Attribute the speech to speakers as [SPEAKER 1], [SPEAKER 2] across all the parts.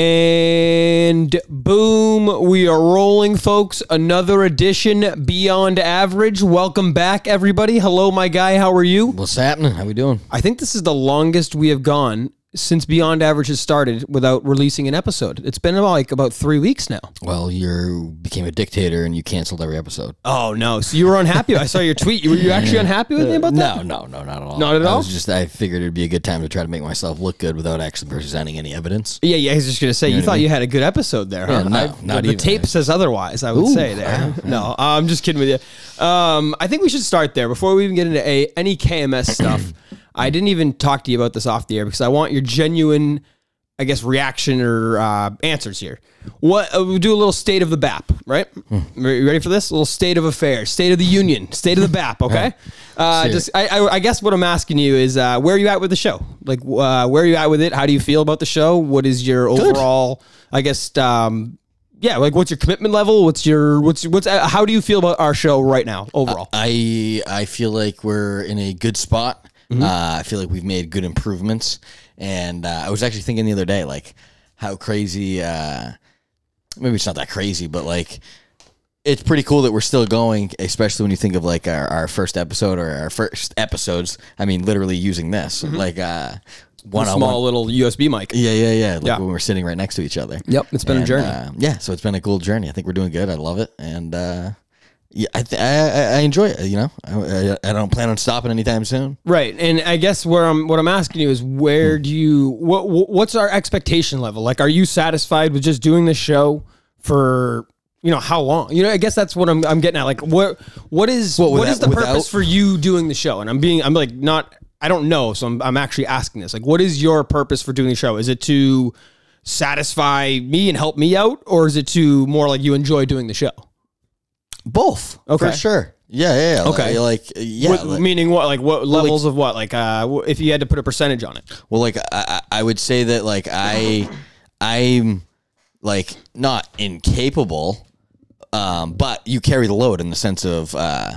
[SPEAKER 1] And boom, we are rolling, folks. Another edition beyond average. Welcome back, everybody. Hello, my guy. How are you?
[SPEAKER 2] What's happening? How we doing?
[SPEAKER 1] I think this is the longest we have gone since Beyond Average has started without releasing an episode. It's been like about three weeks now.
[SPEAKER 2] Well, you became a dictator and you canceled every episode.
[SPEAKER 1] Oh no! So Uh, you were unhappy. I saw your tweet. You were you actually unhappy with me about that?
[SPEAKER 2] No, no, no, not at all.
[SPEAKER 1] Not at
[SPEAKER 2] I
[SPEAKER 1] all?
[SPEAKER 2] Was just I figured it'd be a good time to try to make myself look good without actually presenting any evidence.
[SPEAKER 1] Yeah, yeah. I was just gonna say you,
[SPEAKER 2] what I
[SPEAKER 1] thought you had a good episode there. huh?
[SPEAKER 2] Yeah, no,
[SPEAKER 1] I-
[SPEAKER 2] not
[SPEAKER 1] the
[SPEAKER 2] even,
[SPEAKER 1] tape
[SPEAKER 2] man.
[SPEAKER 1] says otherwise. I would
[SPEAKER 2] Ooh,
[SPEAKER 1] say there. no, uh, I'm just kidding with you. Um, I think we should start there before we even get into a, any KMS stuff. I didn't even talk to you about this off the air because I want your genuine, I guess, reaction or uh, answers here. What uh, we'll do a little state of the BAP, right? Re- You ready for this? A little state of affairs, state of the union, state of the BAP. Okay. Uh,
[SPEAKER 2] Serious.
[SPEAKER 1] just I, I, I guess what I'm asking you is uh, where are you at with the show? Like, uh, where are you at with it? How do you feel about the show? What is your overall? I guess, um, yeah. Like, what's your commitment level? What's your what's what's uh, how do you feel about our show right now overall?
[SPEAKER 2] Uh, I I feel like we're in a good spot.
[SPEAKER 1] Mm-hmm.
[SPEAKER 2] Uh, I feel like we've made good improvements, and uh, I was actually thinking the other day, like how crazy. Uh, maybe it's not that crazy, but like it's pretty cool that we're still going, especially when you think of like our, our first episode or our first episodes. I mean, literally using this, like uh, one on
[SPEAKER 1] Mm-hmm. Small
[SPEAKER 2] one.
[SPEAKER 1] little USB mic.
[SPEAKER 2] Yeah, yeah, yeah. Like
[SPEAKER 1] Yeah.
[SPEAKER 2] when we're sitting right next to each other.
[SPEAKER 1] Yep, it's been a
[SPEAKER 2] And,
[SPEAKER 1] journey.
[SPEAKER 2] uh, yeah, so it's been a cool journey. I think we're doing good. I love it, and uh, yeah, I, th- I I- I enjoy it. You know, I, I, I don't plan on stopping anytime soon.
[SPEAKER 1] Right, and I guess where I'm what I'm asking you is where do you what wh- what's our expectation level? Like, are you satisfied with just doing the show for you know how long? You know, I guess that's what I'm I'm getting at. Like, what what is
[SPEAKER 2] Well,
[SPEAKER 1] what
[SPEAKER 2] without-
[SPEAKER 1] is the purpose
[SPEAKER 2] without-
[SPEAKER 1] for you doing the show? And I'm being I'm like not I don't know, so I'm I'm actually asking this. Like, what is your purpose for doing the show? Is it to satisfy me and help me out, or is it to more like you enjoy doing the show?
[SPEAKER 2] Both,
[SPEAKER 1] Okay.
[SPEAKER 2] for sure. Yeah, yeah. yeah.
[SPEAKER 1] Okay.
[SPEAKER 2] like, like, yeah.
[SPEAKER 1] What-
[SPEAKER 2] Uh, like-
[SPEAKER 1] meaning what like what levels of what like uh w- if you had to put a percentage on it.
[SPEAKER 2] Well, like I, I I would say that like I, I'm like not incapable, um, but you carry the load in the sense of uh,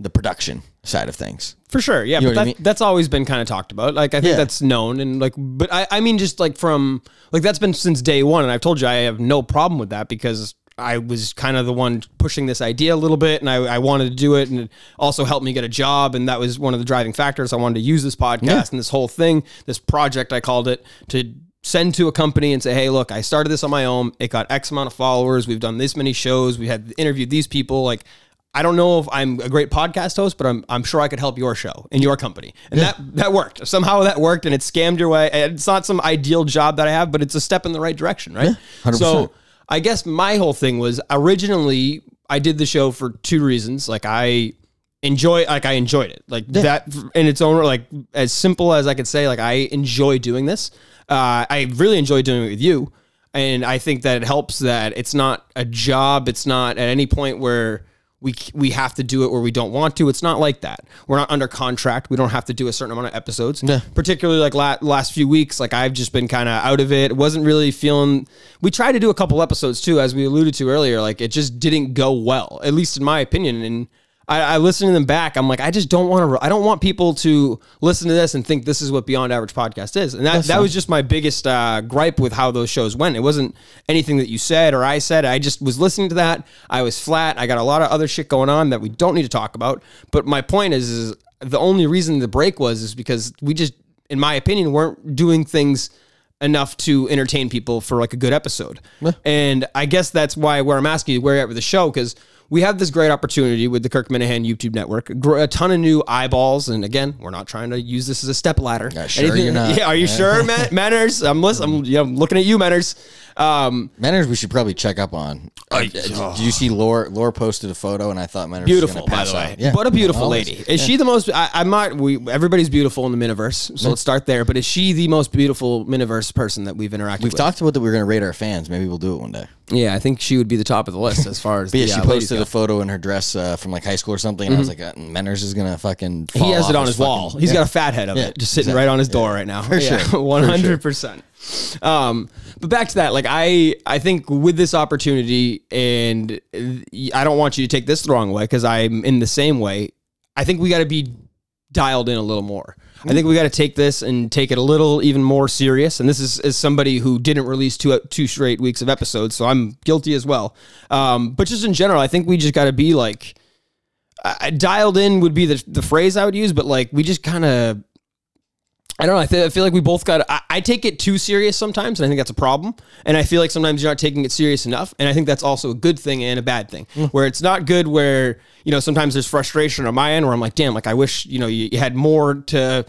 [SPEAKER 2] the production side of things.
[SPEAKER 1] For sure, yeah, but
[SPEAKER 2] know what I
[SPEAKER 1] that,
[SPEAKER 2] mean?
[SPEAKER 1] that's always been kind of talked about. Like I think
[SPEAKER 2] Yeah.
[SPEAKER 1] that's known and like, but I, I mean, just like from like that's been since day one, and I've told you I have no problem with that because I was kind of the one pushing this idea a little bit, and I, I wanted to do it, and it also helped me get a job, and that was one of the driving factors. I wanted to use this podcast and this whole thing, this project I called it, to send to a company and say, hey, look, I started this on my own. It got X amount of followers. We've done this many shows. We had interviewed these people, like. I don't know if I'm a great podcast host, but I'm I'm sure I could help your show and your company. And that that worked. Somehow that worked and it scammed your way. And It's not some ideal job that I have, but it's a step in the right direction, right?
[SPEAKER 2] 100%.
[SPEAKER 1] So I guess my whole thing was originally I did the show for two reasons. Like I enjoy like I enjoyed it. Like that in its own like as simple as I could say like I enjoy doing this. Uh, I really enjoy doing it with you. And I think that it helps that it's not a job. It's not at any point where we c- we have to do it where we don't want to. It's not like that. We're not under contract. We don't have to do a certain amount of episodes. Particularly like la- last few weeks, like I've just been kind of out of it. Wasn't really feeling. We tried to do a couple episodes too, as we alluded to earlier. Like it just didn't go well, at least in my opinion. And I, I listen to them back. I'm like, I just don't want to. I don't want people to listen to this and think this is what Beyond Average Podcast is. And that, that was just my biggest uh, gripe with how those shows went. It wasn't anything that you said or I said. I just was listening to that. I was flat. I got a lot of other shit going on that we don't need to talk about. But my point is, is the only reason the break was is because we just, in my opinion, weren't doing things enough to entertain people for like a good episode. And I guess that's why where I'm asking you where you're at with the show because we have this great opportunity with the Kirk Minahan YouTube network, grow a ton of new eyeballs. And again, we're not trying to use this as a step ladder.
[SPEAKER 2] sure you're not.
[SPEAKER 1] Yeah, are you sure, Man- Manners? I'm listening. I'm, yeah, I'm looking at you, Manners. Um,
[SPEAKER 2] Manners, we should probably check up on. Uh, Do you see Laura? Laura posted a photo, and I thought Manners
[SPEAKER 1] oh. beautiful,
[SPEAKER 2] was
[SPEAKER 1] by
[SPEAKER 2] gonna pass
[SPEAKER 1] the way.
[SPEAKER 2] out. Yeah.
[SPEAKER 1] What a beautiful
[SPEAKER 2] Always.
[SPEAKER 1] lady. Is she the most? I, I'm not. We everybody's beautiful in the miniverse, so let's start there. But is she the most beautiful miniverse person that we've interacted
[SPEAKER 2] We've
[SPEAKER 1] with?
[SPEAKER 2] talked about that we were going to rate our fans. Maybe we'll do it one day.
[SPEAKER 1] yeah, I think she would be the top of the list as far as
[SPEAKER 2] But yeah,
[SPEAKER 1] the,
[SPEAKER 2] she
[SPEAKER 1] uh, ladies
[SPEAKER 2] posted
[SPEAKER 1] go. Mm-hmm.
[SPEAKER 2] a photo in her dress uh, from like high school or something, and I was like, uh, Menners is gonna fucking. Fall
[SPEAKER 1] He has
[SPEAKER 2] off
[SPEAKER 1] it on his wall.
[SPEAKER 2] fucking-
[SPEAKER 1] He's
[SPEAKER 2] Yeah.
[SPEAKER 1] got a fat head of
[SPEAKER 2] Yeah,
[SPEAKER 1] it, just sitting
[SPEAKER 2] exactly.
[SPEAKER 1] right on his door right now. For
[SPEAKER 2] sure.
[SPEAKER 1] one hundred percent. Um, but back to that, like I, I think with this opportunity, and uh, I don't want you to take this the wrong way because I'm in the same way. I think we got to be dialed in a little more. I think we got to take this and take it a little even more serious. And this is as somebody who didn't release two two straight weeks of episodes, so I'm guilty as well. Um, but just in general, I think we just got to be like I, I- dialed in would be the the phrase I would use, but like we just kind of. I don't know. I, th- I feel like we both got. I, I take it too serious sometimes, and I think that's a problem. And I feel like sometimes you're not taking it serious enough, and I think that's also a good thing and a bad thing. Where it's not good, where you know sometimes there's frustration on my end, where I'm like, damn, like I wish you know you, you had more to.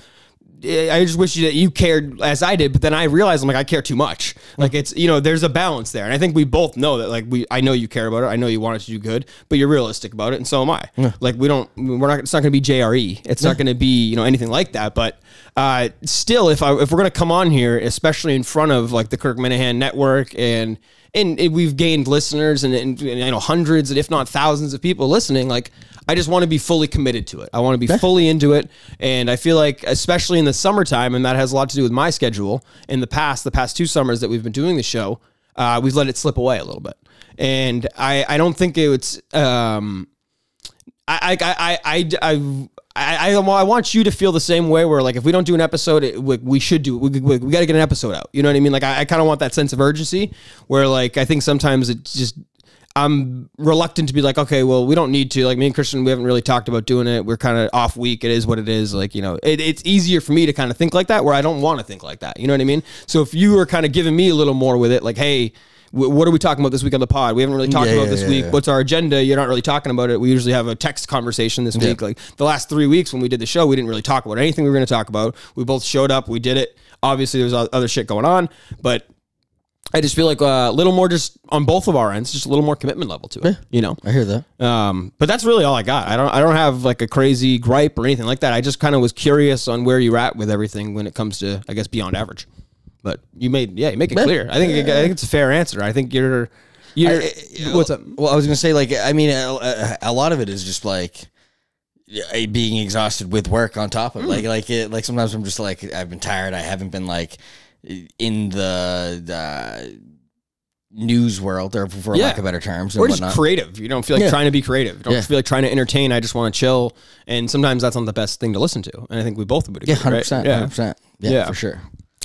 [SPEAKER 1] eh, I just wish that you cared as I did, but then I realized I'm like I care too much. Like it's you know there's a balance there, and I think we both know that. Like we, I know you care about it. I know you want us to do good, but you're realistic about it, and so am I. Like we don't, we're not. It's not going to be JRE. It's not going to be you know anything like that. But uh, still, if I if we're going to come on here, especially in front of like the Kirk Minahan network and. And it- we've gained listeners and, and, and, you know hundreds and if not thousands of people listening. Like I just want to be fully committed to it. I want to be fully into it. And I feel like, especially in the summertime, and that has a lot to do with my schedule in the past, the past two summers that we've been doing the show, uh, we've let it slip away a little bit. And I, I don't think it's, um, I, I, I, I, I, I, I, I want you to feel the same way where like if we don't do an episode it, we, we should do we, we, we got to get an episode out you know what i mean like i, I kind of want that sense of urgency where like i think sometimes it's just i'm reluctant to be like okay well we don't need to like me and christian we haven't really talked about doing it we're kind of off week it is what it is like you know it, it's easier for me to kind of think like that where i don't want to think like that you know what i mean so if you are kind of giving me a little more with it like hey wh- what are we talking about this week on the pod? We haven't really talked
[SPEAKER 2] Yeah,
[SPEAKER 1] about
[SPEAKER 2] yeah,
[SPEAKER 1] this
[SPEAKER 2] yeah,
[SPEAKER 1] week.
[SPEAKER 2] yeah.
[SPEAKER 1] What what's our agenda? You're not really talking about it. We usually have a text conversation this week. Like the last three weeks when we did the show, we didn't really talk about anything we were going to talk about. We both showed up. We did it. Obviously, there was o- other shit going on, but I just feel like uh, a little more just on both of our ends, just a little more commitment level to it. You know.
[SPEAKER 2] I hear that.
[SPEAKER 1] Um, but that's really all I got. I don't I don't have like a crazy gripe or anything like that. I just kind of was curious on where you're at with everything when it comes to I guess beyond average. But you made yeah, you make it clear. I think I think it's a fair answer. I think you're you're uh,
[SPEAKER 2] uh,
[SPEAKER 1] what's up?
[SPEAKER 2] Eh, Well, I was gonna say like I mean a, a, a lot of it is just like yeah, eh, being exhausted with work on top of
[SPEAKER 1] Mm.
[SPEAKER 2] like like it, like sometimes I'm just like I've been tired. I haven't been like eh, in the, the news world or for
[SPEAKER 1] Yeah.
[SPEAKER 2] lack of better terms and
[SPEAKER 1] Or
[SPEAKER 2] whatnot.
[SPEAKER 1] just creative. You don't feel like
[SPEAKER 2] Yeah.
[SPEAKER 1] trying to be creative. You don't
[SPEAKER 2] Yeah.
[SPEAKER 1] feel like trying to entertain. I just want to chill. And sometimes that's not the best thing to listen to. And I think we both would agree.
[SPEAKER 2] yeah, hundred
[SPEAKER 1] right?
[SPEAKER 2] percent,
[SPEAKER 1] Yeah.
[SPEAKER 2] hundred percent.
[SPEAKER 1] Yeah.
[SPEAKER 2] Yeah, for sure.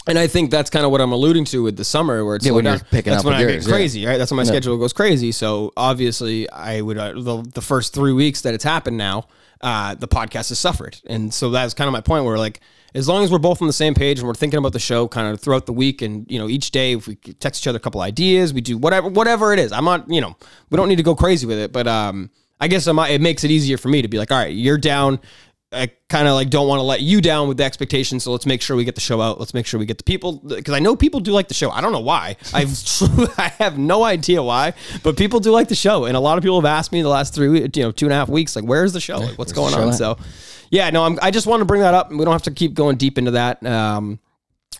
[SPEAKER 1] And I think that's kind of what I'm alluding to with the summer where it's
[SPEAKER 2] Yeah,
[SPEAKER 1] slowed
[SPEAKER 2] when you're
[SPEAKER 1] down.
[SPEAKER 2] picking
[SPEAKER 1] that's
[SPEAKER 2] up
[SPEAKER 1] when
[SPEAKER 2] with
[SPEAKER 1] I get
[SPEAKER 2] yours, yeah.
[SPEAKER 1] crazy, right? That's when my schedule goes crazy. So obviously, I would uh, the, the first three weeks that it's happened now, uh, the podcast has suffered, and so that's kind of my point where like. As long as we're both on the same page and we're thinking about the show kind of throughout the week, and you know each day if we text each other a couple ideas, we do whatever whatever it is. I'm not you know we don't need to go crazy with it, but um I guess I'm, it makes it easier for me to be like, all right, you're down. I kind of like don't want to let you down with the expectations, so let's make sure we get the show out. Let's make sure we get the people because I know people do like the show. I don't know why. I've I have no idea why, but people do like the show, and a lot of people have asked me the last three, we- you know, two and a half weeks, like, where's the show? Like, what's going
[SPEAKER 2] the show
[SPEAKER 1] on?
[SPEAKER 2] at?
[SPEAKER 1] So, yeah, no, I'm, I just want to bring that up, and we don't have to keep going deep into that. Um,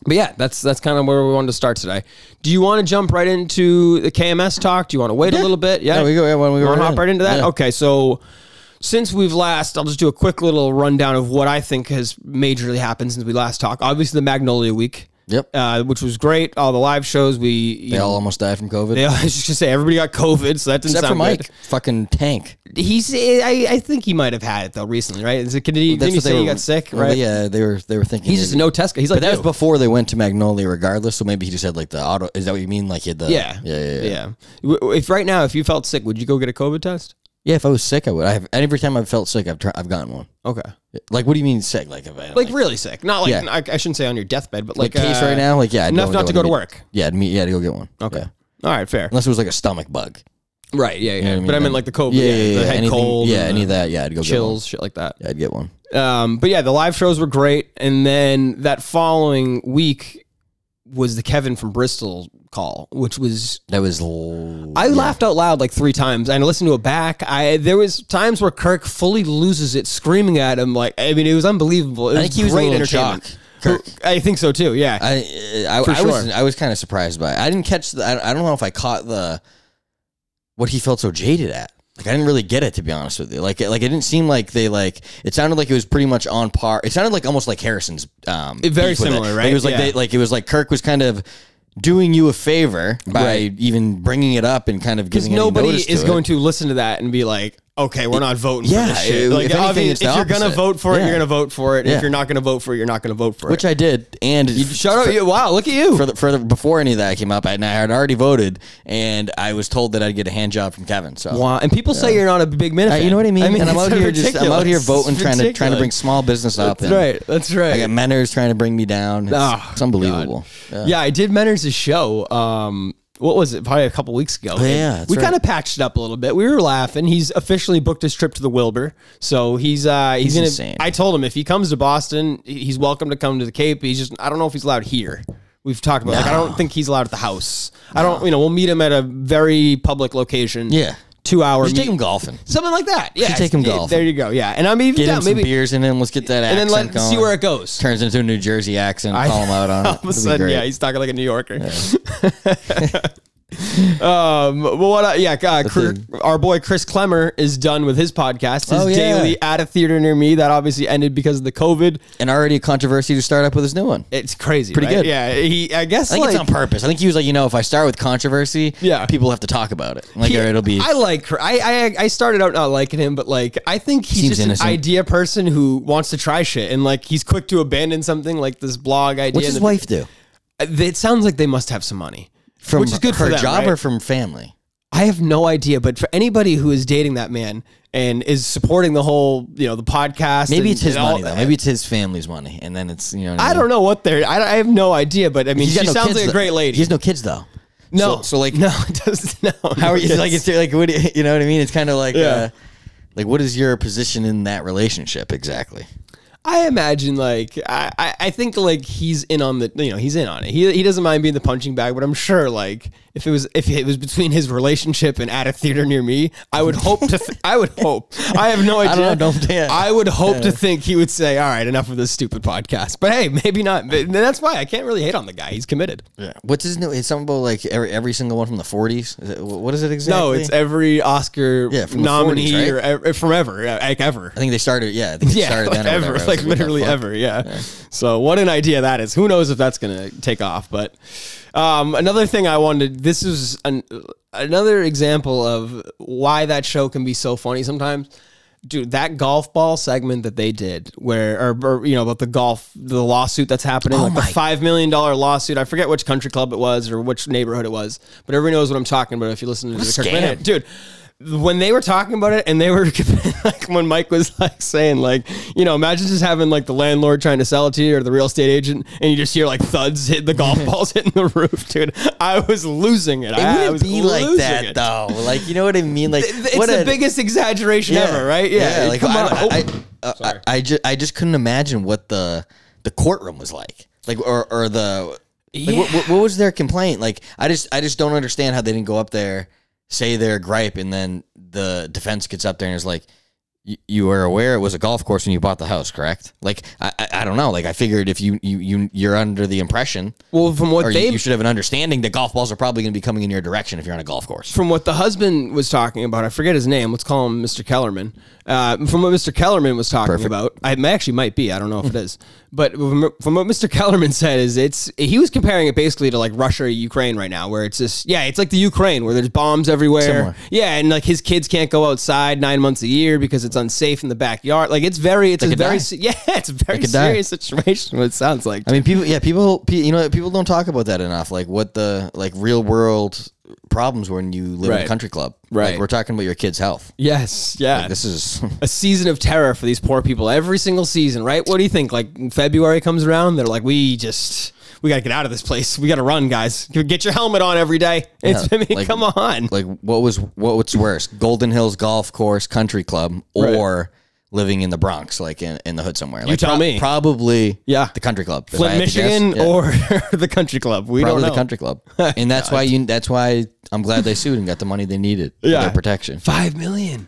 [SPEAKER 1] but yeah, that's that's kind of where we wanted to start today. Do you want to jump right into the KMS talk? Do you want to wait a little bit? Yeah,
[SPEAKER 2] Yeah, we go- yeah, why don't we go
[SPEAKER 1] Wanna
[SPEAKER 2] right
[SPEAKER 1] hop
[SPEAKER 2] in?
[SPEAKER 1] right into that?
[SPEAKER 2] Yeah.
[SPEAKER 1] Okay, so since we've last, I'll just do a quick little rundown of what I think has majorly happened since we last talked. Obviously, the Magnolia Week,
[SPEAKER 2] Yep.
[SPEAKER 1] uh, which was great. All the live shows, we you
[SPEAKER 2] they
[SPEAKER 1] know,
[SPEAKER 2] all almost died from COVID.
[SPEAKER 1] they all, I was just gonna say everybody got COVID, so that didn't
[SPEAKER 2] Except
[SPEAKER 1] sound
[SPEAKER 2] for Mike,
[SPEAKER 1] good.
[SPEAKER 2] fucking tank.
[SPEAKER 1] He's, eh, I, I think he might have had it though recently, right? Is it, did he, didn't he say
[SPEAKER 2] were,
[SPEAKER 1] he got sick?
[SPEAKER 2] well,
[SPEAKER 1] Right?
[SPEAKER 2] Yeah, they were they were thinking
[SPEAKER 1] He's just a no test guy. He's like
[SPEAKER 2] But that was
[SPEAKER 1] you.
[SPEAKER 2] before they went to Magnolia, regardless. So maybe he just had like the auto. Is that what you mean? Like he had the
[SPEAKER 1] Yeah.
[SPEAKER 2] yeah, yeah, yeah.
[SPEAKER 1] yeah. W- If right now, if you felt sick, would you go get a COVID test?
[SPEAKER 2] Yeah, if I was sick, I would. I have every time I've felt sick, I've tried, I've gotten one.
[SPEAKER 1] Okay.
[SPEAKER 2] Like, what do you mean sick? Like, if I,
[SPEAKER 1] Like really sick. Not like,
[SPEAKER 2] Yeah.
[SPEAKER 1] I, I shouldn't say on your deathbed, but like,
[SPEAKER 2] case
[SPEAKER 1] uh,
[SPEAKER 2] right now? Like, yeah, I'd
[SPEAKER 1] enough
[SPEAKER 2] go
[SPEAKER 1] not
[SPEAKER 2] and
[SPEAKER 1] to go to
[SPEAKER 2] and
[SPEAKER 1] work.
[SPEAKER 2] get- Yeah, I'd me, yeah, to go get one. Okay,
[SPEAKER 1] All right, fair.
[SPEAKER 2] unless it was like a stomach bug.
[SPEAKER 1] Right. Yeah. Oh, Yeah.
[SPEAKER 2] You know what
[SPEAKER 1] but I
[SPEAKER 2] mean?
[SPEAKER 1] meant like the COVID.
[SPEAKER 2] Yeah, yeah, yeah,
[SPEAKER 1] the
[SPEAKER 2] yeah,
[SPEAKER 1] head
[SPEAKER 2] anything-
[SPEAKER 1] cold.
[SPEAKER 2] Yeah,
[SPEAKER 1] and
[SPEAKER 2] any
[SPEAKER 1] the
[SPEAKER 2] of that. Yeah, I'd go
[SPEAKER 1] chills, shit like that.
[SPEAKER 2] Get one. Yeah, I'd get one.
[SPEAKER 1] Um, but yeah, the live shows were great, and then that following week was the Kevin from Bristol call, which was
[SPEAKER 2] That was. l-
[SPEAKER 1] I laughed out loud like three times. and I listened to it back. I there was times where Kirk fully loses it, screaming at him. Like I mean, it was unbelievable. It
[SPEAKER 2] I think he was a
[SPEAKER 1] great
[SPEAKER 2] little in shock.
[SPEAKER 1] entertainment.
[SPEAKER 2] Kirk.
[SPEAKER 1] I think so too. Yeah.
[SPEAKER 2] I I, I was
[SPEAKER 1] sure.
[SPEAKER 2] I was kind of surprised by it. I didn't catch the. I, I don't know if I caught the what he felt so jaded at. Like I didn't really get it to be honest with you. Like it- like it didn't seem like they like. It sounded like it was pretty much on par. It sounded like almost like Harrison's. Um,
[SPEAKER 1] It- very
[SPEAKER 2] beef with it.
[SPEAKER 1] similar,
[SPEAKER 2] Like,
[SPEAKER 1] right?
[SPEAKER 2] it was like
[SPEAKER 1] Yeah.
[SPEAKER 2] they, like it was like Kirk was kind of doing you a favor by
[SPEAKER 1] Right.
[SPEAKER 2] even bringing it up and kind of
[SPEAKER 1] because
[SPEAKER 2] giving any
[SPEAKER 1] nobody
[SPEAKER 2] notice
[SPEAKER 1] is
[SPEAKER 2] to it.
[SPEAKER 1] going to listen to that and be like, okay, we're not voting
[SPEAKER 2] Yeah,
[SPEAKER 1] for this shit.
[SPEAKER 2] if
[SPEAKER 1] like
[SPEAKER 2] anything,
[SPEAKER 1] obvi-
[SPEAKER 2] it's
[SPEAKER 1] if
[SPEAKER 2] the
[SPEAKER 1] you're gonna
[SPEAKER 2] opposite.
[SPEAKER 1] vote for it,
[SPEAKER 2] Yeah.
[SPEAKER 1] you're gonna vote for it.
[SPEAKER 2] Yeah.
[SPEAKER 1] If you're not gonna vote for it, you're not gonna vote for
[SPEAKER 2] which
[SPEAKER 1] it.
[SPEAKER 2] I did, and you
[SPEAKER 1] Shut up! you- Wow, look at you.
[SPEAKER 2] further, further before any of that came up, I, and I had already voted, and I was told that I'd get a hand job from Kevin. So
[SPEAKER 1] wow, and people say you're not a big minute.
[SPEAKER 2] Uh,
[SPEAKER 1] fan.
[SPEAKER 2] you know what I mean? and I'm
[SPEAKER 1] it's
[SPEAKER 2] out here just I'm out here
[SPEAKER 1] ridiculous.
[SPEAKER 2] voting,
[SPEAKER 1] It's
[SPEAKER 2] trying to trying to bring
[SPEAKER 1] ridiculous.
[SPEAKER 2] small business up.
[SPEAKER 1] That's
[SPEAKER 2] and
[SPEAKER 1] right. That's right.
[SPEAKER 2] I got mentors trying to bring me down. It's,
[SPEAKER 1] Oh,
[SPEAKER 2] it's unbelievable.
[SPEAKER 1] Yeah. I did Menner's show. Um, what was it? Probably a couple weeks ago.
[SPEAKER 2] Oh, yeah,
[SPEAKER 1] And
[SPEAKER 2] that's
[SPEAKER 1] we
[SPEAKER 2] right.
[SPEAKER 1] kind of patched it up a little bit. We were laughing. He's officially booked his trip to the Wilbur, so he's uh, he's, gonna.
[SPEAKER 2] insane.
[SPEAKER 1] I told him if he comes to Boston, he- he's welcome to come to the Cape. He's just I don't know if he's allowed here. We've talked about like I don't think he's allowed at the house. I don't. You know, we'll meet him at a very public location.
[SPEAKER 2] Yeah.
[SPEAKER 1] two hour.
[SPEAKER 2] Just take
[SPEAKER 1] meet-
[SPEAKER 2] him golfing.
[SPEAKER 1] Something like that. Yeah,
[SPEAKER 2] take him golfing.
[SPEAKER 1] There you go. Yeah, and I'm even
[SPEAKER 2] Get
[SPEAKER 1] down.
[SPEAKER 2] him some
[SPEAKER 1] Maybe
[SPEAKER 2] beers and then let's get that
[SPEAKER 1] and
[SPEAKER 2] accent
[SPEAKER 1] then let
[SPEAKER 2] going.
[SPEAKER 1] see where it goes.
[SPEAKER 2] turns into a New Jersey accent. call him out on it.
[SPEAKER 1] All of a
[SPEAKER 2] It'll be
[SPEAKER 1] sudden,
[SPEAKER 2] great.
[SPEAKER 1] yeah, he's talking like a New Yorker. um, but what? I- yeah, uh, Cr- our boy Chris Clemmer is done with his podcast, his
[SPEAKER 2] Oh, yeah.
[SPEAKER 1] daily at a theater near me. That obviously ended because of the COVID.
[SPEAKER 2] and already a controversy to start up with his new one.
[SPEAKER 1] It's crazy,
[SPEAKER 2] Pretty
[SPEAKER 1] right?
[SPEAKER 2] good.
[SPEAKER 1] Yeah, he. I guess
[SPEAKER 2] I think
[SPEAKER 1] like,
[SPEAKER 2] it's on purpose. I think he was like, you know, if I start with controversy,
[SPEAKER 1] Yeah.
[SPEAKER 2] people have to talk about it. Like,
[SPEAKER 1] he-
[SPEAKER 2] or it'll be.
[SPEAKER 1] I like. Cr- I, I I started out not liking him, but like I think he's
[SPEAKER 2] Seems
[SPEAKER 1] just
[SPEAKER 2] innocent.
[SPEAKER 1] an idea person who wants to try shit, and like he's quick to abandon something like this blog idea.
[SPEAKER 2] what's his
[SPEAKER 1] that-
[SPEAKER 2] wife do?
[SPEAKER 1] It sounds like they must have some money.
[SPEAKER 2] From
[SPEAKER 1] Which is good
[SPEAKER 2] her
[SPEAKER 1] for them,
[SPEAKER 2] job
[SPEAKER 1] right?
[SPEAKER 2] or from family?
[SPEAKER 1] I have no idea, but for anybody who is dating that man and is supporting the whole, you know, the podcast, and-
[SPEAKER 2] Maybe it's his
[SPEAKER 1] and all-
[SPEAKER 2] money though. Maybe it's his family's money, and then it's you know. what
[SPEAKER 1] I
[SPEAKER 2] mean?
[SPEAKER 1] don't know what they're. I, I have no idea, but I mean,
[SPEAKER 2] He's
[SPEAKER 1] she
[SPEAKER 2] got no
[SPEAKER 1] sounds
[SPEAKER 2] kids,
[SPEAKER 1] like a
[SPEAKER 2] though.
[SPEAKER 1] great lady.
[SPEAKER 2] He has no kids though.
[SPEAKER 1] no,
[SPEAKER 2] so, so like,
[SPEAKER 1] no, it doesn't. No,
[SPEAKER 2] how are you?
[SPEAKER 1] it's-
[SPEAKER 2] Like, it's like what? do you- You know what I mean? It's kind of like, uh,
[SPEAKER 1] Yeah.
[SPEAKER 2] like what is your position in that relationship exactly?
[SPEAKER 1] I imagine like I, I, I think like he's in on the you know he's in on it. He, he doesn't mind being the punching bag, but I'm sure like if it was if it was between his relationship and at a theater near me, I would hope to th- I would hope I have no idea.
[SPEAKER 2] don't know, don't- yeah.
[SPEAKER 1] I would hope to think he would say, "All right, enough of this stupid podcast." But hey, maybe not. But that's why I can't really hate on the guy. He's committed.
[SPEAKER 2] Yeah. What's his new? It's something about like every every single one from the forties. What is it exactly?
[SPEAKER 1] No, it's every Oscar
[SPEAKER 2] Yeah, from the
[SPEAKER 1] nominee
[SPEAKER 2] 40s,
[SPEAKER 1] or ev- from ever, yeah, like ever.
[SPEAKER 2] I think they started. Yeah, I think they
[SPEAKER 1] Yeah,
[SPEAKER 2] started
[SPEAKER 1] like
[SPEAKER 2] then or
[SPEAKER 1] ever,
[SPEAKER 2] whatever. I was
[SPEAKER 1] like
[SPEAKER 2] what the
[SPEAKER 1] literally
[SPEAKER 2] fuck?
[SPEAKER 1] ever. Yeah. So what an idea that is. Who knows if that's gonna take off? But um, another thing I wanted. This is an, another example of why that show can be so funny sometimes. Dude, that golf ball segment that they did, where or, or you know about the golf, the lawsuit that's happening, like the
[SPEAKER 2] Oh my-
[SPEAKER 1] five million dollar lawsuit. I forget which country club it was or which neighborhood it was, but everybody knows what I'm talking about if you listen to the Kirk
[SPEAKER 2] scam.
[SPEAKER 1] Minute dude when they were talking about it and they were like when mike was like saying like you know imagine just having like the landlord trying to sell it to you or the real estate agent and you just hear like thuds hit the golf balls hitting the roof dude i was losing it,
[SPEAKER 2] It
[SPEAKER 1] i
[SPEAKER 2] wouldn't
[SPEAKER 1] was
[SPEAKER 2] be like
[SPEAKER 1] losing
[SPEAKER 2] that
[SPEAKER 1] it.
[SPEAKER 2] though. Like you know what I mean? Like
[SPEAKER 1] it's
[SPEAKER 2] what
[SPEAKER 1] the
[SPEAKER 2] a-
[SPEAKER 1] biggest exaggeration ever right
[SPEAKER 2] Yeah,
[SPEAKER 1] yeah,
[SPEAKER 2] like
[SPEAKER 1] come on
[SPEAKER 2] I,
[SPEAKER 1] Oh.
[SPEAKER 2] I, I, just I just couldn't imagine what the the courtroom was like, like or or the like, what, what, what was their complaint? Like I just I just don't understand how they didn't go up there, say their gripe, and then the defense gets up there and is like. "You- You were aware it was a golf course when you bought the house, correct? Like I, I, I don't know. Like I figured if you you you you're under the impression,
[SPEAKER 1] well from what
[SPEAKER 2] or
[SPEAKER 1] they
[SPEAKER 2] you, you should have an understanding that golf balls are probably going to be coming in your direction if you're on a golf course.
[SPEAKER 1] from what the husband was talking about, I forget his name. Let's call him Mr. Kellerman. Uh, from what Mr. Kellerman was talking about, I may- actually might be. I don't know if it is, but from from what Mr. Kellerman said is it's he was comparing it basically to like Russia, Ukraine right now, where it's just yeah, it's like the Ukraine where there's bombs everywhere.
[SPEAKER 2] Similar.
[SPEAKER 1] Yeah, and like his kids can't go outside nine months a year because it's unsafe in the backyard. Like it's very, it's a
[SPEAKER 2] could
[SPEAKER 1] very
[SPEAKER 2] die.
[SPEAKER 1] se- yeah, it's a very
[SPEAKER 2] could die.
[SPEAKER 1] serious situation. What it sounds like.
[SPEAKER 2] I mean, people. Yeah, people. pe- You know, people don't talk about that enough. Like what the like real world problems when you live in a
[SPEAKER 1] Right.
[SPEAKER 2] country club. Like
[SPEAKER 1] Right.
[SPEAKER 2] we're talking about your kid's health.
[SPEAKER 1] yes, yeah.
[SPEAKER 2] Like, this is
[SPEAKER 1] a season of terror for these poor people every single season, right? What do you think? Like February comes around, they're like, we just we gotta get out of this place. We gotta run, guys. Get your helmet on every day. It's I mean,
[SPEAKER 2] like-
[SPEAKER 1] come on.
[SPEAKER 2] like what was what was worse, Golden Hills Golf Course Country Club or living in the Bronx, like in, in the hood somewhere. Like,
[SPEAKER 1] tell me.
[SPEAKER 2] Probably
[SPEAKER 1] Yeah.
[SPEAKER 2] the country club. if I
[SPEAKER 1] Flint,
[SPEAKER 2] had to guess.
[SPEAKER 1] Michigan,
[SPEAKER 2] Yeah.
[SPEAKER 1] or the country club. We don't
[SPEAKER 2] probably
[SPEAKER 1] know.
[SPEAKER 2] the country club. And that's why you. That's why I'm glad they sued and got the money they needed for
[SPEAKER 1] Yeah.
[SPEAKER 2] their protection.
[SPEAKER 1] Five million.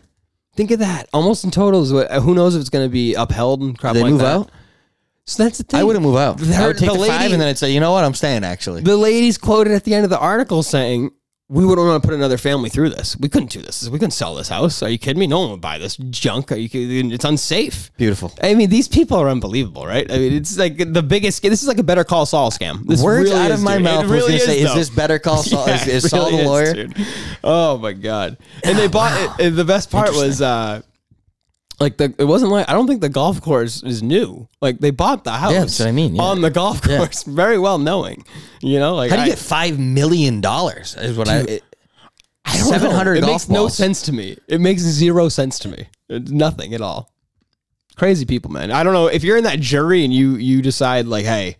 [SPEAKER 1] Think of that. Almost in total is what. Who knows if it's going to be upheld and crap
[SPEAKER 2] They
[SPEAKER 1] like
[SPEAKER 2] move
[SPEAKER 1] that.
[SPEAKER 2] out.
[SPEAKER 1] So that's the thing.
[SPEAKER 2] I wouldn't move out. I
[SPEAKER 1] Her-
[SPEAKER 2] would take
[SPEAKER 1] the
[SPEAKER 2] the, five
[SPEAKER 1] lady-
[SPEAKER 2] and then I'd say, you know what, I'm staying actually.
[SPEAKER 1] The lady's quoted at the end of the article saying, we wouldn't want to put another family through this. We couldn't do this. We couldn't sell this house. Are you kidding me? No one would buy this junk. Are you kidding? It's unsafe.
[SPEAKER 2] Beautiful.
[SPEAKER 1] I mean, these people are unbelievable, right? I mean, it's like the biggest. This is like a Better Call Saul scam. This
[SPEAKER 2] Words
[SPEAKER 1] really
[SPEAKER 2] out
[SPEAKER 1] is,
[SPEAKER 2] of my
[SPEAKER 1] dude. It
[SPEAKER 2] mouth.
[SPEAKER 1] really
[SPEAKER 2] I was gonna say, is
[SPEAKER 1] though.
[SPEAKER 2] this better call Saul?
[SPEAKER 1] Yeah,
[SPEAKER 2] is,
[SPEAKER 1] it
[SPEAKER 2] is Saul
[SPEAKER 1] really
[SPEAKER 2] the lawyer?
[SPEAKER 1] dude. Oh my god! And they bought it. and the best part was, uh, like the it wasn't like I don't think the golf course is new. Like they bought the house.
[SPEAKER 2] that's what I mean, yeah.
[SPEAKER 1] On the golf course, very well knowing, you know, like
[SPEAKER 2] How do
[SPEAKER 1] I,
[SPEAKER 2] you get five million dollars? Is what I. It,
[SPEAKER 1] I don't know.
[SPEAKER 2] seven hundred
[SPEAKER 1] It
[SPEAKER 2] golf
[SPEAKER 1] makes no
[SPEAKER 2] balls.
[SPEAKER 1] sense to me. It makes zero sense to me. It's nothing at all. Crazy people, man. I don't know if you're in that jury and you you decide like, hey,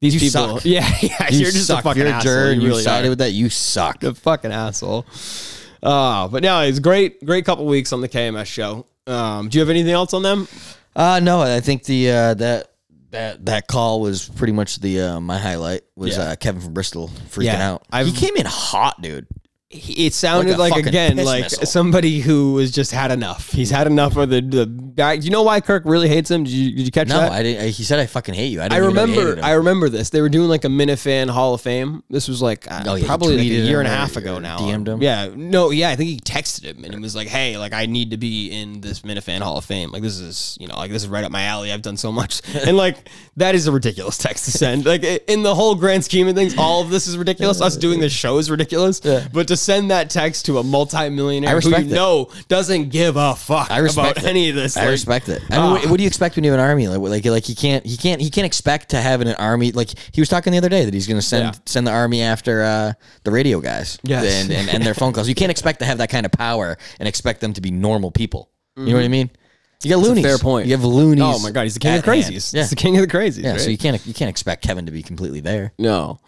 [SPEAKER 1] these
[SPEAKER 2] You
[SPEAKER 1] people,
[SPEAKER 2] suck.
[SPEAKER 1] yeah, yeah,
[SPEAKER 2] you
[SPEAKER 1] you're just
[SPEAKER 2] suck.
[SPEAKER 1] a fucking
[SPEAKER 2] You're a
[SPEAKER 1] asshole.
[SPEAKER 2] juror. and
[SPEAKER 1] you
[SPEAKER 2] You,
[SPEAKER 1] really are.
[SPEAKER 2] sided with that. You suck.
[SPEAKER 1] a fucking asshole. Uh, but no, it's great, great couple weeks on the KMS show. Um, do you have anything else on them?
[SPEAKER 2] Uh, no, I think the uh, that that that call was pretty much the uh, my highlight was
[SPEAKER 1] Yeah.
[SPEAKER 2] uh, Kevin from Bristol freaking
[SPEAKER 1] Yeah,
[SPEAKER 2] out.
[SPEAKER 1] I've-
[SPEAKER 2] he came in hot, dude.
[SPEAKER 1] It sounded like,
[SPEAKER 2] Like a fucking
[SPEAKER 1] again,
[SPEAKER 2] piss
[SPEAKER 1] like
[SPEAKER 2] missile.
[SPEAKER 1] somebody who has just had enough. He's had enough of the the back. Do you know why Kirk really hates him? Did you, did you catch
[SPEAKER 2] No,
[SPEAKER 1] that?
[SPEAKER 2] I didn't. I, he said I fucking hate you. I, didn't
[SPEAKER 1] I
[SPEAKER 2] even know you
[SPEAKER 1] remember,
[SPEAKER 2] hated him.
[SPEAKER 1] I remember this. They were doing like a Minifan Hall of Fame. This was like uh,
[SPEAKER 2] Oh, yeah, he
[SPEAKER 1] probably like a
[SPEAKER 2] tweeted
[SPEAKER 1] year
[SPEAKER 2] him
[SPEAKER 1] and a
[SPEAKER 2] or-
[SPEAKER 1] half ago
[SPEAKER 2] or
[SPEAKER 1] now.
[SPEAKER 2] DM'd him?
[SPEAKER 1] Yeah, no, yeah. I think he texted him and it was like, "Hey, like I need to be in this Minifan Hall of Fame. Like this is, you know, like this is right up my alley. I've done so much." and like that is a ridiculous text to send. Like i- in the whole grand scheme of things, all of this is ridiculous. Us doing this show is ridiculous. But to send that text to a
[SPEAKER 2] I
[SPEAKER 1] multimillionaire who
[SPEAKER 2] respect
[SPEAKER 1] you
[SPEAKER 2] it.
[SPEAKER 1] know doesn't give a fuck
[SPEAKER 2] I respect
[SPEAKER 1] about
[SPEAKER 2] it.
[SPEAKER 1] any of this,
[SPEAKER 2] I
[SPEAKER 1] like- ah.
[SPEAKER 2] respect it. I mean, what, what do you expect when you have an army? Like, like, like he can't, he can't, he can't expect to have an army. Like he was talking the other day that he's going to send
[SPEAKER 1] Yeah.
[SPEAKER 2] send the army after uh, the radio guys
[SPEAKER 1] Yes.
[SPEAKER 2] and, and and their phone calls. You can't expect to have that kind of power and expect them to be normal people. You know what I mean? You got loonies.
[SPEAKER 1] fair point.
[SPEAKER 2] You have loonies.
[SPEAKER 1] Oh my god, he's the king of
[SPEAKER 2] at
[SPEAKER 1] the
[SPEAKER 2] hand.
[SPEAKER 1] crazies.
[SPEAKER 2] Yeah.
[SPEAKER 1] He's the king of the crazies.
[SPEAKER 2] yeah.
[SPEAKER 1] right?
[SPEAKER 2] So you can't you can't expect Kevin to be completely there.
[SPEAKER 1] No.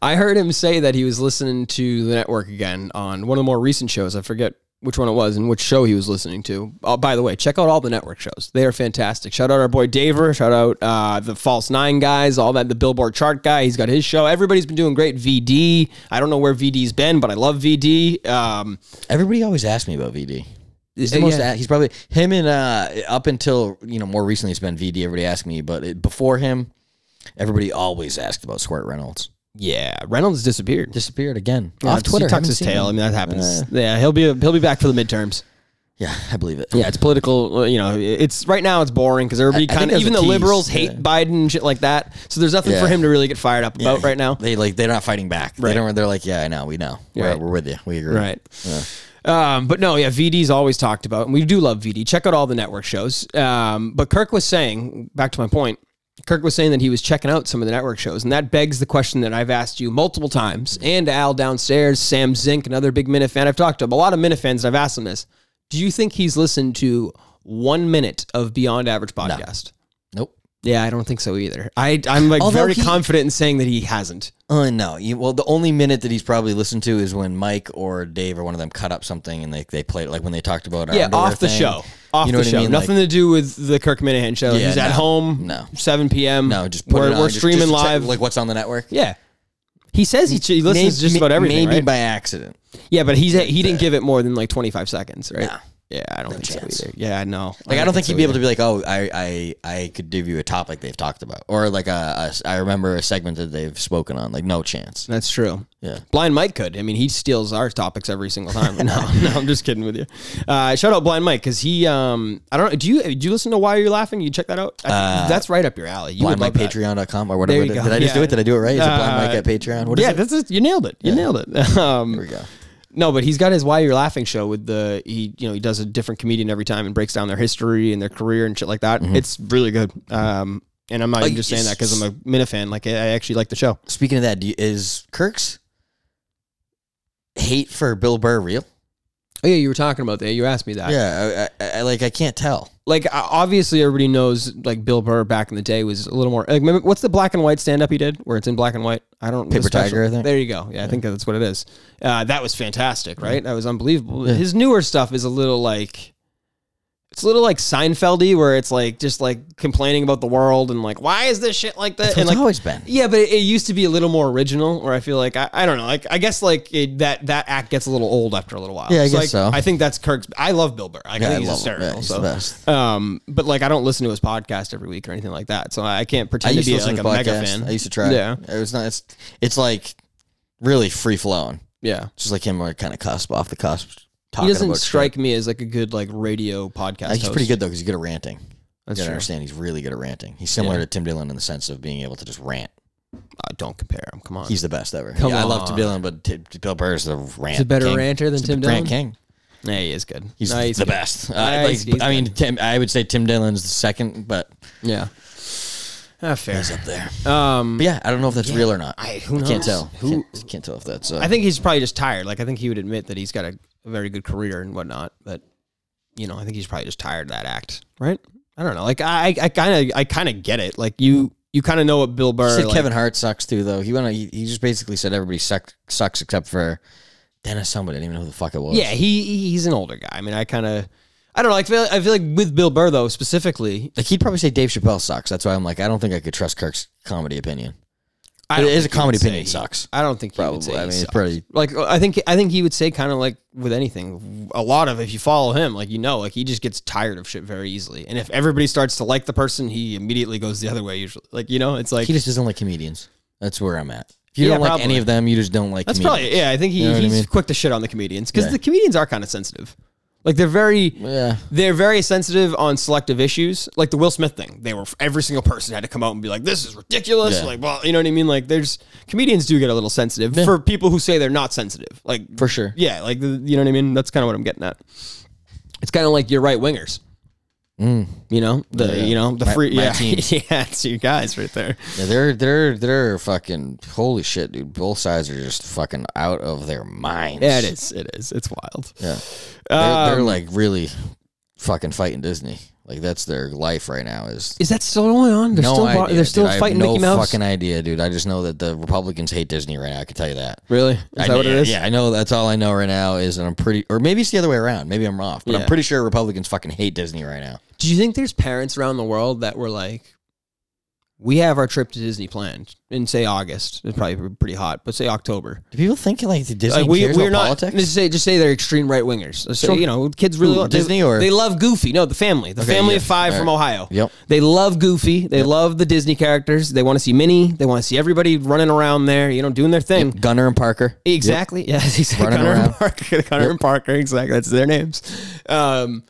[SPEAKER 1] I heard him say that he was listening to the network again on one of the more recent shows. I forget which one it was and which show he was listening to. Oh, by the way, check out all the network shows. They are fantastic. Shout out our boy Daver. Shout out uh, the False Nine guys, all that, the Billboard chart guy. He's got his show. Everybody's been doing great. VD. I don't know where VD's been, but I love VD. Um,
[SPEAKER 2] Everybody always asks me about VD. He's the
[SPEAKER 1] Uh,
[SPEAKER 2] most.
[SPEAKER 1] yeah.
[SPEAKER 2] He's probably him and uh, up until you know more recently it's been VD. Everybody asked me, but it, before him, everybody always asked about Squirt Reynolds.
[SPEAKER 1] yeah, Reynolds disappeared.
[SPEAKER 2] Disappeared again
[SPEAKER 1] Yeah,
[SPEAKER 2] off Twitter.
[SPEAKER 1] He tucks
[SPEAKER 2] haven't
[SPEAKER 1] his
[SPEAKER 2] seen
[SPEAKER 1] tail. I
[SPEAKER 2] him.
[SPEAKER 1] mean, that happens. yeah, he'll be he'll be back for the midterms.
[SPEAKER 2] Yeah, I believe it.
[SPEAKER 1] Yeah, it's political. uh, You know, it's right now it's boring because everybody
[SPEAKER 2] I- I think
[SPEAKER 1] kind
[SPEAKER 2] that
[SPEAKER 1] of
[SPEAKER 2] was
[SPEAKER 1] even
[SPEAKER 2] a
[SPEAKER 1] the
[SPEAKER 2] tease,
[SPEAKER 1] liberals hate
[SPEAKER 2] yeah.
[SPEAKER 1] Biden and shit like that. So there's nothing for
[SPEAKER 2] Yeah.
[SPEAKER 1] him to really get fired up about right now.
[SPEAKER 2] They like they're not fighting back. They
[SPEAKER 1] Right.
[SPEAKER 2] don't. They're like, yeah, I know, we know, we're,
[SPEAKER 1] Right.
[SPEAKER 2] we're with you, we agree.
[SPEAKER 1] Right. Um, but no, yeah, VD's always talked about, and we do love VD. Check out all the network shows. Um, but Kirk was saying, back to my point, Kirk was saying that he was checking out some of the network shows, and that begs the question that I've asked you multiple times, and Al downstairs, Sam Zink, another big Minifan. I've talked to him, a lot of Minifans, and I've asked him this. Do you think he's listened to one minute of Beyond Average podcast?
[SPEAKER 2] Nope.
[SPEAKER 1] Yeah, I don't think so either. I I'm like
[SPEAKER 2] Although
[SPEAKER 1] very
[SPEAKER 2] he-
[SPEAKER 1] confident in saying that he hasn't.
[SPEAKER 2] Oh no. You, well, the only minute that he's probably listened to is when Mike or Dave or one of them cut up something and they they played it, like when they talked about our
[SPEAKER 1] Yeah,
[SPEAKER 2] underwear
[SPEAKER 1] off the
[SPEAKER 2] thing.
[SPEAKER 1] show. Off
[SPEAKER 2] You know
[SPEAKER 1] the
[SPEAKER 2] what I
[SPEAKER 1] show.
[SPEAKER 2] mean? Like-
[SPEAKER 1] Nothing to do with the Kirk Minahan show.
[SPEAKER 2] Yeah,
[SPEAKER 1] He's at
[SPEAKER 2] no,
[SPEAKER 1] home.
[SPEAKER 2] no.
[SPEAKER 1] 7 p.m.
[SPEAKER 2] No, just put
[SPEAKER 1] we're,
[SPEAKER 2] it on,
[SPEAKER 1] we're
[SPEAKER 2] just-
[SPEAKER 1] streaming
[SPEAKER 2] just check,
[SPEAKER 1] live.
[SPEAKER 2] like what's on the network.
[SPEAKER 1] yeah. He says he, he listens to just about everything.
[SPEAKER 2] Maybe
[SPEAKER 1] right?
[SPEAKER 2] by accident.
[SPEAKER 1] yeah, but he's he didn't give it more than like 25 seconds, right?
[SPEAKER 2] No.
[SPEAKER 1] Yeah, I don't think
[SPEAKER 2] chance.
[SPEAKER 1] so either. Yeah, no.
[SPEAKER 2] Like I don't think
[SPEAKER 1] so
[SPEAKER 2] he'd be
[SPEAKER 1] either.
[SPEAKER 2] able to be like, oh, I, I, I could give you a topic they've talked about, or like a, a I remember a segment that they've spoken on. Like no chance.
[SPEAKER 1] That's true.
[SPEAKER 2] Yeah.
[SPEAKER 1] Blind Mike could. I mean, he steals our topics every single time. No, no, I'm just kidding with you. Uh, shout out Blind Mike because he. Um, I don't know. Do you do you listen to Why You're Laughing? You check that out. I, that's right up your alley. You would love that.
[SPEAKER 2] blindmikepatreon.com or whatever.
[SPEAKER 1] There you go.
[SPEAKER 2] Did, did I just
[SPEAKER 1] Yeah.
[SPEAKER 2] do it? Did I do it right? Is
[SPEAKER 1] Uh,
[SPEAKER 2] it blind mike at Patreon? What is
[SPEAKER 1] yeah,
[SPEAKER 2] it?
[SPEAKER 1] this is you nailed it. You nailed it. Um,
[SPEAKER 2] There we go.
[SPEAKER 1] No, but he's got his Why You're Laughing show with the he you know he does a different comedian every time and breaks down their history and their career and shit like that. It's really good. Um, and I'm not even just saying that because I'm a Minifan. Like I I actually like the show.
[SPEAKER 2] Speaking of that, do you, is Kirk's hate for Bill Burr real?
[SPEAKER 1] Oh yeah, you were talking about that. You asked me that.
[SPEAKER 2] Yeah, I, I, I, like I can't tell.
[SPEAKER 1] Like o- obviously everybody knows like Bill Burr back in the day was a little more. Like, remember, what's the black and white stand up he did where it's in black and white? I don't. the
[SPEAKER 2] Paper
[SPEAKER 1] special-
[SPEAKER 2] Tiger, I think.
[SPEAKER 1] There you go. Yeah, I think that's what it is. Uh, that was fantastic, right? That was unbelievable. His newer stuff is a little like it's a little like Seinfeldy, where it's like just like complaining about the world and like why is this shit like that?
[SPEAKER 2] That's what
[SPEAKER 1] And
[SPEAKER 2] it's
[SPEAKER 1] like
[SPEAKER 2] always been.
[SPEAKER 1] yeah, but it, it used to be a little more original. Where I feel like I, I don't know, like I guess like it, that that act gets a little old after a little while.
[SPEAKER 2] Yeah, I
[SPEAKER 1] So,
[SPEAKER 2] guess
[SPEAKER 1] like,
[SPEAKER 2] so.
[SPEAKER 1] I think that's Kirk's. I love Bill Burr. Like, I
[SPEAKER 2] Yeah,
[SPEAKER 1] think
[SPEAKER 2] I
[SPEAKER 1] he's
[SPEAKER 2] love him.
[SPEAKER 1] hysterical.
[SPEAKER 2] Yeah, he's
[SPEAKER 1] so.
[SPEAKER 2] the best.
[SPEAKER 1] Um, but like I don't listen to his podcast every week or anything like that, so I can't
[SPEAKER 2] I
[SPEAKER 1] pretend to
[SPEAKER 2] used to
[SPEAKER 1] be
[SPEAKER 2] listen
[SPEAKER 1] like
[SPEAKER 2] to
[SPEAKER 1] a
[SPEAKER 2] podcasts.
[SPEAKER 1] mega fan.
[SPEAKER 2] I used to try.
[SPEAKER 1] Yeah.
[SPEAKER 2] it was not. It's it's like really free flowing.
[SPEAKER 1] Yeah.
[SPEAKER 2] Just like him, where kind of cusp off the cusp.
[SPEAKER 1] He
[SPEAKER 2] Talking
[SPEAKER 1] doesn't
[SPEAKER 2] about shit.
[SPEAKER 1] strike me as like a good like radio podcast.
[SPEAKER 2] Like, he's
[SPEAKER 1] host.
[SPEAKER 2] pretty good though because he's good at ranting.
[SPEAKER 1] That's
[SPEAKER 2] you gotta
[SPEAKER 1] true.
[SPEAKER 2] understand he's really good at ranting. He's similar to Tim Dillon in the sense of being able to just rant.
[SPEAKER 1] Uh, don't compare him. Come on.
[SPEAKER 2] He's the best ever.
[SPEAKER 1] Come
[SPEAKER 2] yeah, I love
[SPEAKER 1] on.
[SPEAKER 2] Tim Dillon, but T- T- Bill Burr's the rant.
[SPEAKER 1] a better
[SPEAKER 2] king.
[SPEAKER 1] ranter than
[SPEAKER 2] He's
[SPEAKER 1] Tim
[SPEAKER 2] the
[SPEAKER 1] Dillon?
[SPEAKER 2] Rant king.
[SPEAKER 1] yeah, he is good.
[SPEAKER 2] He's
[SPEAKER 1] No,
[SPEAKER 2] the
[SPEAKER 1] good.
[SPEAKER 2] best. Uh,
[SPEAKER 1] Yeah,
[SPEAKER 2] like,
[SPEAKER 1] he's- he's
[SPEAKER 2] I mean, Tim. I would say Tim Dillon's the second, but
[SPEAKER 1] Yeah. Ah, fair.
[SPEAKER 2] he's up there.
[SPEAKER 1] Um,
[SPEAKER 2] But yeah, I don't know if that's real or not.
[SPEAKER 1] I- who
[SPEAKER 2] I can't
[SPEAKER 1] knows?
[SPEAKER 2] tell.
[SPEAKER 1] Who-
[SPEAKER 2] Can't, can't tell if that's. Uh,
[SPEAKER 1] I think he's probably just tired. Like I think he would admit that he's got a, a very good career and whatnot, but you know, I think he's probably just tired of that act, right? I don't know. Like I, I kind of, I kind of get it. Like you, you kind of know what Bill
[SPEAKER 2] He
[SPEAKER 1] Burr.
[SPEAKER 2] said
[SPEAKER 1] like-
[SPEAKER 2] Kevin Hart sucks too, though. He went. on- He, he just basically said everybody suck, sucks except for Dennis. Somebody I didn't even know who the fuck it was.
[SPEAKER 1] Yeah, he he- he's an older guy. I mean, I kind of, I don't know. I feel, I feel like with Bill Burr though specifically,
[SPEAKER 2] like he'd probably say Dave Chappelle sucks. That's why I'm like, I don't think I could trust Kirk's comedy opinion.
[SPEAKER 1] I
[SPEAKER 2] It
[SPEAKER 1] don't
[SPEAKER 2] is a
[SPEAKER 1] think he
[SPEAKER 2] comedy
[SPEAKER 1] would say
[SPEAKER 2] opinion
[SPEAKER 1] he-
[SPEAKER 2] sucks.
[SPEAKER 1] I don't think he would say
[SPEAKER 2] Probably.
[SPEAKER 1] he
[SPEAKER 2] I mean, it's
[SPEAKER 1] sucks.
[SPEAKER 2] pretty.
[SPEAKER 1] like I think I think he would say kind of like with anything a lot of if you follow him like you know like he just gets tired of shit very easily and if everybody starts to like the person he immediately goes the other way usually like you know it's like
[SPEAKER 2] He just doesn't like comedians. That's where I'm at. If you
[SPEAKER 1] Yeah,
[SPEAKER 2] don't like
[SPEAKER 1] probably.
[SPEAKER 2] any of them, you just don't like.
[SPEAKER 1] that's
[SPEAKER 2] comedians.
[SPEAKER 1] probably yeah I think he,
[SPEAKER 2] You know what I
[SPEAKER 1] he's
[SPEAKER 2] mean?
[SPEAKER 1] quick to shit on the comedians because
[SPEAKER 2] Yeah.
[SPEAKER 1] the comedians are kind of sensitive like they're very
[SPEAKER 2] Yeah.
[SPEAKER 1] they're very sensitive on selective issues like the Will Smith thing they were every single person had to come out and be like this is ridiculous
[SPEAKER 2] Yeah.
[SPEAKER 1] like well you know what I mean like there's comedians do get a little sensitive for people who say they're not sensitive like
[SPEAKER 2] For sure.
[SPEAKER 1] yeah, like the- you know what I mean. That's kind of what I'm getting at. It's kind of like your right wingers. You know the
[SPEAKER 2] Mm. yeah.
[SPEAKER 1] you know the
[SPEAKER 2] My-
[SPEAKER 1] free
[SPEAKER 2] my
[SPEAKER 1] yeah
[SPEAKER 2] team.
[SPEAKER 1] yeah it's you guys right there.
[SPEAKER 2] Yeah, they're they're they're fucking holy shit, dude. Both sides are just fucking out of their minds.
[SPEAKER 1] Yeah, it is. It is. It's wild. Um,
[SPEAKER 2] Yeah. They're, they're like really fucking fighting Disney. Like that's their life right now is
[SPEAKER 1] Is that still going on? They're
[SPEAKER 2] no
[SPEAKER 1] still
[SPEAKER 2] idea.
[SPEAKER 1] they're still
[SPEAKER 2] dude.
[SPEAKER 1] fighting
[SPEAKER 2] I have no
[SPEAKER 1] Mickey Mouse.
[SPEAKER 2] fucking idea, dude. I just know that the Republicans hate Disney right now. I can tell you that.
[SPEAKER 1] really? Is
[SPEAKER 2] I
[SPEAKER 1] that
[SPEAKER 2] know-
[SPEAKER 1] what it is?
[SPEAKER 2] Yeah, I know. That's all I know right now is, and I'm pretty, or maybe it's the other way around. Maybe I'm off, but
[SPEAKER 1] Yeah.
[SPEAKER 2] I'm pretty sure Republicans fucking hate Disney right now.
[SPEAKER 1] Do you think there's parents around the world that were like, we have our trip to Disney planned in say August. It's probably pretty hot, but say October.
[SPEAKER 2] Do people think like the Disney
[SPEAKER 1] like we,
[SPEAKER 2] cares
[SPEAKER 1] we're
[SPEAKER 2] about
[SPEAKER 1] not
[SPEAKER 2] politics?
[SPEAKER 1] just say just say they're extreme right wingers. Let's
[SPEAKER 2] Sure.
[SPEAKER 1] Say you know kids really
[SPEAKER 2] Who,
[SPEAKER 1] love they-
[SPEAKER 2] Disney or-
[SPEAKER 1] they love Goofy. No, the family, the
[SPEAKER 2] Okay,
[SPEAKER 1] family
[SPEAKER 2] yeah.
[SPEAKER 1] of five
[SPEAKER 2] All
[SPEAKER 1] from
[SPEAKER 2] right.
[SPEAKER 1] Ohio.
[SPEAKER 2] Yep.
[SPEAKER 1] They love Goofy. They love the Disney characters. They want to see Minnie. They want to see everybody running around there. You know, doing their thing.
[SPEAKER 2] Gunner and Parker.
[SPEAKER 1] Exactly. Yeah. Exactly.
[SPEAKER 2] Running
[SPEAKER 1] Gunner and
[SPEAKER 2] around.
[SPEAKER 1] Parker. Gunner and Parker. Exactly. That's their names. Um,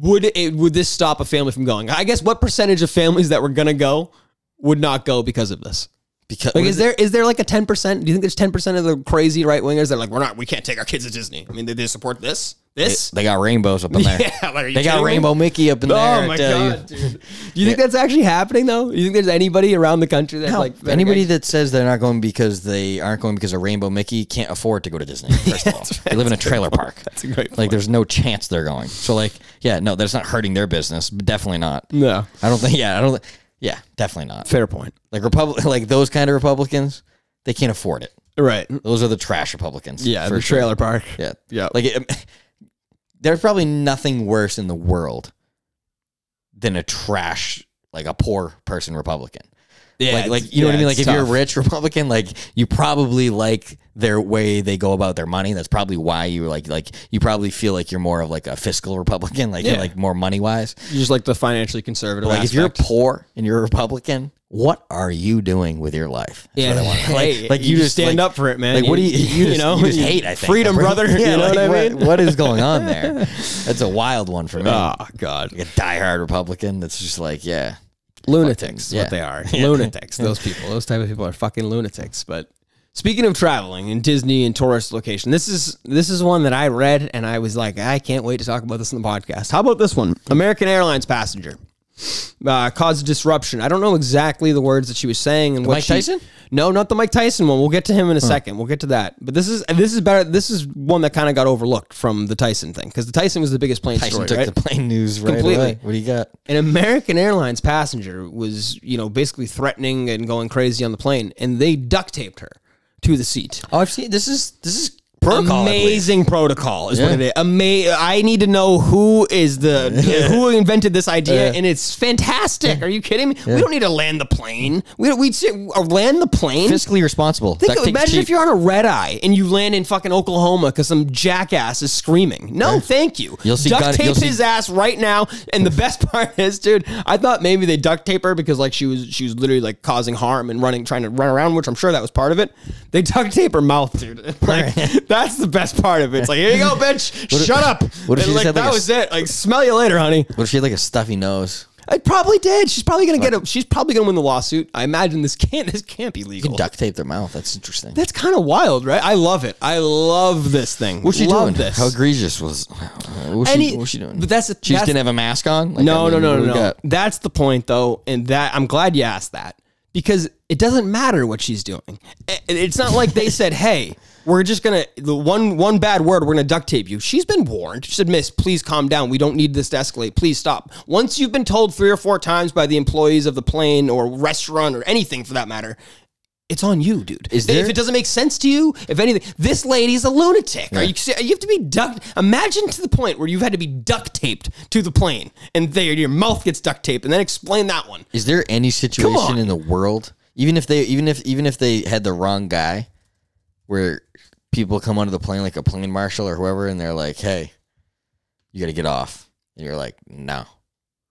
[SPEAKER 1] would it would this stop a family from going? I guess what percentage of families that were gonna go would not go because of this?
[SPEAKER 2] Because
[SPEAKER 1] Like, is there is there like a ten percent? Do you think there's ten percent of the crazy right wingers that are like, we're not, we can't take our kids to Disney? I mean, did they support this? This?
[SPEAKER 2] they got rainbows up in there.
[SPEAKER 1] yeah, like, are you
[SPEAKER 2] They got
[SPEAKER 1] kidding me?
[SPEAKER 2] Rainbow Mickey up in there.
[SPEAKER 1] Oh
[SPEAKER 2] I
[SPEAKER 1] my
[SPEAKER 2] tell you.
[SPEAKER 1] god, dude! Do you think that's actually happening though? You think there's anybody around the country that
[SPEAKER 2] No,
[SPEAKER 1] like that-
[SPEAKER 2] anybody that says they're not going because they aren't going because of Rainbow Mickey can't afford to go to Disney. First of all, they live in a trailer park.
[SPEAKER 1] That's a great
[SPEAKER 2] Like, there's no chance they're going. So, like, yeah, no, that's not hurting their business. but Definitely not.
[SPEAKER 1] No,
[SPEAKER 2] I don't think. Yeah, I don't. thi- Yeah, definitely not.
[SPEAKER 1] fair point.
[SPEAKER 2] Like Republic, like those kind of Republicans, they can't afford it.
[SPEAKER 1] Right?
[SPEAKER 2] Those are the trash Republicans.
[SPEAKER 1] Mm, Yeah,
[SPEAKER 2] for
[SPEAKER 1] the
[SPEAKER 2] sure.
[SPEAKER 1] trailer park.
[SPEAKER 2] Yeah,
[SPEAKER 1] Yeah.
[SPEAKER 2] Like, it, there's probably nothing worse in the world than a trash, like a poor person Republican.
[SPEAKER 1] yeah,
[SPEAKER 2] like, like you know what I mean? Like, if you're a rich Republican, like you probably like their way they go about their money. That's probably why you like, like you probably feel like you're more of like a fiscal Republican, like
[SPEAKER 1] Yeah.
[SPEAKER 2] you're like more money wise.
[SPEAKER 1] you just like the financially conservative.
[SPEAKER 2] But like if you're poor and you're a Republican, what are you doing with your life? That's
[SPEAKER 1] yeah,
[SPEAKER 2] what I want. Like, like
[SPEAKER 1] you, just stand up for it, man.
[SPEAKER 2] Like what do you, you, just, know? You just hate. I think
[SPEAKER 1] freedom, brother.
[SPEAKER 2] Yeah,
[SPEAKER 1] you know
[SPEAKER 2] like,
[SPEAKER 1] what I mean?
[SPEAKER 2] What is going on there? That's a wild one for me.
[SPEAKER 1] Oh god,
[SPEAKER 2] Like a diehard Republican. That's just like yeah.
[SPEAKER 1] lunatics is what
[SPEAKER 2] yeah.
[SPEAKER 1] they are lunatics those people those type of people are fucking lunatics but speaking of traveling and disney and tourist location this is this is one that i read and i was like i can't wait to talk about this in the podcast how about this one american airlines passenger uh, caused disruption. I don't know exactly the words that she was saying and what
[SPEAKER 2] Mike
[SPEAKER 1] she-
[SPEAKER 2] Tyson?
[SPEAKER 1] No, not the Mike Tyson one. We'll get to him in a second. We'll get to that. But this is this is better. This is one that kind of got overlooked from the Tyson thing because the Tyson was the biggest plane
[SPEAKER 2] Tyson
[SPEAKER 1] story,
[SPEAKER 2] took
[SPEAKER 1] right?
[SPEAKER 2] the plane news right
[SPEAKER 1] Completely.
[SPEAKER 2] away. What do you got?
[SPEAKER 1] an American Airlines passenger was, you know, basically threatening and going crazy on the plane, and they duct taped her to the seat.
[SPEAKER 2] Oh, I've seen this is this is Oh, protocol. I believe.
[SPEAKER 1] Amazing protocol is what
[SPEAKER 2] Yeah.
[SPEAKER 1] it is. Ama- I need to know who is the who invented this idea,
[SPEAKER 2] Yeah.
[SPEAKER 1] and it's fantastic. Are you kidding me? We don't need to land the plane. We don't, we uh, land the plane.
[SPEAKER 2] Fiscally responsible.
[SPEAKER 1] Think,
[SPEAKER 2] That
[SPEAKER 1] of-
[SPEAKER 2] thing's
[SPEAKER 1] imagine
[SPEAKER 2] cheap.
[SPEAKER 1] if you're on a red eye and you land in fucking Oklahoma because some jackass is screaming. No, thank you.
[SPEAKER 2] You'll see
[SPEAKER 1] duct
[SPEAKER 2] gun-
[SPEAKER 1] tape
[SPEAKER 2] you'll see-
[SPEAKER 1] his ass right now. And the best part is, dude, I thought maybe they duct tape her because like she was she was literally like causing harm and running, trying to run around, which I'm sure that was part of it. They duct tape her mouth, dude. Like that's the best part of it. It's like here you go, bitch.
[SPEAKER 2] if-
[SPEAKER 1] Shut up.
[SPEAKER 2] what
[SPEAKER 1] And,
[SPEAKER 2] if she just
[SPEAKER 1] like,
[SPEAKER 2] had, like,
[SPEAKER 1] that
[SPEAKER 2] a-
[SPEAKER 1] was it. Like smell you later, honey.
[SPEAKER 2] What if she had like a stuffy nose?
[SPEAKER 1] I probably did. She's probably gonna get a. She's probably gonna win the lawsuit. I imagine this can't. This can't be legal.
[SPEAKER 2] Duct tape their mouth. That's interesting.
[SPEAKER 1] That's kind of wild, right? I love it. I love this thing.
[SPEAKER 2] What's she
[SPEAKER 1] love
[SPEAKER 2] doing?
[SPEAKER 1] This.
[SPEAKER 2] How egregious was? What's
[SPEAKER 1] Any-
[SPEAKER 2] she, what's she doing?
[SPEAKER 1] But that's the-
[SPEAKER 2] she
[SPEAKER 1] that's-
[SPEAKER 2] just didn't have a mask on. Like,
[SPEAKER 1] no,
[SPEAKER 2] I mean,
[SPEAKER 1] no,
[SPEAKER 2] what
[SPEAKER 1] no, no,
[SPEAKER 2] do we
[SPEAKER 1] no.
[SPEAKER 2] got?
[SPEAKER 1] That's the point, though, and that I'm glad you asked that because it doesn't matter what she's doing. I- It's not like they said, "Hey, we're just gonna the one one bad word, we're gonna duct tape you." She's been warned. She said, "Miss, please calm down. We don't need this to escalate. Please stop." Once you've been told three or four times by the employees of the plane or restaurant or anything for that matter. It's on you, dude.
[SPEAKER 2] Is
[SPEAKER 1] If
[SPEAKER 2] there-
[SPEAKER 1] it doesn't make sense to you, if anything, this lady's a lunatic. Are you? You have to be duct. Imagine to the point where you've had to be duct taped to the plane, and there your mouth gets duct taped, and then explain that one.
[SPEAKER 2] Is there any situation
[SPEAKER 1] on.
[SPEAKER 2] in the world, even if they, even if, even if they had the wrong guy, where people come onto the plane like a plane marshal or whoever, and they're like, "Hey, you got to get off," and you're like, "No."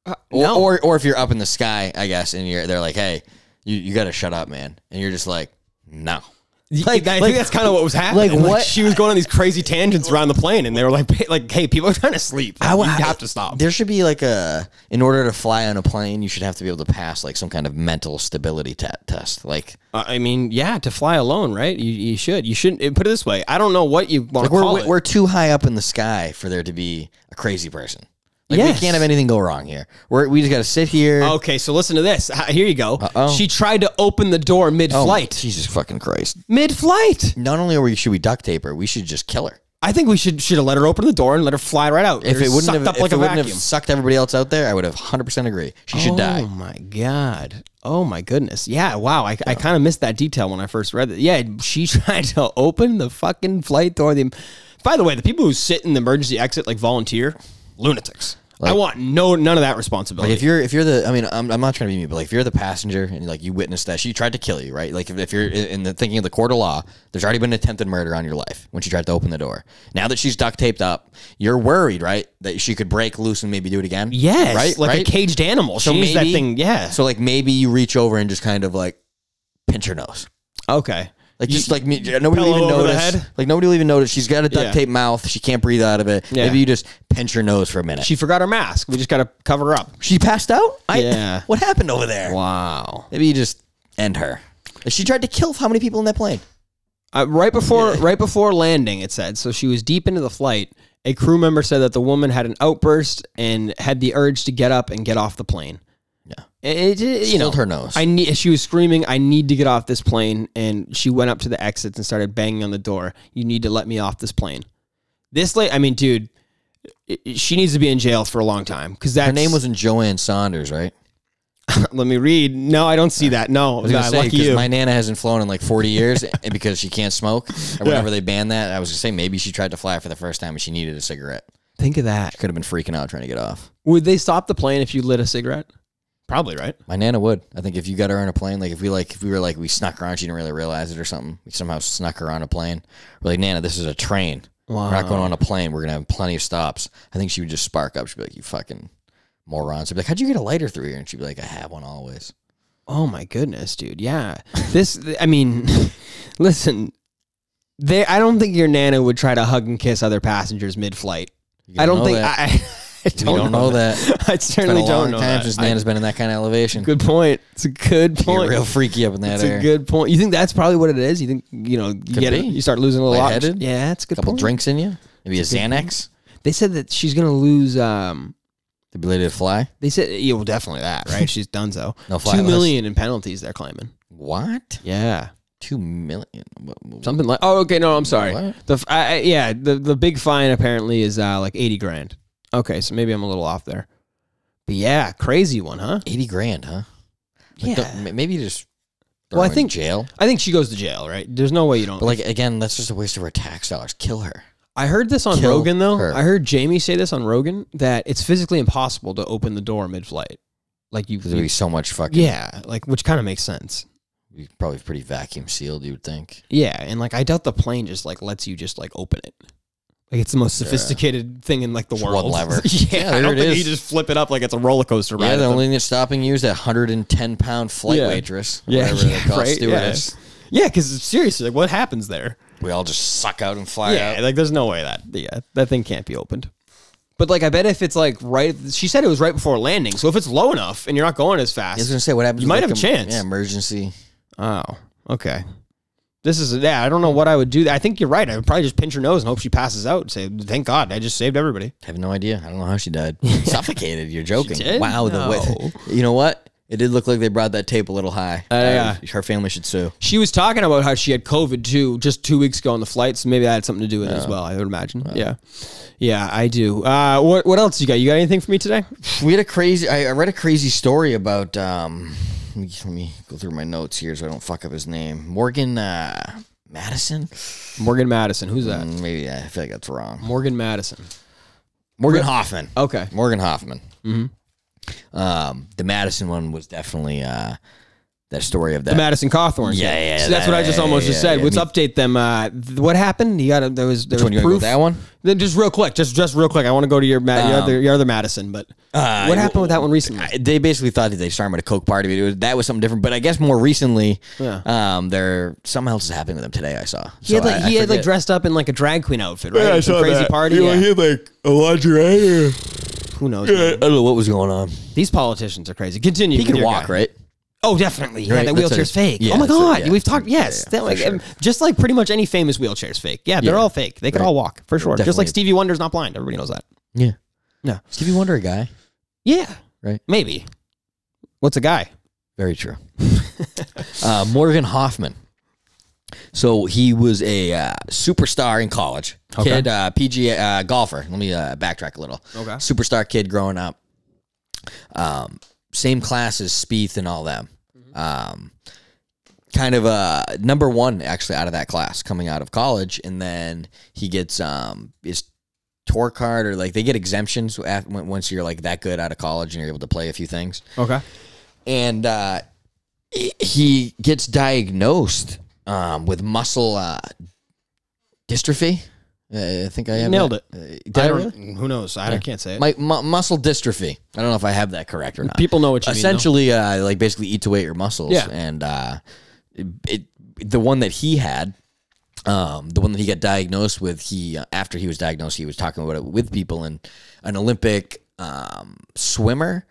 [SPEAKER 1] Uh,
[SPEAKER 2] Or,
[SPEAKER 1] no.
[SPEAKER 2] or or if you're up in the sky, I guess, and you're they're like, "Hey, you, you got to shut up, man," and you're just like, "No."
[SPEAKER 1] Like, I
[SPEAKER 2] like-
[SPEAKER 1] think that's kind of what was happening.
[SPEAKER 2] like what-
[SPEAKER 1] she was going on these crazy tangents around the plane, and they were like, "Hey- like, hey, people are trying to sleep. I, you have to stop.
[SPEAKER 2] There should be like a in order to fly on a plane, you should have to be able to pass like some kind of mental stability te- test. Like
[SPEAKER 1] Uh, I mean, yeah, to fly alone, right? You, you should. You shouldn't. Put it this way. I don't know what you want to
[SPEAKER 2] we're
[SPEAKER 1] call
[SPEAKER 2] we're-
[SPEAKER 1] it.
[SPEAKER 2] we're too high up in the sky for there to be a crazy person. Like
[SPEAKER 1] Yes. Oh,
[SPEAKER 2] we can't have anything go wrong here. We're, we just got to sit here.
[SPEAKER 1] Okay, so listen to this. Uh, Here you go.
[SPEAKER 2] Uh-oh.
[SPEAKER 1] She tried to open the door
[SPEAKER 2] Oh,
[SPEAKER 1] mid-flight.
[SPEAKER 2] Jesus fucking Christ!
[SPEAKER 1] Mid-flight.
[SPEAKER 2] Not only are we should we duct tape her, we should just kill her.
[SPEAKER 1] I think we should should have let her open the door and let her fly right out.
[SPEAKER 2] If it wouldn't have,
[SPEAKER 1] up
[SPEAKER 2] if
[SPEAKER 1] like
[SPEAKER 2] it
[SPEAKER 1] a
[SPEAKER 2] wouldn't
[SPEAKER 1] vacuum.
[SPEAKER 2] have sucked everybody else out there, I would have 100 percent agree. She should
[SPEAKER 1] Oh
[SPEAKER 2] die.
[SPEAKER 1] my god. Oh my goodness. Yeah. Wow. I, I kind of missed that detail when I first read it. Yeah. She tried to open the fucking flight door. The by the way, the people who sit in the emergency exit like volunteer lunatics. I want no none of that responsibility.
[SPEAKER 2] Like if you're if you're the I mean I'm, I'm not trying to be mean, but like if you're the passenger and like you witnessed that she tried to kill you, right? Like if, if you're in- in the thinking of the court of law, there's already been attempted murder on your life when she tried to open the door. Now that she's duct taped up, you're worried, right? That she could break loose and maybe do it again.
[SPEAKER 1] yes.
[SPEAKER 2] right,
[SPEAKER 1] Like
[SPEAKER 2] right?
[SPEAKER 1] a caged animal.
[SPEAKER 2] So
[SPEAKER 1] she needs that
[SPEAKER 2] maybe-
[SPEAKER 1] thing. Yeah.
[SPEAKER 2] So like maybe you reach over and just kind of like pinch her nose.
[SPEAKER 1] okay.
[SPEAKER 2] Like just like me, nobody will
[SPEAKER 1] pillow
[SPEAKER 2] even
[SPEAKER 1] over the
[SPEAKER 2] notice.
[SPEAKER 1] head?
[SPEAKER 2] Like nobody will even notice. She's got a duct
[SPEAKER 1] Yeah.
[SPEAKER 2] tape mouth. She can't breathe out of it.
[SPEAKER 1] Yeah.
[SPEAKER 2] Maybe you just pinch her nose for a minute.
[SPEAKER 1] She
[SPEAKER 2] She,
[SPEAKER 1] forgot her mask. We just gotta cover her up.
[SPEAKER 2] passed out. I,
[SPEAKER 1] Yeah.
[SPEAKER 2] What happened over there?
[SPEAKER 1] Wow.
[SPEAKER 2] Maybe you just end her. She tried to kill how many people in that plane?
[SPEAKER 1] Uh, right before right before landing, it said. So she was deep into the flight. A crew member said that the woman had an outburst and had the urge to get up and get off the plane.
[SPEAKER 2] Yeah.
[SPEAKER 1] It, it- you know,
[SPEAKER 2] Killed her nose.
[SPEAKER 1] I need. She was screaming, "I need to get off this plane!" And she went up to the exits and started banging on the door. You need to let me off this plane. This late, I mean, dude, i- i- she needs to be in jail for a long time because that
[SPEAKER 2] Her name wasn't Joanne Saunders, right?
[SPEAKER 1] Let me read. No, I don't see that. No,
[SPEAKER 2] I was
[SPEAKER 1] nah,
[SPEAKER 2] gonna say
[SPEAKER 1] lucky
[SPEAKER 2] because
[SPEAKER 1] you.
[SPEAKER 2] my nana hasn't flown in like 40 years, and because she can't smoke, or whenever they banned that, I was gonna say maybe she tried to fly for the first time and she needed a cigarette.
[SPEAKER 1] Think of that.
[SPEAKER 2] Could have been freaking out trying to get off.
[SPEAKER 1] Would they stop the plane if you lit a cigarette? Probably, right?
[SPEAKER 2] My nana would. I think if you got her on a plane, like if we like if we were like we snuck her on, she didn't really realize it or something. We somehow snuck her on a plane. We're like, Nana, this is a train. We're not going on a plane. We're gonna have plenty of stops. I think she would just spark up. She'd be like, You fucking morons. I'd be like, How'd you get a lighter through here? And she'd be like, I have one always.
[SPEAKER 1] Oh my goodness, dude. Yeah. This I mean, listen, they I don't think your nana would try to hug and kiss other passengers mid-flight.
[SPEAKER 2] You
[SPEAKER 1] I don't
[SPEAKER 2] know
[SPEAKER 1] think
[SPEAKER 2] that.
[SPEAKER 1] I, I, I
[SPEAKER 2] We
[SPEAKER 1] don't, know that. I
[SPEAKER 2] It's been
[SPEAKER 1] certainly
[SPEAKER 2] a long
[SPEAKER 1] don't know
[SPEAKER 2] time
[SPEAKER 1] that.
[SPEAKER 2] since
[SPEAKER 1] I-
[SPEAKER 2] Nana's been in that kind of elevation.
[SPEAKER 1] good point. It's a good
[SPEAKER 2] Get
[SPEAKER 1] point.
[SPEAKER 2] real freaky up in that
[SPEAKER 1] It's
[SPEAKER 2] area.
[SPEAKER 1] a good point. You think that's probably what it is? You think you know you get
[SPEAKER 2] be.
[SPEAKER 1] you start losing a lot.
[SPEAKER 2] Lightheaded?
[SPEAKER 1] Yeah, that's a good
[SPEAKER 2] couple
[SPEAKER 1] point.
[SPEAKER 2] drinks in you. Maybe a Xanax.
[SPEAKER 1] They said that she's gonna lose. um
[SPEAKER 2] The ability to fly.
[SPEAKER 1] They said yeah, well, definitely that, right? she's done so.
[SPEAKER 2] No
[SPEAKER 1] Two
[SPEAKER 2] fly list.
[SPEAKER 1] million in penalties they're claiming.
[SPEAKER 2] What?
[SPEAKER 1] Yeah.
[SPEAKER 2] Two million. What- what-
[SPEAKER 1] Something like oh okay no I'm sorry
[SPEAKER 2] What?
[SPEAKER 1] the f- I, I- yeah the the big fine apparently is uh, like eighty grand okay so maybe I'm a little off there but yeah crazy one huh
[SPEAKER 2] Eighty grand, huh? Like,
[SPEAKER 1] Yeah.
[SPEAKER 2] don't- m- maybe you just Throw
[SPEAKER 1] Well, I
[SPEAKER 2] her in
[SPEAKER 1] think-
[SPEAKER 2] jail.
[SPEAKER 1] I think she goes to jail, right? There's no way you don't.
[SPEAKER 2] But like again, that's just a waste of her tax dollars. Kill her.
[SPEAKER 1] I heard this on
[SPEAKER 2] kill
[SPEAKER 1] Rogan though.
[SPEAKER 2] her.
[SPEAKER 1] I heard Jamie say this on Rogan that it's physically impossible to open the door mid-flight. Like you,
[SPEAKER 2] Because there'd be so much fucking.
[SPEAKER 1] yeah, like which kind of makes sense.
[SPEAKER 2] you're Probably pretty vacuum sealed. You would think.
[SPEAKER 1] Yeah, and like I doubt the plane just like lets you just like open it. Like it's the most sophisticated thing in like the
[SPEAKER 2] Just one
[SPEAKER 1] world.
[SPEAKER 2] lever.
[SPEAKER 1] yeah,
[SPEAKER 2] Yeah,
[SPEAKER 1] I
[SPEAKER 2] there
[SPEAKER 1] don't
[SPEAKER 2] it
[SPEAKER 1] think
[SPEAKER 2] is.
[SPEAKER 1] you just flip it up like it's a roller coaster ride.
[SPEAKER 2] yeah, the
[SPEAKER 1] at the-
[SPEAKER 2] only thing that's stopping you is that 110 pound flight
[SPEAKER 1] Yeah.
[SPEAKER 2] waitress.
[SPEAKER 1] Yeah,
[SPEAKER 2] whatever
[SPEAKER 1] yeah,
[SPEAKER 2] they call it,
[SPEAKER 1] right, yeah.
[SPEAKER 2] stewardess.
[SPEAKER 1] yeah, because seriously, like what happens there?
[SPEAKER 2] We all just suck out and fly
[SPEAKER 1] yeah,
[SPEAKER 2] out.
[SPEAKER 1] like there's no way that yeah that thing can't be opened. But like I bet if it's like right, she said it was right before landing. So if it's low enough and you're not going as
[SPEAKER 2] I was
[SPEAKER 1] fast,
[SPEAKER 2] gonna say what happens.
[SPEAKER 1] You
[SPEAKER 2] if,
[SPEAKER 1] might
[SPEAKER 2] like,
[SPEAKER 1] have a chance.
[SPEAKER 2] Yeah, emergency.
[SPEAKER 1] Oh, okay. This is yeah. I don't know what I would do. I think you're right. I would probably just pinch her nose and hope she passes out. And say, thank God, I just saved everybody.
[SPEAKER 2] I have no idea. I don't know how she died. Suffocated. You're joking.
[SPEAKER 1] did?
[SPEAKER 2] Wow. The
[SPEAKER 1] No.
[SPEAKER 2] way, you know what? It did look like they brought that tape a little high. Uh,
[SPEAKER 1] yeah.
[SPEAKER 2] Her family should sue.
[SPEAKER 1] She was talking about how she had COVID too, just two weeks ago on the flight. So maybe that had something to do with it as well. I would imagine. Yeah, yeah, I do. Uh, what what else you got? You got anything for me today?
[SPEAKER 2] We had a crazy. I, I read a crazy story about. Um, let me, let me go through my notes here so I don't fuck up his name. Morgan uh, Madison.
[SPEAKER 1] Morgan Madison. Who's that?
[SPEAKER 2] Mm, Maybe I feel like that's wrong.
[SPEAKER 1] Morgan Madison.
[SPEAKER 2] Morgan Hoffman.
[SPEAKER 1] Okay.
[SPEAKER 2] Morgan Hoffman.
[SPEAKER 1] Mm-hmm.
[SPEAKER 2] Um, the Madison one was definitely uh, that story of that.
[SPEAKER 1] The Madison Cawthorn.
[SPEAKER 2] Yeah,
[SPEAKER 1] kid.
[SPEAKER 2] yeah,
[SPEAKER 1] So that's
[SPEAKER 2] that-
[SPEAKER 1] what I just
[SPEAKER 2] yeah,
[SPEAKER 1] almost just
[SPEAKER 2] yeah,
[SPEAKER 1] said.
[SPEAKER 2] yeah,
[SPEAKER 1] Let's
[SPEAKER 2] me-
[SPEAKER 1] update them. Uh, th- what happened? You got to, there was there
[SPEAKER 2] Which one
[SPEAKER 1] was
[SPEAKER 2] you wanna go
[SPEAKER 1] proof.
[SPEAKER 2] with that one? Um,
[SPEAKER 1] Then just real quick, just just real quick. I want to go to your, Ma- your other your other Madison, but
[SPEAKER 2] Uh,
[SPEAKER 1] what happened with that one recently?
[SPEAKER 2] I- they basically thought that they started at a coke party, but it was, that was something different. But I guess more recently,
[SPEAKER 1] Yeah.
[SPEAKER 2] um, there something else is happening with them today. I saw.
[SPEAKER 1] He had like he had like dressed up in like a drag queen outfit, right? Some crazy party.
[SPEAKER 2] You know,
[SPEAKER 1] yeah.
[SPEAKER 2] he had like a lingerie. Or,
[SPEAKER 1] Who knows?
[SPEAKER 2] I
[SPEAKER 1] man?
[SPEAKER 2] don't know what was going on.
[SPEAKER 1] These politicians are crazy. Continue.
[SPEAKER 2] He
[SPEAKER 1] with
[SPEAKER 2] could
[SPEAKER 1] your
[SPEAKER 2] walk,
[SPEAKER 1] guy.
[SPEAKER 2] right?
[SPEAKER 1] Oh, definitely. Yeah,
[SPEAKER 2] Right,
[SPEAKER 1] that
[SPEAKER 2] that's what
[SPEAKER 1] wheelchair's
[SPEAKER 2] it-
[SPEAKER 1] fake.
[SPEAKER 2] yeah,
[SPEAKER 1] oh my
[SPEAKER 2] that's what-
[SPEAKER 1] god,
[SPEAKER 2] yeah,
[SPEAKER 1] we've talked.
[SPEAKER 2] yeah,
[SPEAKER 1] yes,
[SPEAKER 2] yeah,
[SPEAKER 1] that,
[SPEAKER 2] for
[SPEAKER 1] like
[SPEAKER 2] sure.
[SPEAKER 1] just like pretty much any famous wheelchair's fake. Yeah, they're
[SPEAKER 2] Yeah.
[SPEAKER 1] all fake. They could all walk for sure. Just like
[SPEAKER 2] Definitely.
[SPEAKER 1] Stevie Wonder's not blind. Everybody knows that.
[SPEAKER 2] Yeah.
[SPEAKER 1] No.
[SPEAKER 2] Stevie Wonder, a guy.
[SPEAKER 1] Yeah.
[SPEAKER 2] Right.
[SPEAKER 1] Maybe. What's a guy?
[SPEAKER 2] Very true. uh, Morgan Hoffman. So he was a uh, superstar in college.
[SPEAKER 1] Okay.
[SPEAKER 2] Kid, uh, PGA uh, golfer. Let me uh, backtrack a little.
[SPEAKER 1] Okay.
[SPEAKER 2] Superstar kid growing up. Um, same class as Spieth and all them. Um, kind of uh, number one actually out of that class coming out of college, and then he gets um, his tour card or like they get exemptions af- when- once you're like that good out of college and you're able to play a few things
[SPEAKER 1] Okay.
[SPEAKER 2] and uh, he- he gets diagnosed um, with muscle uh, dystrophy. Uh, I think I have
[SPEAKER 1] Nailed
[SPEAKER 2] that.
[SPEAKER 1] it.
[SPEAKER 2] Uh, did
[SPEAKER 1] I
[SPEAKER 2] I
[SPEAKER 1] don't,
[SPEAKER 2] really?
[SPEAKER 1] Who knows? I can't say it.
[SPEAKER 2] My mu- muscle dystrophy. I don't know if I have that correct or not.
[SPEAKER 1] People know what you mean, though.
[SPEAKER 2] Essentially, uh, like basically eats away at your muscles.
[SPEAKER 1] Yeah.
[SPEAKER 2] And uh, it, it, the one that he had, um, the one that he got diagnosed with, he uh, after he was diagnosed, he was talking about it with people, and an Olympic um, swimmer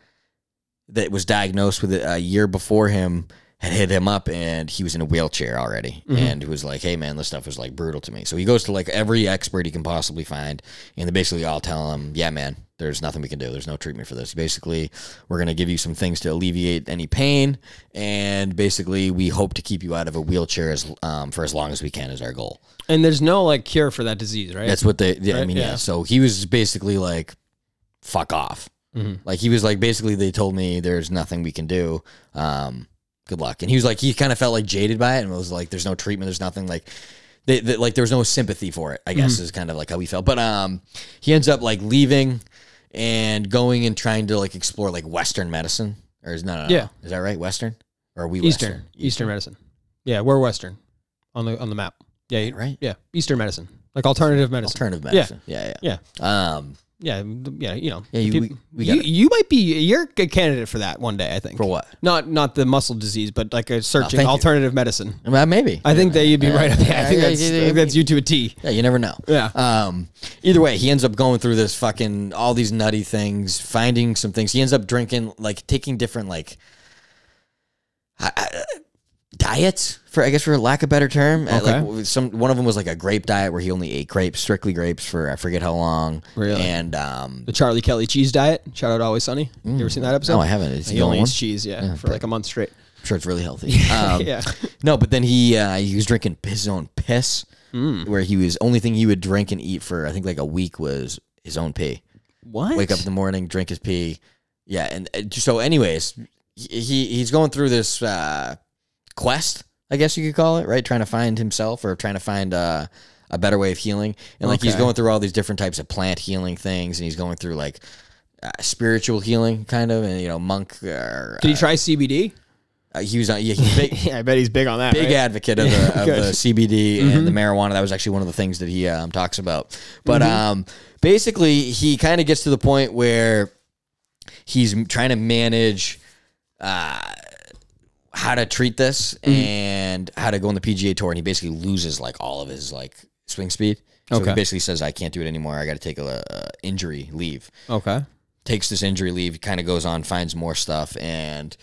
[SPEAKER 2] that was diagnosed with it a year before him had hit him up and he was in a wheelchair already and he was like hey man this stuff was like brutal to me so he goes to like every expert he can possibly find and they basically all tell him yeah man there's nothing we can do there's no treatment for this basically we're going to give you some things to alleviate any pain and basically we hope to keep you out of a wheelchair as um, for as long as we can is our goal
[SPEAKER 1] and there's no like cure for that disease, right?
[SPEAKER 2] that's what they. Yeah, I
[SPEAKER 1] Right,
[SPEAKER 2] mean,
[SPEAKER 1] yeah.
[SPEAKER 2] yeah. So he was basically like, "Fuck off."
[SPEAKER 1] Mm-hmm.
[SPEAKER 2] Like he was like, basically, they told me there's nothing we can do. Um, good luck. And he was like, he kind of felt like jaded by it, and was like, "There's no treatment. There's nothing." Like, they, they- like there was no sympathy for it. I guess
[SPEAKER 1] Mm-hmm.
[SPEAKER 2] is kind of like how he felt. But um, he ends up like leaving and going and trying to like explore like Western medicine. Or is no, no, no.
[SPEAKER 1] Yeah.
[SPEAKER 2] is that right? Western or are we
[SPEAKER 1] Eastern,
[SPEAKER 2] Western?
[SPEAKER 1] Eastern medicine. Yeah, we're Western on the on the map. Yeah, you-
[SPEAKER 2] right?
[SPEAKER 1] Yeah, Eastern medicine, like alternative medicine.
[SPEAKER 2] Alternative medicine. Yeah,
[SPEAKER 1] yeah,
[SPEAKER 2] yeah. Um,
[SPEAKER 1] yeah, th- yeah. You know,
[SPEAKER 2] Yeah, you-
[SPEAKER 1] peop-
[SPEAKER 2] we- we
[SPEAKER 1] you,
[SPEAKER 2] gotta-
[SPEAKER 1] you might be you're a candidate for that one day. I think
[SPEAKER 2] for what? Oh,
[SPEAKER 1] not not the muscle disease, but like a searching
[SPEAKER 2] thank you.
[SPEAKER 1] alternative medicine.
[SPEAKER 2] Uh, maybe.
[SPEAKER 1] I think that you'd be right up. Yeah, I think
[SPEAKER 2] Yeah,
[SPEAKER 1] that's
[SPEAKER 2] yeah,
[SPEAKER 1] I
[SPEAKER 2] yeah,
[SPEAKER 1] think
[SPEAKER 2] yeah.
[SPEAKER 1] that's you to a T.
[SPEAKER 2] Yeah, you never know.
[SPEAKER 1] Yeah.
[SPEAKER 2] Um, either way, he ends up going through this fucking all these nutty things, finding some things. He ends up drinking, like taking different like I- I- diets for, I guess, for lack of better term. Uh,
[SPEAKER 1] Okay.
[SPEAKER 2] Like some one of them was like a grape diet where he only ate grapes, strictly grapes for I forget how long.
[SPEAKER 1] Really?
[SPEAKER 2] And um,
[SPEAKER 1] The Charlie Kelly cheese diet. Shout out Always Sunny. You ever seen that episode?
[SPEAKER 2] no, Mm. Oh, I haven't. It's
[SPEAKER 1] He
[SPEAKER 2] the
[SPEAKER 1] only
[SPEAKER 2] only one.
[SPEAKER 1] eats cheese, yeah, for like a month straight.
[SPEAKER 2] I'm sure it's really healthy. Um,
[SPEAKER 1] yeah.
[SPEAKER 2] No, but then he uh, he was drinking his own piss,
[SPEAKER 1] Hmm.
[SPEAKER 2] where he was only thing he would drink and eat for I think like a week was his own pee.
[SPEAKER 1] What?
[SPEAKER 2] wake up in the morning, drink his pee. Yeah, and uh, so, anyways, he he- he's going through this uh, quest, I guess you could call it, right? Trying to find himself or trying to find uh, a better way of healing. And like he's
[SPEAKER 1] Okay.
[SPEAKER 2] going through all these different types of plant healing things, and he's going through like uh, spiritual healing, kind of, and you know, monk. Or,
[SPEAKER 1] Did he try CBD?
[SPEAKER 2] uh, he was on, yeah, he's big,
[SPEAKER 1] Yeah, I bet he's big on that.
[SPEAKER 2] big
[SPEAKER 1] right?
[SPEAKER 2] advocate of the, of
[SPEAKER 1] Good. Mm-hmm.
[SPEAKER 2] the CBD and the marijuana. That was actually one of the things that he um, talks about. But um, basically, he kind of gets to the point where he's m- trying to manage uh, how to treat this
[SPEAKER 1] Mm-hmm.
[SPEAKER 2] and how to go on the PGA tour, and he basically loses like all of his like swing speed. So
[SPEAKER 1] Okay.
[SPEAKER 2] he basically says, "I can't do it anymore. I got to take a, a injury leave."
[SPEAKER 1] Okay.
[SPEAKER 2] takes this injury leave, kind of goes on, finds more stuff, and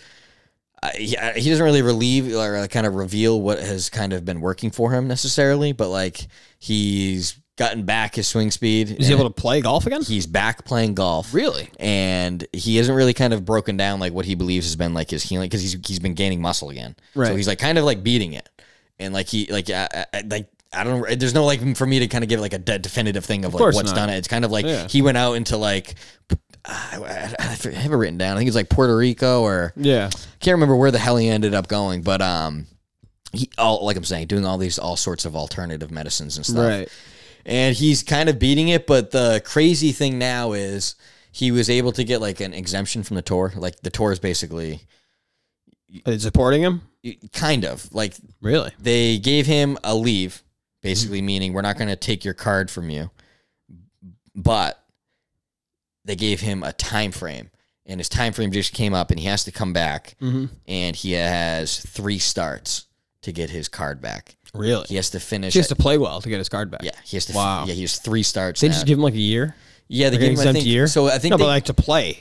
[SPEAKER 2] uh, he, uh, he doesn't really relieve or uh, kind of reveal what has kind of been working for him necessarily, but like he's gotten back his swing speed.
[SPEAKER 1] Is he able to play golf again?
[SPEAKER 2] He's back playing golf.
[SPEAKER 1] Really?
[SPEAKER 2] And he isn't really kind of broken down like what he believes has been like his healing because he's he's been gaining muscle again.
[SPEAKER 1] Right.
[SPEAKER 2] So he's like kind of like beating it, and like he like I, I- I- like I don't. There's no like for me to kind of give like a de- definitive thing of, like
[SPEAKER 1] course
[SPEAKER 2] what's
[SPEAKER 1] not.
[SPEAKER 2] done it. It's kind of like
[SPEAKER 1] Yeah.
[SPEAKER 2] he went out into like. I, I, I have it written down. I think it's like Puerto Rico or
[SPEAKER 1] Yeah.
[SPEAKER 2] can't remember where the hell he ended up going, but um, he all like I'm saying, doing all these all sorts of alternative medicines and stuff
[SPEAKER 1] Right.
[SPEAKER 2] and he's kind of beating it. But the crazy thing now is he was able to get like an exemption from the tour. Like the tour is basically
[SPEAKER 1] Is it supporting him?
[SPEAKER 2] kind of like
[SPEAKER 1] Really?
[SPEAKER 2] they gave him a leave, basically
[SPEAKER 1] Mm-hmm.
[SPEAKER 2] meaning we're not going to take your card from you, but they gave him a time frame. And his time frame just came up, and he has to come back.
[SPEAKER 1] Mm-hmm.
[SPEAKER 2] And he has three starts to get his card back.
[SPEAKER 1] Really?
[SPEAKER 2] He has to finish.
[SPEAKER 1] He has to play well to get his card back.
[SPEAKER 2] yeah, he has to.
[SPEAKER 1] Wow.
[SPEAKER 2] Yeah, he has three starts.
[SPEAKER 1] They
[SPEAKER 2] now.
[SPEAKER 1] just give him like a year.
[SPEAKER 2] yeah, they
[SPEAKER 1] Like an
[SPEAKER 2] gave him. I
[SPEAKER 1] exempt
[SPEAKER 2] think,
[SPEAKER 1] year.
[SPEAKER 2] So I think
[SPEAKER 1] no,
[SPEAKER 2] they,
[SPEAKER 1] but like to play,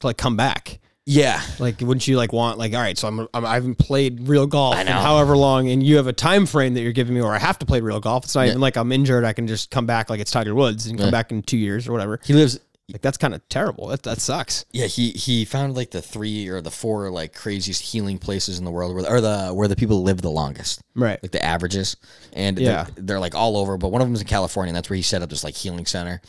[SPEAKER 1] to like come back.
[SPEAKER 2] Yeah.
[SPEAKER 1] Like, wouldn't you like want like all right? So I'm, I'm I haven't played real golf in
[SPEAKER 2] know.
[SPEAKER 1] however long, and you have a time frame that you're giving me, or I have to play real golf. It's not even like I'm injured. I can just come back like it's Tiger Woods and come back in two years or whatever.
[SPEAKER 2] He lives
[SPEAKER 1] Like that's kind of terrible. That that sucks.
[SPEAKER 2] yeah, he he found like the three or the four like craziest healing places in the world where or the where the people live the longest.
[SPEAKER 1] Right.
[SPEAKER 2] Like the averages. And
[SPEAKER 1] Yeah.
[SPEAKER 2] they're, they're like all over, but one of them is in California and that's where he set up this like healing center.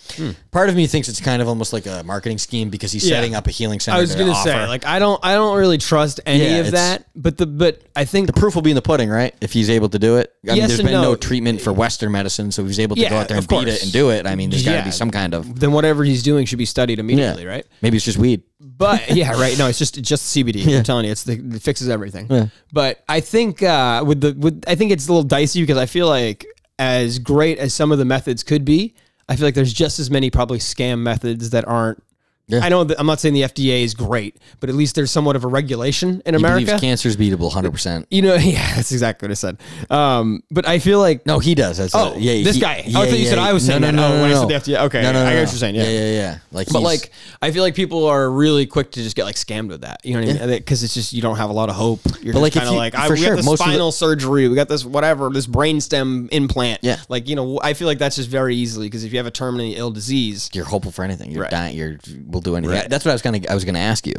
[SPEAKER 2] Part of me thinks it's kind of almost like a marketing scheme because he's
[SPEAKER 1] Hmm. Yeah.
[SPEAKER 2] setting up a healing center.
[SPEAKER 1] I was
[SPEAKER 2] to
[SPEAKER 1] gonna
[SPEAKER 2] offer.
[SPEAKER 1] say like I don't I don't really trust any
[SPEAKER 2] Yeah,
[SPEAKER 1] of
[SPEAKER 2] it's-
[SPEAKER 1] that, but the but I think
[SPEAKER 2] the proof will be in the pudding, right? If he's able to do it. I mean,
[SPEAKER 1] Yes
[SPEAKER 2] there's
[SPEAKER 1] and
[SPEAKER 2] been no.
[SPEAKER 1] no.
[SPEAKER 2] treatment for Western medicine, so if he's able to go
[SPEAKER 1] Yeah,
[SPEAKER 2] out there and
[SPEAKER 1] of
[SPEAKER 2] beat it
[SPEAKER 1] course.
[SPEAKER 2] and do it, I mean, there's got
[SPEAKER 1] Yeah.
[SPEAKER 2] to be some kind of.
[SPEAKER 1] then whatever he's doing should be studied
[SPEAKER 2] Yeah.
[SPEAKER 1] immediately, right?
[SPEAKER 2] Maybe it's just weed.
[SPEAKER 1] But yeah, right. No, it's just it's just CBD. I'm telling you, it's the, it fixes everything. But I think uh, with the with I think it's a little dicey because I feel like as great as some of the methods could be, I feel like there's just as many probably scam methods that aren't. I know that I'm not saying the FDA is great, but at least there's somewhat of a regulation in
[SPEAKER 2] He
[SPEAKER 1] America.
[SPEAKER 2] believes cancer is beatable 100%.
[SPEAKER 1] you know, yeah, that's exactly what I said. Um, but I feel like
[SPEAKER 2] No, he does. That's
[SPEAKER 1] Oh,
[SPEAKER 2] a, yeah.
[SPEAKER 1] this
[SPEAKER 2] he-
[SPEAKER 1] guy. I thought you said I was saying that. Oh, when I said the FDA. Okay,
[SPEAKER 2] No, no,
[SPEAKER 1] I
[SPEAKER 2] no,
[SPEAKER 1] get
[SPEAKER 2] no.
[SPEAKER 1] what you're saying, yeah.
[SPEAKER 2] yeah, yeah, yeah. Like,
[SPEAKER 1] But
[SPEAKER 2] he's-
[SPEAKER 1] like, I feel like people are really quick to just get like scammed with that. You know what I mean? Because it's just you don't have a lot of hope. You're just
[SPEAKER 2] But, like, if
[SPEAKER 1] kind of
[SPEAKER 2] you-
[SPEAKER 1] like, I,
[SPEAKER 2] for
[SPEAKER 1] we
[SPEAKER 2] sure,
[SPEAKER 1] got this
[SPEAKER 2] most of the-
[SPEAKER 1] spinal surgery, we got this whatever, this brainstem implant.
[SPEAKER 2] Yeah.
[SPEAKER 1] like you know, I feel like that's just very easily because if you have a terminally ill disease,
[SPEAKER 2] you're hopeful for anything. You're
[SPEAKER 1] Right.
[SPEAKER 2] dying. You're will do anything. That's what I was kind of. I was going to ask you.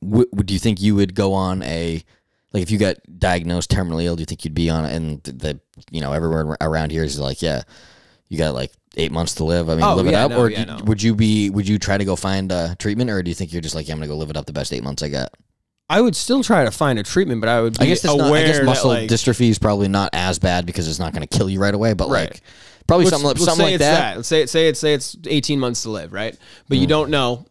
[SPEAKER 2] Would, would you think you would go on a like if you got diagnosed terminally ill? Do you think you'd be on it? And the you know everywhere around here is like, yeah, you got like eight months to live. I mean,
[SPEAKER 1] Oh,
[SPEAKER 2] live it
[SPEAKER 1] yeah,
[SPEAKER 2] up.
[SPEAKER 1] no,
[SPEAKER 2] or
[SPEAKER 1] yeah,
[SPEAKER 2] do-
[SPEAKER 1] no.
[SPEAKER 2] would you be? Would you try to go find a treatment, or do you think you're just like, yeah, I'm going to go live it up the best eight months I got?
[SPEAKER 1] I would still try to find a treatment, but I would be
[SPEAKER 2] I guess that's
[SPEAKER 1] aware
[SPEAKER 2] not, I guess
[SPEAKER 1] that
[SPEAKER 2] muscle
[SPEAKER 1] like
[SPEAKER 2] dystrophy is probably not as bad because it's not going to kill you right away, but
[SPEAKER 1] Right.
[SPEAKER 2] like probably
[SPEAKER 1] let's-
[SPEAKER 2] something like
[SPEAKER 1] let's
[SPEAKER 2] something
[SPEAKER 1] say
[SPEAKER 2] like
[SPEAKER 1] it's
[SPEAKER 2] that. Mm.
[SPEAKER 1] Let's say say it say it's 18 months to live, right? But you don't know.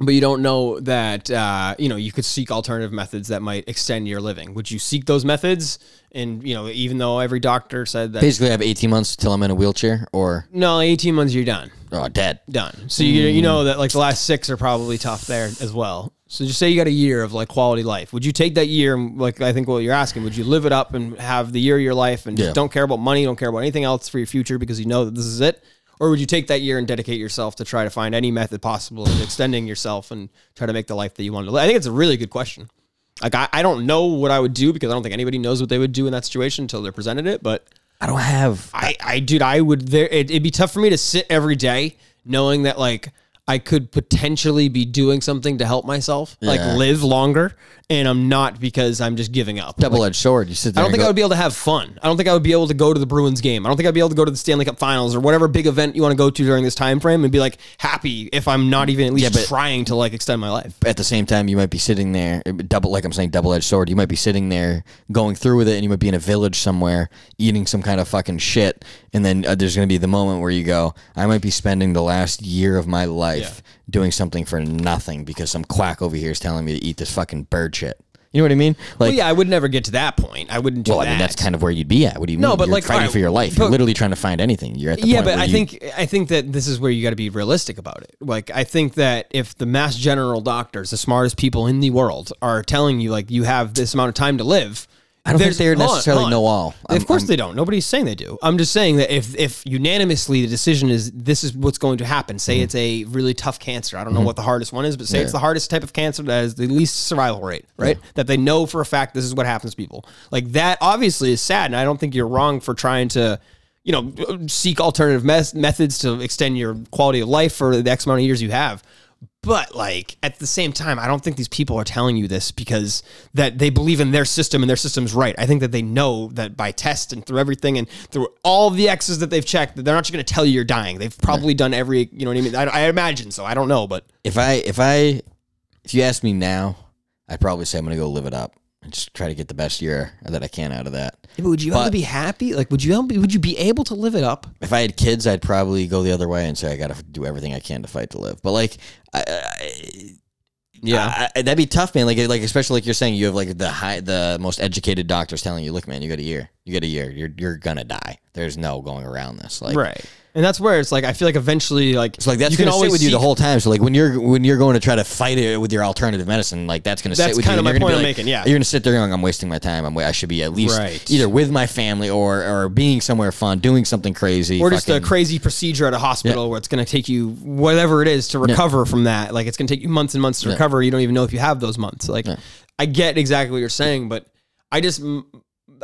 [SPEAKER 1] But you don't know that uh, you know you could seek alternative methods that might extend your living. Would you seek those methods? And you know, even though every doctor said that
[SPEAKER 2] Basically, I have 18 months till I'm in a wheelchair or
[SPEAKER 1] no, 18 months you're done,
[SPEAKER 2] oh, dead.
[SPEAKER 1] done. So you you know that like the last six are probably tough there as well. So just say you got a year of like quality life. Would you take that year and like I think what you're asking, would you live it up and have the year of your life and
[SPEAKER 2] Yeah.
[SPEAKER 1] just don't care about money, don't care about anything else for your future because you know that this is it? Or would you take that year and dedicate yourself to try to find any method possible of extending yourself and try to make the life that you want to live? I think it's a really good question. Like I, I don't know what I would do because I don't think anybody knows what they would do in that situation until they're presented it, but
[SPEAKER 2] I don't have.
[SPEAKER 1] I, I dude, I would there. It, it'd be tough for me to sit every day knowing that like I could potentially be doing something to help myself, like
[SPEAKER 2] Yeah.
[SPEAKER 1] live longer, and I'm not because I'm just giving up.
[SPEAKER 2] Double edged sword. You
[SPEAKER 1] I
[SPEAKER 2] sit there.
[SPEAKER 1] don't think I
[SPEAKER 2] and
[SPEAKER 1] would be able to have fun. I don't think I would be able to go to the Bruins game. I don't think I'd be able to go to the Stanley Cup Finals or whatever big event you want to go to during this time frame and be like happy if I'm not even at least
[SPEAKER 2] but-
[SPEAKER 1] trying to like extend my life.
[SPEAKER 2] go, at the same time, you might be sitting there, eh, double like I'm saying, double edged sword. You might be sitting there going through with it, and you might be in a village somewhere eating some kind of fucking shit, and then uh, there's gonna be the moment where you go, I might be spending the last year of my life doing something for nothing because some quack over here is telling me to eat this fucking bird shit. You know what I mean? Like,
[SPEAKER 1] But yeah, I would never get to that point. I wouldn't do
[SPEAKER 2] Well,
[SPEAKER 1] that.
[SPEAKER 2] I mean, that's kind of where you'd be at. What do you mean?
[SPEAKER 1] No, but,
[SPEAKER 2] You're
[SPEAKER 1] like,
[SPEAKER 2] fighting
[SPEAKER 1] alright,
[SPEAKER 2] for your life. You're
[SPEAKER 1] but-
[SPEAKER 2] literally trying to find anything. You're at the
[SPEAKER 1] yeah,
[SPEAKER 2] point
[SPEAKER 1] but
[SPEAKER 2] where
[SPEAKER 1] I
[SPEAKER 2] you-
[SPEAKER 1] think I think that this is where you got to be realistic about it. Like I think that if the mass general doctors, the smartest people in the world, are telling you like you have this amount of time to live,
[SPEAKER 2] I don't
[SPEAKER 1] there's-
[SPEAKER 2] think they
[SPEAKER 1] hold on,
[SPEAKER 2] necessarily
[SPEAKER 1] hold on.
[SPEAKER 2] know all. I'm-
[SPEAKER 1] of course
[SPEAKER 2] I'm-
[SPEAKER 1] they don't. Nobody's saying they do. I'm just saying that if if unanimously the decision is this is what's going to happen, say
[SPEAKER 2] Mm-hmm.
[SPEAKER 1] it's a really tough cancer. I don't know what the hardest one is, but say it's the hardest type of cancer that has the least survival rate, right? That they know for a fact this is what happens to people. Like that obviously is sad, and I don't think you're wrong for trying to you know seek alternative mes- methods to extend your quality of life for the X amount of years you have. But like at the same time, I don't think these people are telling you this because that they believe in their system and their system's right. I think that they know that by test and through everything and through all the X's that they've checked, that they're not just going to tell you you're dying. They've probably done every, you know what I mean. I, I imagine so. I don't know, but
[SPEAKER 2] if I if I if you ask me now, I'd probably say I'm gonna go live it up and just try to get the best year that I can out of that.
[SPEAKER 1] would you
[SPEAKER 2] able to But-
[SPEAKER 1] be happy? Like, would you would you be able to live it up?
[SPEAKER 2] If I had kids, I'd probably go the other way and say I gotta do everything I can to fight to live. But like, I, I,
[SPEAKER 1] Yeah,
[SPEAKER 2] I, I- that'd be tough, man. Like like especially like you're saying, you have like the high the most educated doctors telling you, look, man, you got a year, you got a year, you're you're gonna die. There's no going around this. Like
[SPEAKER 1] right. And that's where it's like I feel like eventually, like
[SPEAKER 2] So like that's gonna sit with you the
[SPEAKER 1] seek-
[SPEAKER 2] whole time. So like when you're when you're going to try to fight it with your alternative medicine, like that's gonna
[SPEAKER 1] That's
[SPEAKER 2] sit with
[SPEAKER 1] kinda
[SPEAKER 2] you. and
[SPEAKER 1] my
[SPEAKER 2] you're gonna
[SPEAKER 1] point
[SPEAKER 2] be
[SPEAKER 1] I'm
[SPEAKER 2] like-
[SPEAKER 1] making, yeah.
[SPEAKER 2] you're gonna sit there going, I'm wasting my time. I'm wa- I should be at least
[SPEAKER 1] Right.
[SPEAKER 2] either with my family or or being somewhere fun, doing something crazy,
[SPEAKER 1] or just a
[SPEAKER 2] fucking-
[SPEAKER 1] crazy procedure at a hospital where it's going to take you whatever it is to recover from that. Like it's going to take you months and months to recover. You don't even know if you have those months. Like I get exactly what you're saying, but I just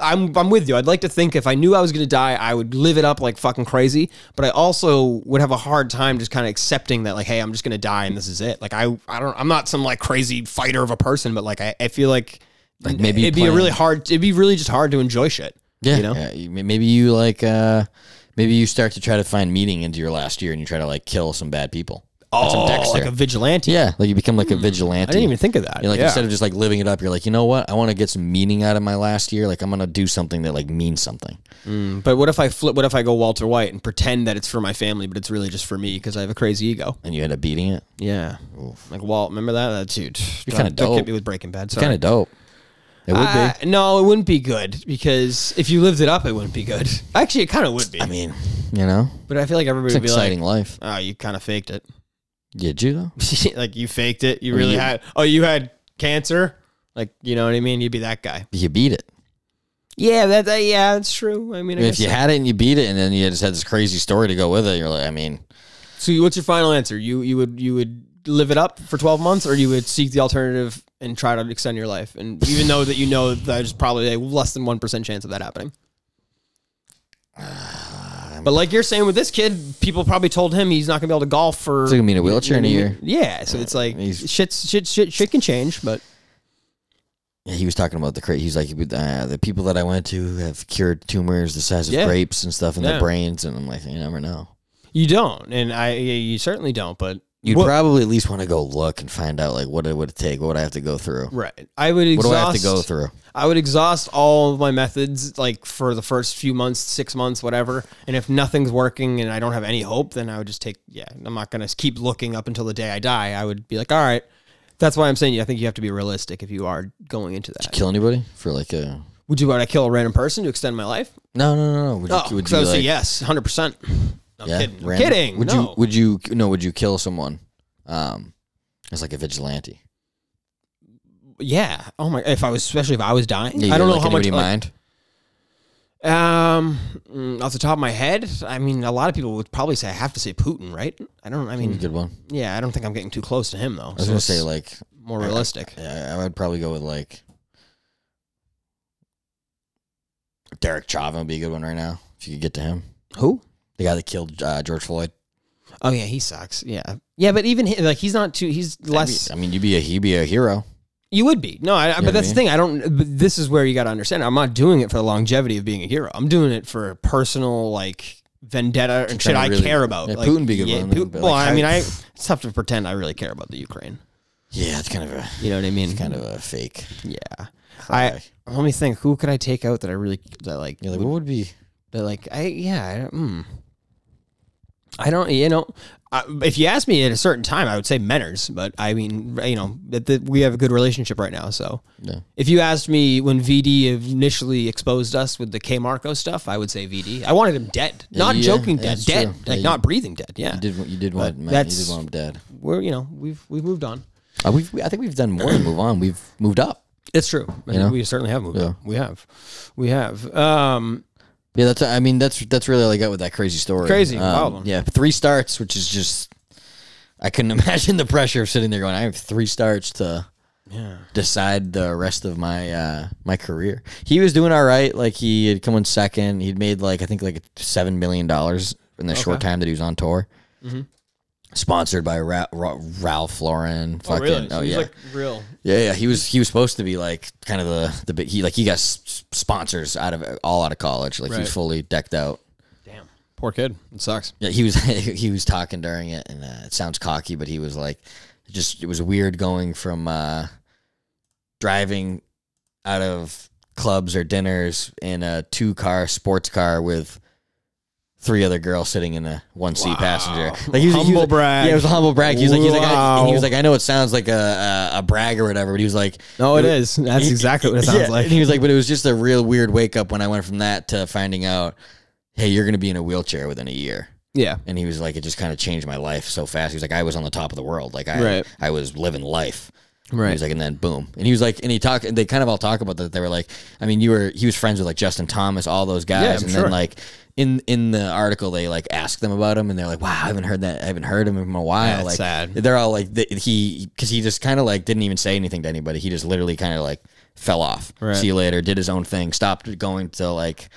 [SPEAKER 1] I'm I'm with you. I'd like to think if I knew I was going to die, I would live it up like fucking crazy, but I also would have a hard time just kind of accepting that like hey, I'm just going to die and this is it. Like I I don't I'm not some like crazy fighter of a person, but like I, I feel like
[SPEAKER 2] Like, maybe
[SPEAKER 1] it'd be a
[SPEAKER 2] plan-
[SPEAKER 1] really hard it'd be really just hard to enjoy shit.
[SPEAKER 2] yeah,
[SPEAKER 1] you know?
[SPEAKER 2] yeah. You- Maybe you like uh maybe you start to try to find meaning into your last year and you try to like kill some bad people. Like some
[SPEAKER 1] Oh,
[SPEAKER 2] Dexter.
[SPEAKER 1] like a vigilante.
[SPEAKER 2] yeah, like you become like a vigilante.
[SPEAKER 1] I didn't even think of that.
[SPEAKER 2] You're like
[SPEAKER 1] Yeah.
[SPEAKER 2] instead of just like living it up, you're like, you know what? I want to get some meaning out of my last year. Like I'm gonna do something that like means something.
[SPEAKER 1] But what if I flip? What if I go Walter White and pretend that it's for my family, but it's really just for me because I have a crazy ego?
[SPEAKER 2] And you end up beating it.
[SPEAKER 1] Yeah, like Walt. Remember that, that dude? You're
[SPEAKER 2] kinda
[SPEAKER 1] Don't
[SPEAKER 2] dope.
[SPEAKER 1] get me with Breaking Bad. Sorry.
[SPEAKER 2] Kind of dope. It would be.
[SPEAKER 1] Uh, no, it wouldn't be good because if you lived it up, it wouldn't be good. Actually, it kind of would be,
[SPEAKER 2] I mean, you know,
[SPEAKER 1] but I feel like everybody
[SPEAKER 2] it's
[SPEAKER 1] would be
[SPEAKER 2] an
[SPEAKER 1] like,
[SPEAKER 2] exciting life.
[SPEAKER 1] "Oh, you kind of faked it.
[SPEAKER 2] Did you though?
[SPEAKER 1] like you faked it. You really
[SPEAKER 2] you-
[SPEAKER 1] had. Oh, you had cancer. Like you know what I mean? You'd be that guy.
[SPEAKER 2] You beat it.
[SPEAKER 1] Yeah, that, that- yeah, that's true. I mean, I
[SPEAKER 2] I mean, if
[SPEAKER 1] guess
[SPEAKER 2] you
[SPEAKER 1] so.
[SPEAKER 2] had it and you beat it, and then you just had this crazy story to go with it, you're like, I mean,
[SPEAKER 1] So you- what's your final answer? You you would you would live it up for 12 months or you would seek the alternative and try to extend your life and even though that you know there's probably a less than 1% chance of that happening. But like you're saying with this kid, people probably told him he's not going to be able to golf for
[SPEAKER 2] it's gonna be in a wheelchair in a year.
[SPEAKER 1] Yeah, so it's like
[SPEAKER 2] He's-
[SPEAKER 1] shit shit shit shit can change, but
[SPEAKER 2] Yeah, he was talking about the crazy. He's like, uh, the people that I went to have cured tumors the size of
[SPEAKER 1] Yeah.
[SPEAKER 2] grapes and stuff in
[SPEAKER 1] Yeah.
[SPEAKER 2] their brains, and I'm like, you never know.
[SPEAKER 1] you don't and I you certainly don't, but
[SPEAKER 2] You'd
[SPEAKER 1] what-
[SPEAKER 2] probably at least want to go look and find out like what it would take, what would I have to go through,
[SPEAKER 1] right. I would
[SPEAKER 2] what
[SPEAKER 1] exhaust
[SPEAKER 2] do I have to go through.
[SPEAKER 1] I would exhaust all of my methods like for the first few months, six months, whatever. And if nothing's working and I don't have any hope, then I would just take, yeah, I'm not going to keep looking up until the day I die. I would be like, all right. That's why I'm saying you. I think you have to be realistic if you are going into that.
[SPEAKER 2] Kill anybody for like a
[SPEAKER 1] Would you want to kill a random person to extend my life?
[SPEAKER 2] no, no, no, no. Would you,
[SPEAKER 1] Oh,
[SPEAKER 2] would
[SPEAKER 1] so
[SPEAKER 2] you
[SPEAKER 1] I would say
[SPEAKER 2] like,
[SPEAKER 1] yes, 100%. I'm kidding. I'm
[SPEAKER 2] random.
[SPEAKER 1] kidding.
[SPEAKER 2] Would
[SPEAKER 1] no.
[SPEAKER 2] you? Would you? No. Would you kill someone? Um, as like a vigilante.
[SPEAKER 1] yeah. Oh my, if I was, especially if I was dying,
[SPEAKER 2] Yeah,
[SPEAKER 1] I don't
[SPEAKER 2] like
[SPEAKER 1] know how much.
[SPEAKER 2] anybody
[SPEAKER 1] like,
[SPEAKER 2] mind.
[SPEAKER 1] um, mm, off the top of my head, I mean, a lot of people would probably say I have to say Putin, right? I don't. I mean,
[SPEAKER 2] Good one.
[SPEAKER 1] Yeah, I don't think I'm getting too close to him though.
[SPEAKER 2] I was
[SPEAKER 1] so
[SPEAKER 2] gonna
[SPEAKER 1] it's
[SPEAKER 2] say like
[SPEAKER 1] more realistic.
[SPEAKER 2] I, I would probably go with like Derek Chauvin would be a good one right now if you could get to him.
[SPEAKER 1] Who?
[SPEAKER 2] The guy that killed uh, George Floyd.
[SPEAKER 1] Oh yeah, he sucks. Yeah, yeah, but even he, like he's not too. He's less.
[SPEAKER 2] I mean, you'd be a he'd be a hero.
[SPEAKER 1] You would be. No, I, but
[SPEAKER 2] what I
[SPEAKER 1] that's the thing. I don't. But this is where you got to understand. I'm not doing it for the longevity of being a hero. I'm doing it for personal like vendetta and shit
[SPEAKER 2] trying to
[SPEAKER 1] I
[SPEAKER 2] really-
[SPEAKER 1] care about.
[SPEAKER 2] Yeah,
[SPEAKER 1] like,
[SPEAKER 2] Putin be good one,
[SPEAKER 1] Pu-
[SPEAKER 2] but,
[SPEAKER 1] well,
[SPEAKER 2] like,
[SPEAKER 1] I
[SPEAKER 2] I-
[SPEAKER 1] mean, I it's tough to pretend I really care about the Ukraine.
[SPEAKER 2] Yeah, it's kind of a
[SPEAKER 1] You know what I mean?
[SPEAKER 2] kind of a fake.
[SPEAKER 1] Yeah. I let me think. Who could I take out that I really that like
[SPEAKER 2] You're like, what would be?
[SPEAKER 1] that like I yeah I don't. Mm. I don't, you know, I, if you ask me at a certain time, I would say Menners, but I mean, you know, that that we have a good relationship right now. So
[SPEAKER 2] No.
[SPEAKER 1] if you asked me when VD initially exposed us with the K Marco stuff, I would say VD. I wanted him dead, not
[SPEAKER 2] yeah,
[SPEAKER 1] joking dead,
[SPEAKER 2] that's
[SPEAKER 1] dead,
[SPEAKER 2] true. Yeah,
[SPEAKER 1] like
[SPEAKER 2] you-
[SPEAKER 1] not breathing dead. Yeah,
[SPEAKER 2] You did. You did want. Matt, you
[SPEAKER 1] that's-
[SPEAKER 2] did want dad.
[SPEAKER 1] we're you know we've we've moved on.
[SPEAKER 2] Uh, we've, we, I think we've done more than move on. We've moved up.
[SPEAKER 1] It's true. I think We certainly have moved. on. We have, we have. Um,
[SPEAKER 2] Yeah, that's. I mean, that's that's really all I got with that crazy story. Um,
[SPEAKER 1] Crazy, wild one.
[SPEAKER 2] Yeah, three starts, which is just. I couldn't imagine the pressure of sitting there going. I have three starts to
[SPEAKER 1] yeah,
[SPEAKER 2] decide the rest of my uh, my career. He was doing all right. Like he had come in second. He'd made like I think like seven million dollars in the short time that he was on tour.
[SPEAKER 1] Mm-hmm.
[SPEAKER 2] Sponsored by Ra- Ra- Ralph Lauren.
[SPEAKER 1] Oh,
[SPEAKER 2] Fucking, Oh, yeah.
[SPEAKER 1] real.
[SPEAKER 2] Yeah, yeah, he was he was supposed to be like kind of the the big he like he got s- sponsors out of all out of college like he
[SPEAKER 1] Right.
[SPEAKER 2] was fully decked out.
[SPEAKER 1] Damn, poor kid. It sucks.
[SPEAKER 2] Yeah, he was he was talking during it, and uh, it sounds cocky, but he was like, just it was weird going from uh, driving out of clubs or dinners in a two car sports car with three other girls sitting in a one seat passenger. Like he was, he
[SPEAKER 1] Humble
[SPEAKER 2] was,
[SPEAKER 1] brag.
[SPEAKER 2] Yeah, it was a humble brag. He was like, he was like, I,
[SPEAKER 1] Wow.
[SPEAKER 2] he was like, I know it sounds like a, a a brag or whatever, but he was like,
[SPEAKER 1] No, it is. That's exactly what it sounds
[SPEAKER 2] yeah,
[SPEAKER 1] like.
[SPEAKER 2] And he was like, but it was just a real weird wake up when I went from that to finding out, hey, you're going to be in a wheelchair within a year.
[SPEAKER 1] Yeah,
[SPEAKER 2] And he was like, it just kind of changed my life so fast. He was like, I was on the top of the world. Like, I,
[SPEAKER 1] Right.
[SPEAKER 2] I was living life. He
[SPEAKER 1] right.
[SPEAKER 2] was like, and then boom. And he was like, and he talked, and they kind of all talk about that. They were like, I mean, you were, he was friends with like Justin Thomas, all those guys.
[SPEAKER 1] Yeah, I'm
[SPEAKER 2] and
[SPEAKER 1] sure.
[SPEAKER 2] then like in, in the article, they like ask them about him and they're like, wow, I haven't heard that. I haven't heard him in a while.
[SPEAKER 1] That's
[SPEAKER 2] like
[SPEAKER 1] sad.
[SPEAKER 2] they're all like, th- he, cause he just kind of like didn't even say anything to anybody. He just literally kind of like fell off.
[SPEAKER 1] Right.
[SPEAKER 2] See you later. Did his own thing. Stopped going to like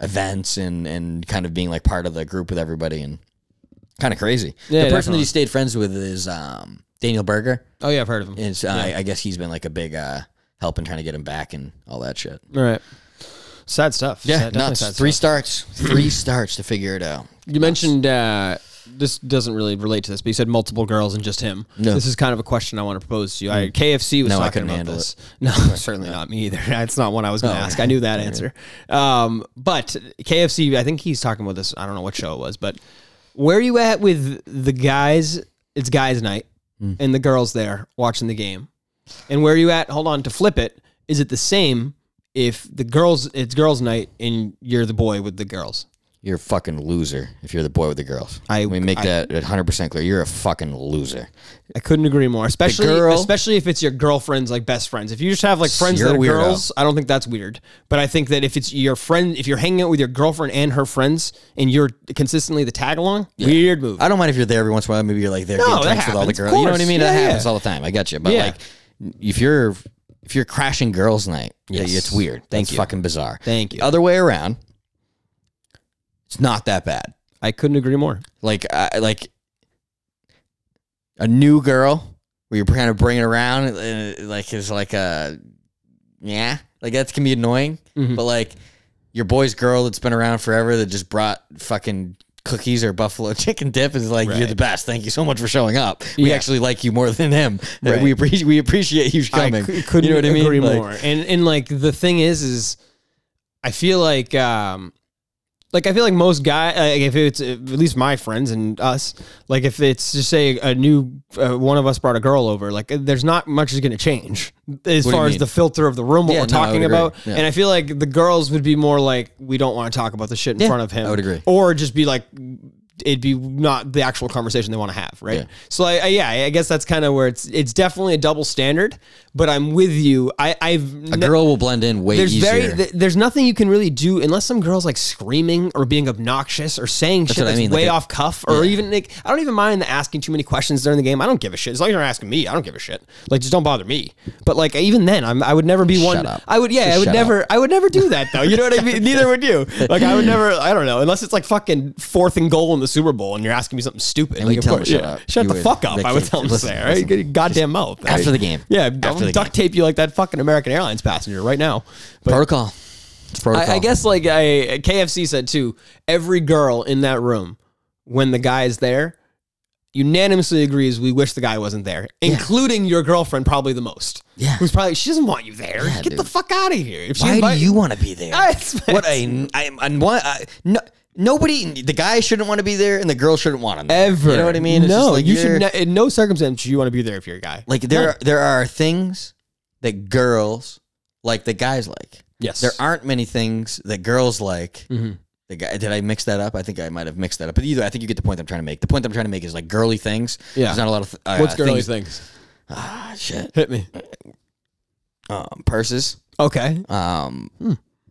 [SPEAKER 2] events and, and kind of being like part of the group with everybody and kind of crazy.
[SPEAKER 1] Yeah,
[SPEAKER 2] the person
[SPEAKER 1] definitely.
[SPEAKER 2] that he stayed friends with is, um, Daniel Berger.
[SPEAKER 1] oh yeah, I've heard of him.
[SPEAKER 2] And so I, I guess he's been like a big uh, help in trying to get him back and all that shit.
[SPEAKER 1] Right. Sad stuff.
[SPEAKER 2] Yeah,
[SPEAKER 1] Sad- definitely
[SPEAKER 2] nuts.
[SPEAKER 1] sad
[SPEAKER 2] Three
[SPEAKER 1] stuff.
[SPEAKER 2] starts, three starts to figure it out.
[SPEAKER 1] You mentioned uh, this doesn't really relate to this, but you said multiple girls and just him.
[SPEAKER 2] No. Mm.
[SPEAKER 1] This is kind of a question I want to propose to you. I, KFC was
[SPEAKER 2] No, I
[SPEAKER 1] talking
[SPEAKER 2] couldn't
[SPEAKER 1] about
[SPEAKER 2] handle
[SPEAKER 1] this. No, certainly not me either. That's not one I was going to
[SPEAKER 2] Oh,
[SPEAKER 1] ask. I knew that answer. Um, but KFC, I think he's talking about this. I don't know what show it was, but where are you at with the guys? It's guys' night
[SPEAKER 2] Mm.
[SPEAKER 1] and the girls there watching the game. And where are you at? Hold on to flip it. Is it the same if the girls? It's girls' night and you're the boy with the girls.
[SPEAKER 2] You're a fucking loser if you're the boy with the girls.
[SPEAKER 1] I-
[SPEAKER 2] we make
[SPEAKER 1] I-
[SPEAKER 2] that 100 percent clear. You're a fucking loser.
[SPEAKER 1] I couldn't agree more. Especially
[SPEAKER 2] girl-
[SPEAKER 1] especially if it's your girlfriend's like best friends. If you just have like friends
[SPEAKER 2] You're
[SPEAKER 1] that
[SPEAKER 2] a
[SPEAKER 1] are
[SPEAKER 2] weirdo.
[SPEAKER 1] girls, I don't think that's weird. But I think that if it's your friend, if you're hanging out with your girlfriend and her friends, and you're consistently the tag along, weird move.
[SPEAKER 2] I don't mind if you're there every once in a while. Maybe you're like there getting
[SPEAKER 1] that
[SPEAKER 2] drinks with all the
[SPEAKER 1] happens, of
[SPEAKER 2] girls. You know what I
[SPEAKER 1] course.
[SPEAKER 2] mean?
[SPEAKER 1] Yeah,
[SPEAKER 2] that
[SPEAKER 1] yeah.
[SPEAKER 2] happens all the time. I get you. But
[SPEAKER 1] Yeah.
[SPEAKER 2] like, if you're if you're crashing girls' night,
[SPEAKER 1] Yes.
[SPEAKER 2] it's weird. That's
[SPEAKER 1] Thank you.
[SPEAKER 2] fucking bizarre.
[SPEAKER 1] Thank you.
[SPEAKER 2] Other way around, uh, it's not that bad.
[SPEAKER 1] I couldn't agree more.
[SPEAKER 2] like I like a new girl where you're kind of bringing around uh, like is like a yeah like that can be annoying
[SPEAKER 1] Mm-hmm.
[SPEAKER 2] but like your boy's girl that's been around forever that just brought fucking cookies or buffalo chicken dip is like you're the best thank you so much for showing up we
[SPEAKER 1] Yeah.
[SPEAKER 2] actually like you more than him
[SPEAKER 1] Right.
[SPEAKER 2] we appreciate we appreciate you coming
[SPEAKER 1] I c- couldn't
[SPEAKER 2] you know what i mean
[SPEAKER 1] agree
[SPEAKER 2] Like,
[SPEAKER 1] more. And and like the thing is, is I feel like um, like I feel like most guy, uh, like if it's at least my friends and us, like if it's just say a new uh, one of us brought a girl over, like uh, there's not much is going to change as
[SPEAKER 2] What do you
[SPEAKER 1] far as
[SPEAKER 2] mean?
[SPEAKER 1] the filter of the room what
[SPEAKER 2] Yeah,
[SPEAKER 1] we're
[SPEAKER 2] no, I would
[SPEAKER 1] talking
[SPEAKER 2] agree.
[SPEAKER 1] about.
[SPEAKER 2] Yeah.
[SPEAKER 1] And I feel like the girls would be more like we don't want to talk about the shit in front of him.
[SPEAKER 2] I would agree.
[SPEAKER 1] or just be like. It'd be not the actual conversation they want to have, right?
[SPEAKER 2] Yeah.
[SPEAKER 1] So I, I yeah, I guess that's kind of where it's it's definitely a double standard, but I'm with you. I I've
[SPEAKER 2] a girl will blend in way
[SPEAKER 1] there's
[SPEAKER 2] easier
[SPEAKER 1] very th- there's nothing you can really do unless some girls like screaming or being obnoxious or saying shit
[SPEAKER 2] what I
[SPEAKER 1] that's
[SPEAKER 2] mean, like
[SPEAKER 1] way
[SPEAKER 2] a-
[SPEAKER 1] off cuff or even like I don't even mind the asking too many questions during the game. I don't give a shit as long as you're not asking me. I don't give a shit. Like just don't bother me. But like even then, I'm I would never be one.
[SPEAKER 2] up.
[SPEAKER 1] I would yeah I would
[SPEAKER 2] shut up.
[SPEAKER 1] never I would never do that though. You know what I mean? Neither would you. Like I would never I don't know unless it's like fucking fourth and goal in the the Super Bowl and you're asking me something stupid.
[SPEAKER 2] And we
[SPEAKER 1] of
[SPEAKER 2] tell
[SPEAKER 1] course-
[SPEAKER 2] him to shut up.
[SPEAKER 1] Shut
[SPEAKER 2] You
[SPEAKER 1] the
[SPEAKER 2] would-
[SPEAKER 1] fuck up.
[SPEAKER 2] they
[SPEAKER 1] I would
[SPEAKER 2] can't-
[SPEAKER 1] tell him to
[SPEAKER 2] listen,
[SPEAKER 1] say, all right,
[SPEAKER 2] listen.
[SPEAKER 1] get your goddamn mouth.
[SPEAKER 2] after the game.
[SPEAKER 1] Yeah,
[SPEAKER 2] After
[SPEAKER 1] I'll
[SPEAKER 2] the
[SPEAKER 1] duct tape you like that fucking American Airlines passenger right now. But
[SPEAKER 2] protocol. It's protocol.
[SPEAKER 1] I, I guess like I, KFC said too, every girl in that room when the guy is there unanimously agrees we wish the guy wasn't there, including your girlfriend probably the most.
[SPEAKER 2] Yeah.
[SPEAKER 1] Who's probably she doesn't want you there.
[SPEAKER 2] Yeah,
[SPEAKER 1] Get the
[SPEAKER 2] dude.
[SPEAKER 1] fuck out of here. If she
[SPEAKER 2] Why
[SPEAKER 1] invite-
[SPEAKER 2] do you want to be there?
[SPEAKER 1] Ah, it's-
[SPEAKER 2] what a I am and what I, no. Nobody, the guy shouldn't want to be there, and the girl shouldn't want him. there.
[SPEAKER 1] ever.
[SPEAKER 2] you know what I mean? It's
[SPEAKER 1] no,
[SPEAKER 2] just like
[SPEAKER 1] you
[SPEAKER 2] you're-
[SPEAKER 1] should. Ne- in no circumstance should you want to be there if you're a guy.
[SPEAKER 2] Like there, there are things that girls like that guys like.
[SPEAKER 1] yes, Mm-hmm.
[SPEAKER 2] There aren't many things that girls like. The guy, did I mix that up? I think I might have mixed that up. But either, I think you get the point I'm trying to make. The point I'm trying to make is like girly things.
[SPEAKER 1] Yeah.
[SPEAKER 2] there's not a lot of th- uh,
[SPEAKER 1] What's girly
[SPEAKER 2] things-
[SPEAKER 1] things?
[SPEAKER 2] Ah, shit.
[SPEAKER 1] Hit me.
[SPEAKER 2] Um, purses.
[SPEAKER 1] Okay,
[SPEAKER 2] Um,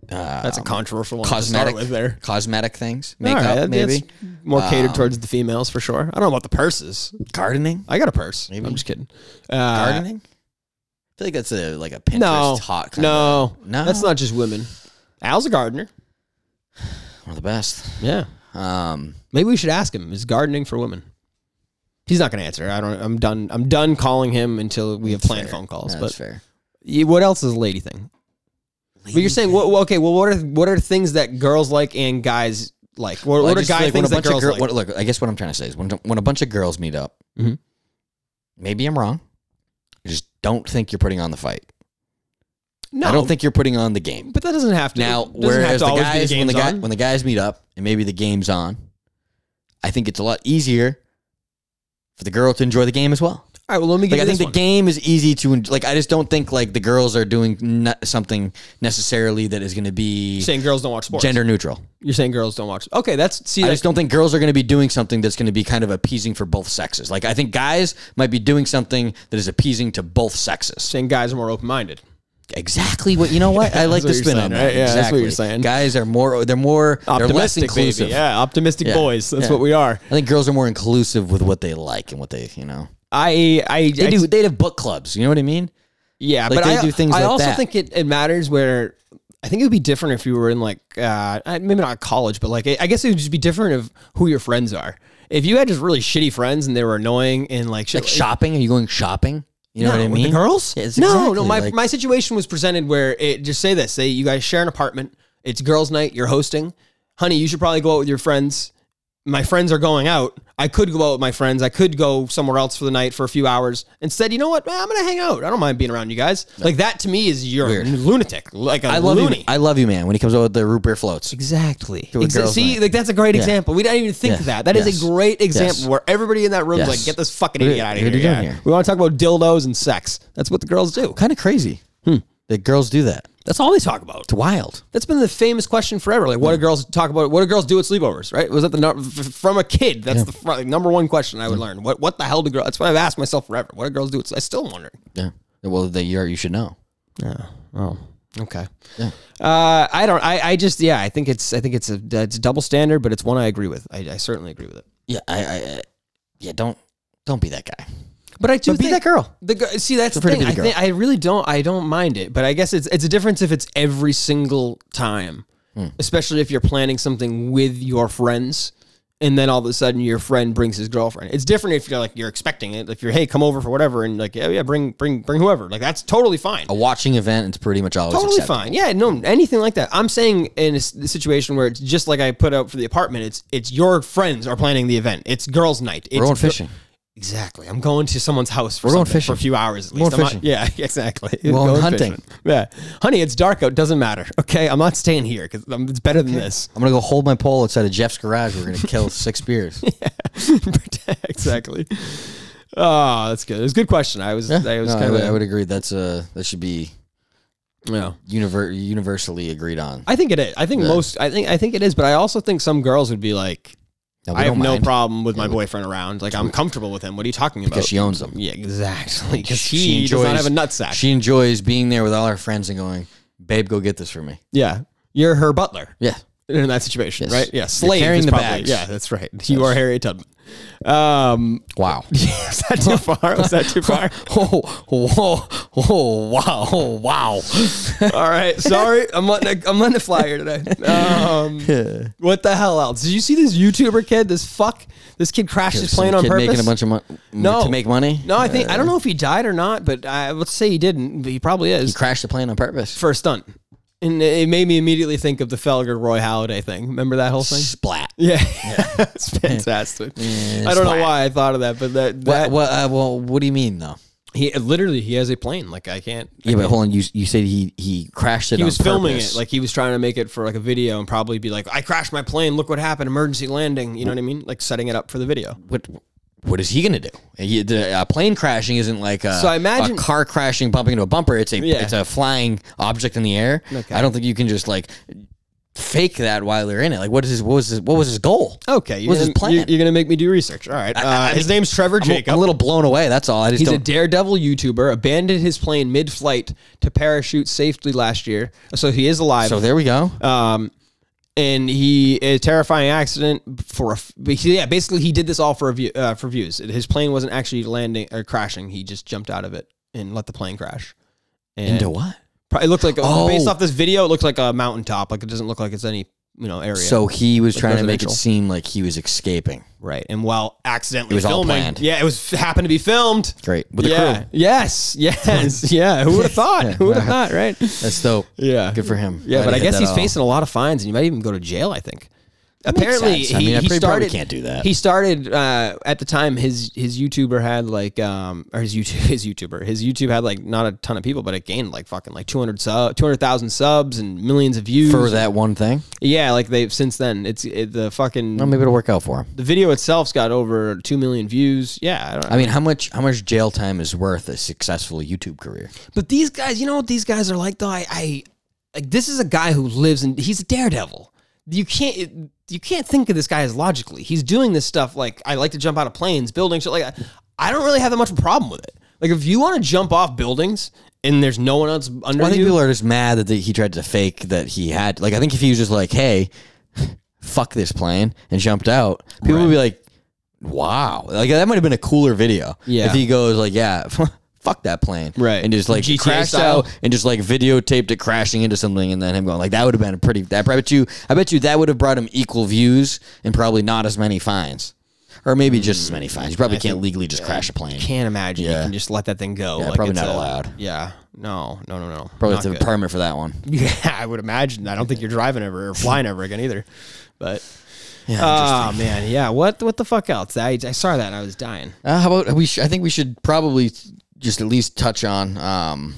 [SPEAKER 1] that's a controversial one.
[SPEAKER 2] cosmetic.
[SPEAKER 1] Hmm, To start with there.
[SPEAKER 2] Cosmetic things.
[SPEAKER 1] All
[SPEAKER 2] Makeup,
[SPEAKER 1] right, that-
[SPEAKER 2] maybe.
[SPEAKER 1] that's more
[SPEAKER 2] Um,
[SPEAKER 1] catered towards the females for sure. I don't know about the purses.
[SPEAKER 2] Gardening.
[SPEAKER 1] I got a purse.
[SPEAKER 2] Maybe.
[SPEAKER 1] I'm just kidding. Uh,
[SPEAKER 2] Gardening. I feel like that's a like a Pinterest
[SPEAKER 1] No,
[SPEAKER 2] hot. Kind
[SPEAKER 1] no,
[SPEAKER 2] of, no.
[SPEAKER 1] That's not just women. Al's a gardener.
[SPEAKER 2] one of the best.
[SPEAKER 1] Yeah,
[SPEAKER 2] Um,
[SPEAKER 1] maybe we should ask him. Is gardening for women? He's not gonna answer. I don't. I'm done. I'm done calling him until we have planned
[SPEAKER 2] fair.
[SPEAKER 1] phone calls.
[SPEAKER 2] No,
[SPEAKER 1] but
[SPEAKER 2] that's fair.
[SPEAKER 1] Yeah, what else is a lady thing? but you're saying, what, okay, well, what are what are things that girls like and guys like? What,
[SPEAKER 2] Well,
[SPEAKER 1] what
[SPEAKER 2] I
[SPEAKER 1] are
[SPEAKER 2] just
[SPEAKER 1] guy
[SPEAKER 2] feel like when
[SPEAKER 1] things that
[SPEAKER 2] a bunch of
[SPEAKER 1] girls
[SPEAKER 2] girl-
[SPEAKER 1] like?
[SPEAKER 2] what- Look, I guess what I'm trying to say is when when a bunch of girls meet up,
[SPEAKER 1] Mhm.
[SPEAKER 2] maybe I'm wrong. I just don't think you're putting on the fight.
[SPEAKER 1] no,
[SPEAKER 2] I don't think you're putting on the game.
[SPEAKER 1] but that doesn't have to.
[SPEAKER 2] Now,
[SPEAKER 1] doesn't have
[SPEAKER 2] whereas
[SPEAKER 1] to
[SPEAKER 2] the
[SPEAKER 1] always be
[SPEAKER 2] guys when the
[SPEAKER 1] game's
[SPEAKER 2] guy
[SPEAKER 1] on.
[SPEAKER 2] when the guys meet up and maybe the game's on, I think it's a lot easier for the girl to enjoy the game as well.
[SPEAKER 1] all right, well, let me give
[SPEAKER 2] Like
[SPEAKER 1] you
[SPEAKER 2] I
[SPEAKER 1] this
[SPEAKER 2] think the
[SPEAKER 1] one.
[SPEAKER 2] game is easy to en- like. I just don't think like the girls are doing n- something necessarily that is going to be
[SPEAKER 1] You're saying girls don't watch sports.
[SPEAKER 2] gender neutral.
[SPEAKER 1] You're saying girls don't watch. Okay, that's see.
[SPEAKER 2] I
[SPEAKER 1] That's,
[SPEAKER 2] just don't think girls are going to be doing something that's going to be kind of appeasing for both sexes. Like I think guys might be doing something that is appeasing to both sexes.
[SPEAKER 1] saying guys are more open minded.
[SPEAKER 2] Exactly what you know. What I like
[SPEAKER 1] what
[SPEAKER 2] to
[SPEAKER 1] you're
[SPEAKER 2] spin
[SPEAKER 1] saying,
[SPEAKER 2] on that.
[SPEAKER 1] right? Yeah,
[SPEAKER 2] exactly.
[SPEAKER 1] that's what you're saying.
[SPEAKER 2] Guys are more. They're more. They're less
[SPEAKER 1] Optimistic, baby.
[SPEAKER 2] inclusive.
[SPEAKER 1] yeah, optimistic
[SPEAKER 2] Yeah.
[SPEAKER 1] boys. That's
[SPEAKER 2] Yeah.
[SPEAKER 1] what we are.
[SPEAKER 2] I think girls are more inclusive with what they like and what they you know.
[SPEAKER 1] I, I,
[SPEAKER 2] They
[SPEAKER 1] I
[SPEAKER 2] do. They have book clubs. You know what I mean?
[SPEAKER 1] Yeah,
[SPEAKER 2] Like,
[SPEAKER 1] but
[SPEAKER 2] they
[SPEAKER 1] I
[SPEAKER 2] do things
[SPEAKER 1] I
[SPEAKER 2] like
[SPEAKER 1] also
[SPEAKER 2] that.
[SPEAKER 1] think it, it matters where I think it would be different if you were in like uh, I- maybe not college, but like I guess it would just be different of who your friends are. If you had just really shitty friends and they were annoying and like shit,
[SPEAKER 2] Like shopping. Are you going shopping? You know
[SPEAKER 1] no,
[SPEAKER 2] what I
[SPEAKER 1] with
[SPEAKER 2] mean?
[SPEAKER 1] the girls?
[SPEAKER 2] Yes,
[SPEAKER 1] no, no.
[SPEAKER 2] exactly,
[SPEAKER 1] My
[SPEAKER 2] like-
[SPEAKER 1] my situation was presented where it just say this: say you guys share an apartment. It's girls' night. You're hosting, honey. You should probably go out with your friends. My friends are going out. I could go out with my friends. I could go somewhere else for the night for a few hours. Instead, you know what? Eh, I'm gonna hang out. I don't mind being around you guys. Like that to me is you're a lunatic. Like a
[SPEAKER 2] I love
[SPEAKER 1] loony.
[SPEAKER 2] you. I love you, man. When he comes out with the root beer floats.
[SPEAKER 1] Exactly.
[SPEAKER 2] a
[SPEAKER 1] Exa-
[SPEAKER 2] girls'
[SPEAKER 1] see,
[SPEAKER 2] night.
[SPEAKER 1] like that's a great example. We didn't even think of that. That is
[SPEAKER 2] Yes.
[SPEAKER 1] a great example
[SPEAKER 2] Yes.
[SPEAKER 1] where everybody in that room
[SPEAKER 2] Yes.
[SPEAKER 1] is like, "Get this fucking
[SPEAKER 2] What are-
[SPEAKER 1] idiot out of
[SPEAKER 2] what are
[SPEAKER 1] here."
[SPEAKER 2] you doing
[SPEAKER 1] Yeah.
[SPEAKER 2] here?
[SPEAKER 1] We want to talk about dildos and sex. That's what the girls do.
[SPEAKER 2] Kind of crazy. Hmm. That girls do that.
[SPEAKER 1] That's all they talk about.
[SPEAKER 2] It's wild.
[SPEAKER 1] That's been the famous question forever. Like, what do girls talk about? What do girls do at sleepovers? Right? Was that the nu- f- from a kid? That's the fr- like, number one question I would learn. What What the hell do girls? That's what I've asked myself forever. What do girls do? At, I still wonder.
[SPEAKER 2] Yeah. Well, that you are, you should know.
[SPEAKER 1] Yeah. Oh. Okay.
[SPEAKER 2] Yeah.
[SPEAKER 1] Uh, I don't. I, I. just. Yeah. I think it's. I think it's a. It's a double standard, but it's one I agree with. I, I certainly agree with it.
[SPEAKER 2] Yeah. I, I, I yeah. Don't don't be that guy.
[SPEAKER 1] But I do
[SPEAKER 2] But be
[SPEAKER 1] think
[SPEAKER 2] that girl.
[SPEAKER 1] The gu- see that's the
[SPEAKER 2] for her to
[SPEAKER 1] thing.
[SPEAKER 2] be
[SPEAKER 1] I
[SPEAKER 2] the
[SPEAKER 1] think I really don't. I don't mind it, but I guess it's it's a difference if it's every single time,
[SPEAKER 2] Hmm.
[SPEAKER 1] especially if you're planning something with your friends, and then all of a sudden your friend brings his girlfriend. It's different if you're like you're expecting it. If you're hey come over for whatever, and like yeah yeah bring bring bring whoever. Like that's totally fine.
[SPEAKER 2] A watching event. It's pretty much always
[SPEAKER 1] Totally
[SPEAKER 2] acceptable.
[SPEAKER 1] fine. Yeah, no, anything like that. I'm saying in a s- situation where it's just like I put out for the apartment. It's it's your friends are planning the event. It's girls' night. It's
[SPEAKER 2] We're going
[SPEAKER 1] gir-
[SPEAKER 2] fishing.
[SPEAKER 1] Exactly. I'm going to someone's house for,
[SPEAKER 2] We're going
[SPEAKER 1] something for
[SPEAKER 2] fishing.
[SPEAKER 1] a few hours at least.
[SPEAKER 2] We're going
[SPEAKER 1] I'm not-
[SPEAKER 2] fishing.
[SPEAKER 1] yeah, exactly.
[SPEAKER 2] going hunting.
[SPEAKER 1] fishing. Yeah. Honey, it's dark out. Doesn't matter. Okay. I'm not staying here because it's better than this.
[SPEAKER 2] I'm gonna go hold my pole outside of Jeff's garage. We're gonna kill six beers.
[SPEAKER 1] exactly. Oh, that's good. It was a good question. I was, I was
[SPEAKER 2] No,
[SPEAKER 1] kind
[SPEAKER 2] would, I
[SPEAKER 1] of,
[SPEAKER 2] would agree. That's uh that should be
[SPEAKER 1] yeah.
[SPEAKER 2] univer- universally agreed on.
[SPEAKER 1] I think it is. I think most, I think, I think it is, but I also think some girls would be like,
[SPEAKER 2] No, we
[SPEAKER 1] I have
[SPEAKER 2] don't
[SPEAKER 1] no
[SPEAKER 2] mind,
[SPEAKER 1] problem with my boyfriend around. Like, I'm comfortable with him. What are you talking about?
[SPEAKER 2] because she owns them.
[SPEAKER 1] yeah, exactly. Because he does not have a nutsack.
[SPEAKER 2] She enjoys being there with all her friends and going, "Babe, go get this for me."
[SPEAKER 1] yeah. You're her butler.
[SPEAKER 2] Yeah,
[SPEAKER 1] in that situation, right? Yeah, slave
[SPEAKER 2] carrying
[SPEAKER 1] is
[SPEAKER 2] the
[SPEAKER 1] probably-
[SPEAKER 2] bags.
[SPEAKER 1] Yeah, that's right. You are Harriet Tubman. Um,
[SPEAKER 2] Wow.
[SPEAKER 1] is that too far? Was that too far?
[SPEAKER 2] Oh, whoa, whoa, wow, oh, wow.
[SPEAKER 1] All right, sorry, I'm letting it, I'm letting it fly here today. Um, what the hell else? Did you see this YouTuber kid? This fuck, this kid crashed his plane
[SPEAKER 2] Some
[SPEAKER 1] on
[SPEAKER 2] kid
[SPEAKER 1] purpose.
[SPEAKER 2] Making a bunch of money
[SPEAKER 1] No.
[SPEAKER 2] to make money.
[SPEAKER 1] no, I think I don't know if he died or not, but I, let's say he didn't. He probably is
[SPEAKER 2] crashed the plane on purpose.
[SPEAKER 1] for a stunt, and it made me immediately think of the Felger Roy Halladay thing. Remember that whole thing?
[SPEAKER 2] Splat.
[SPEAKER 1] Yeah, it's fantastic. I don't know why I thought of that, but that,
[SPEAKER 2] What,
[SPEAKER 1] that
[SPEAKER 2] what, uh, well, what do you mean though?
[SPEAKER 1] he literally he has a plane. Like I can't.
[SPEAKER 2] Yeah, but hold on. You you said he he crashed it.
[SPEAKER 1] he was filming it like he was trying to make it for like a video and probably be like i crashed my plane look what happened emergency landing you know what i mean like setting it up for the video
[SPEAKER 2] what what is he gonna do? He, the, uh, plane crashing isn't like a,
[SPEAKER 1] So I imagine-
[SPEAKER 2] a car crashing bumping into a bumper. It's a
[SPEAKER 1] Yeah.
[SPEAKER 2] it's a flying object in the air.
[SPEAKER 1] Okay.
[SPEAKER 2] I don't think you can just like fake that while they're in it. Like what is his what was his what was his goal?
[SPEAKER 1] okay you're,
[SPEAKER 2] What's his
[SPEAKER 1] gonna,
[SPEAKER 2] plan?
[SPEAKER 1] you're, you're gonna make me do research all right uh, his name's trevor
[SPEAKER 2] I'm, a-
[SPEAKER 1] jacob
[SPEAKER 2] I'm a little blown away. That's all. I just
[SPEAKER 1] He's a
[SPEAKER 2] don't.
[SPEAKER 1] daredevil YouTuber, abandoned his plane mid-flight to parachute safely last year. So he is alive.
[SPEAKER 2] so there we go.
[SPEAKER 1] um, and he a terrifying accident for a f- yeah. Basically, he did this all for a view, uh, for views. His plane wasn't actually landing or crashing. He just jumped out of it and let the plane crash. And
[SPEAKER 2] Into what?
[SPEAKER 1] Pro- It looked like
[SPEAKER 2] Oh.
[SPEAKER 1] based off this video, it looked like a mountaintop. Like it doesn't look like it's any you know area.
[SPEAKER 2] So he was trying to make it
[SPEAKER 1] residential.
[SPEAKER 2] seem like he was escaping.
[SPEAKER 1] right, and while accidentally
[SPEAKER 2] It was all
[SPEAKER 1] filming,
[SPEAKER 2] planned.
[SPEAKER 1] yeah, it was happened to be filmed.
[SPEAKER 2] Great with the
[SPEAKER 1] yeah.
[SPEAKER 2] crew.
[SPEAKER 1] Yes. Yes. yeah. Who would have thought? Who would have thought? Right.
[SPEAKER 2] That's dope.
[SPEAKER 1] Yeah.
[SPEAKER 2] Good for him.
[SPEAKER 1] Yeah,
[SPEAKER 2] Glad
[SPEAKER 1] but
[SPEAKER 2] he
[SPEAKER 1] I
[SPEAKER 2] hit
[SPEAKER 1] guess
[SPEAKER 2] that uh,
[SPEAKER 1] he's
[SPEAKER 2] off.
[SPEAKER 1] facing a lot of fines, and he might even go to jail. I think. Apparently,
[SPEAKER 2] sense.
[SPEAKER 1] he,
[SPEAKER 2] I mean, I
[SPEAKER 1] he
[SPEAKER 2] probably
[SPEAKER 1] started.
[SPEAKER 2] can't do that.
[SPEAKER 1] He started uh, at the time. His his YouTuber had like um or his YouTube his YouTuber his YouTube had like not a ton of people, but it gained like fucking like 200 sub 200,000 subs and millions of views
[SPEAKER 2] for that one thing.
[SPEAKER 1] Yeah, like they've since then. It's it, the fucking
[SPEAKER 2] Well, maybe it'll work out for him.
[SPEAKER 1] the video itself's got over two million views. Yeah, I don't know.
[SPEAKER 2] I mean, how much how much jail time is worth a successful YouTube career?
[SPEAKER 1] But these guys, you know what these guys are like though. I, I like this is a guy who lives in. He's a daredevil. You can't you can't think of this guy as logically. He's doing this stuff like I like to jump out of planes, buildings, shit like that. I don't really have that much of a problem with it. Like if you want to jump off buildings and there's no one else under
[SPEAKER 2] Well, I think
[SPEAKER 1] you,
[SPEAKER 2] people are just mad that they, he tried to fake that he had. Like, I think if he was just like, "Hey, fuck this plane," and jumped out, people would be like, "Wow!" Like that might have been a cooler video.
[SPEAKER 1] Yeah.
[SPEAKER 2] If he goes like, "Yeah, fuck that plane,"
[SPEAKER 1] Right.
[SPEAKER 2] and just like
[SPEAKER 1] GTA
[SPEAKER 2] crashed
[SPEAKER 1] style.
[SPEAKER 2] out and just like videotaped it crashing into something, and then him going like, "That would have been a pretty." That I bet you, I bet you that would have brought him equal views and probably not as many fines, or maybe just as many fines. You probably can't legally just crash a plane.
[SPEAKER 1] can't imagine you
[SPEAKER 2] Yeah.
[SPEAKER 1] can just let that thing go.
[SPEAKER 2] probably
[SPEAKER 1] it's
[SPEAKER 2] not
[SPEAKER 1] a-
[SPEAKER 2] allowed.
[SPEAKER 1] Yeah, no, no, no, no.
[SPEAKER 2] Probably
[SPEAKER 1] Not
[SPEAKER 2] have to
[SPEAKER 1] good.
[SPEAKER 2] have a permit for that one.
[SPEAKER 1] Yeah, I would imagine. I don't think you're driving ever or flying ever again either. But oh man, yeah. What what the fuck else? I, I saw that and I was dying.
[SPEAKER 2] Uh, how about we? Sh- I think we should probably just at least touch on um,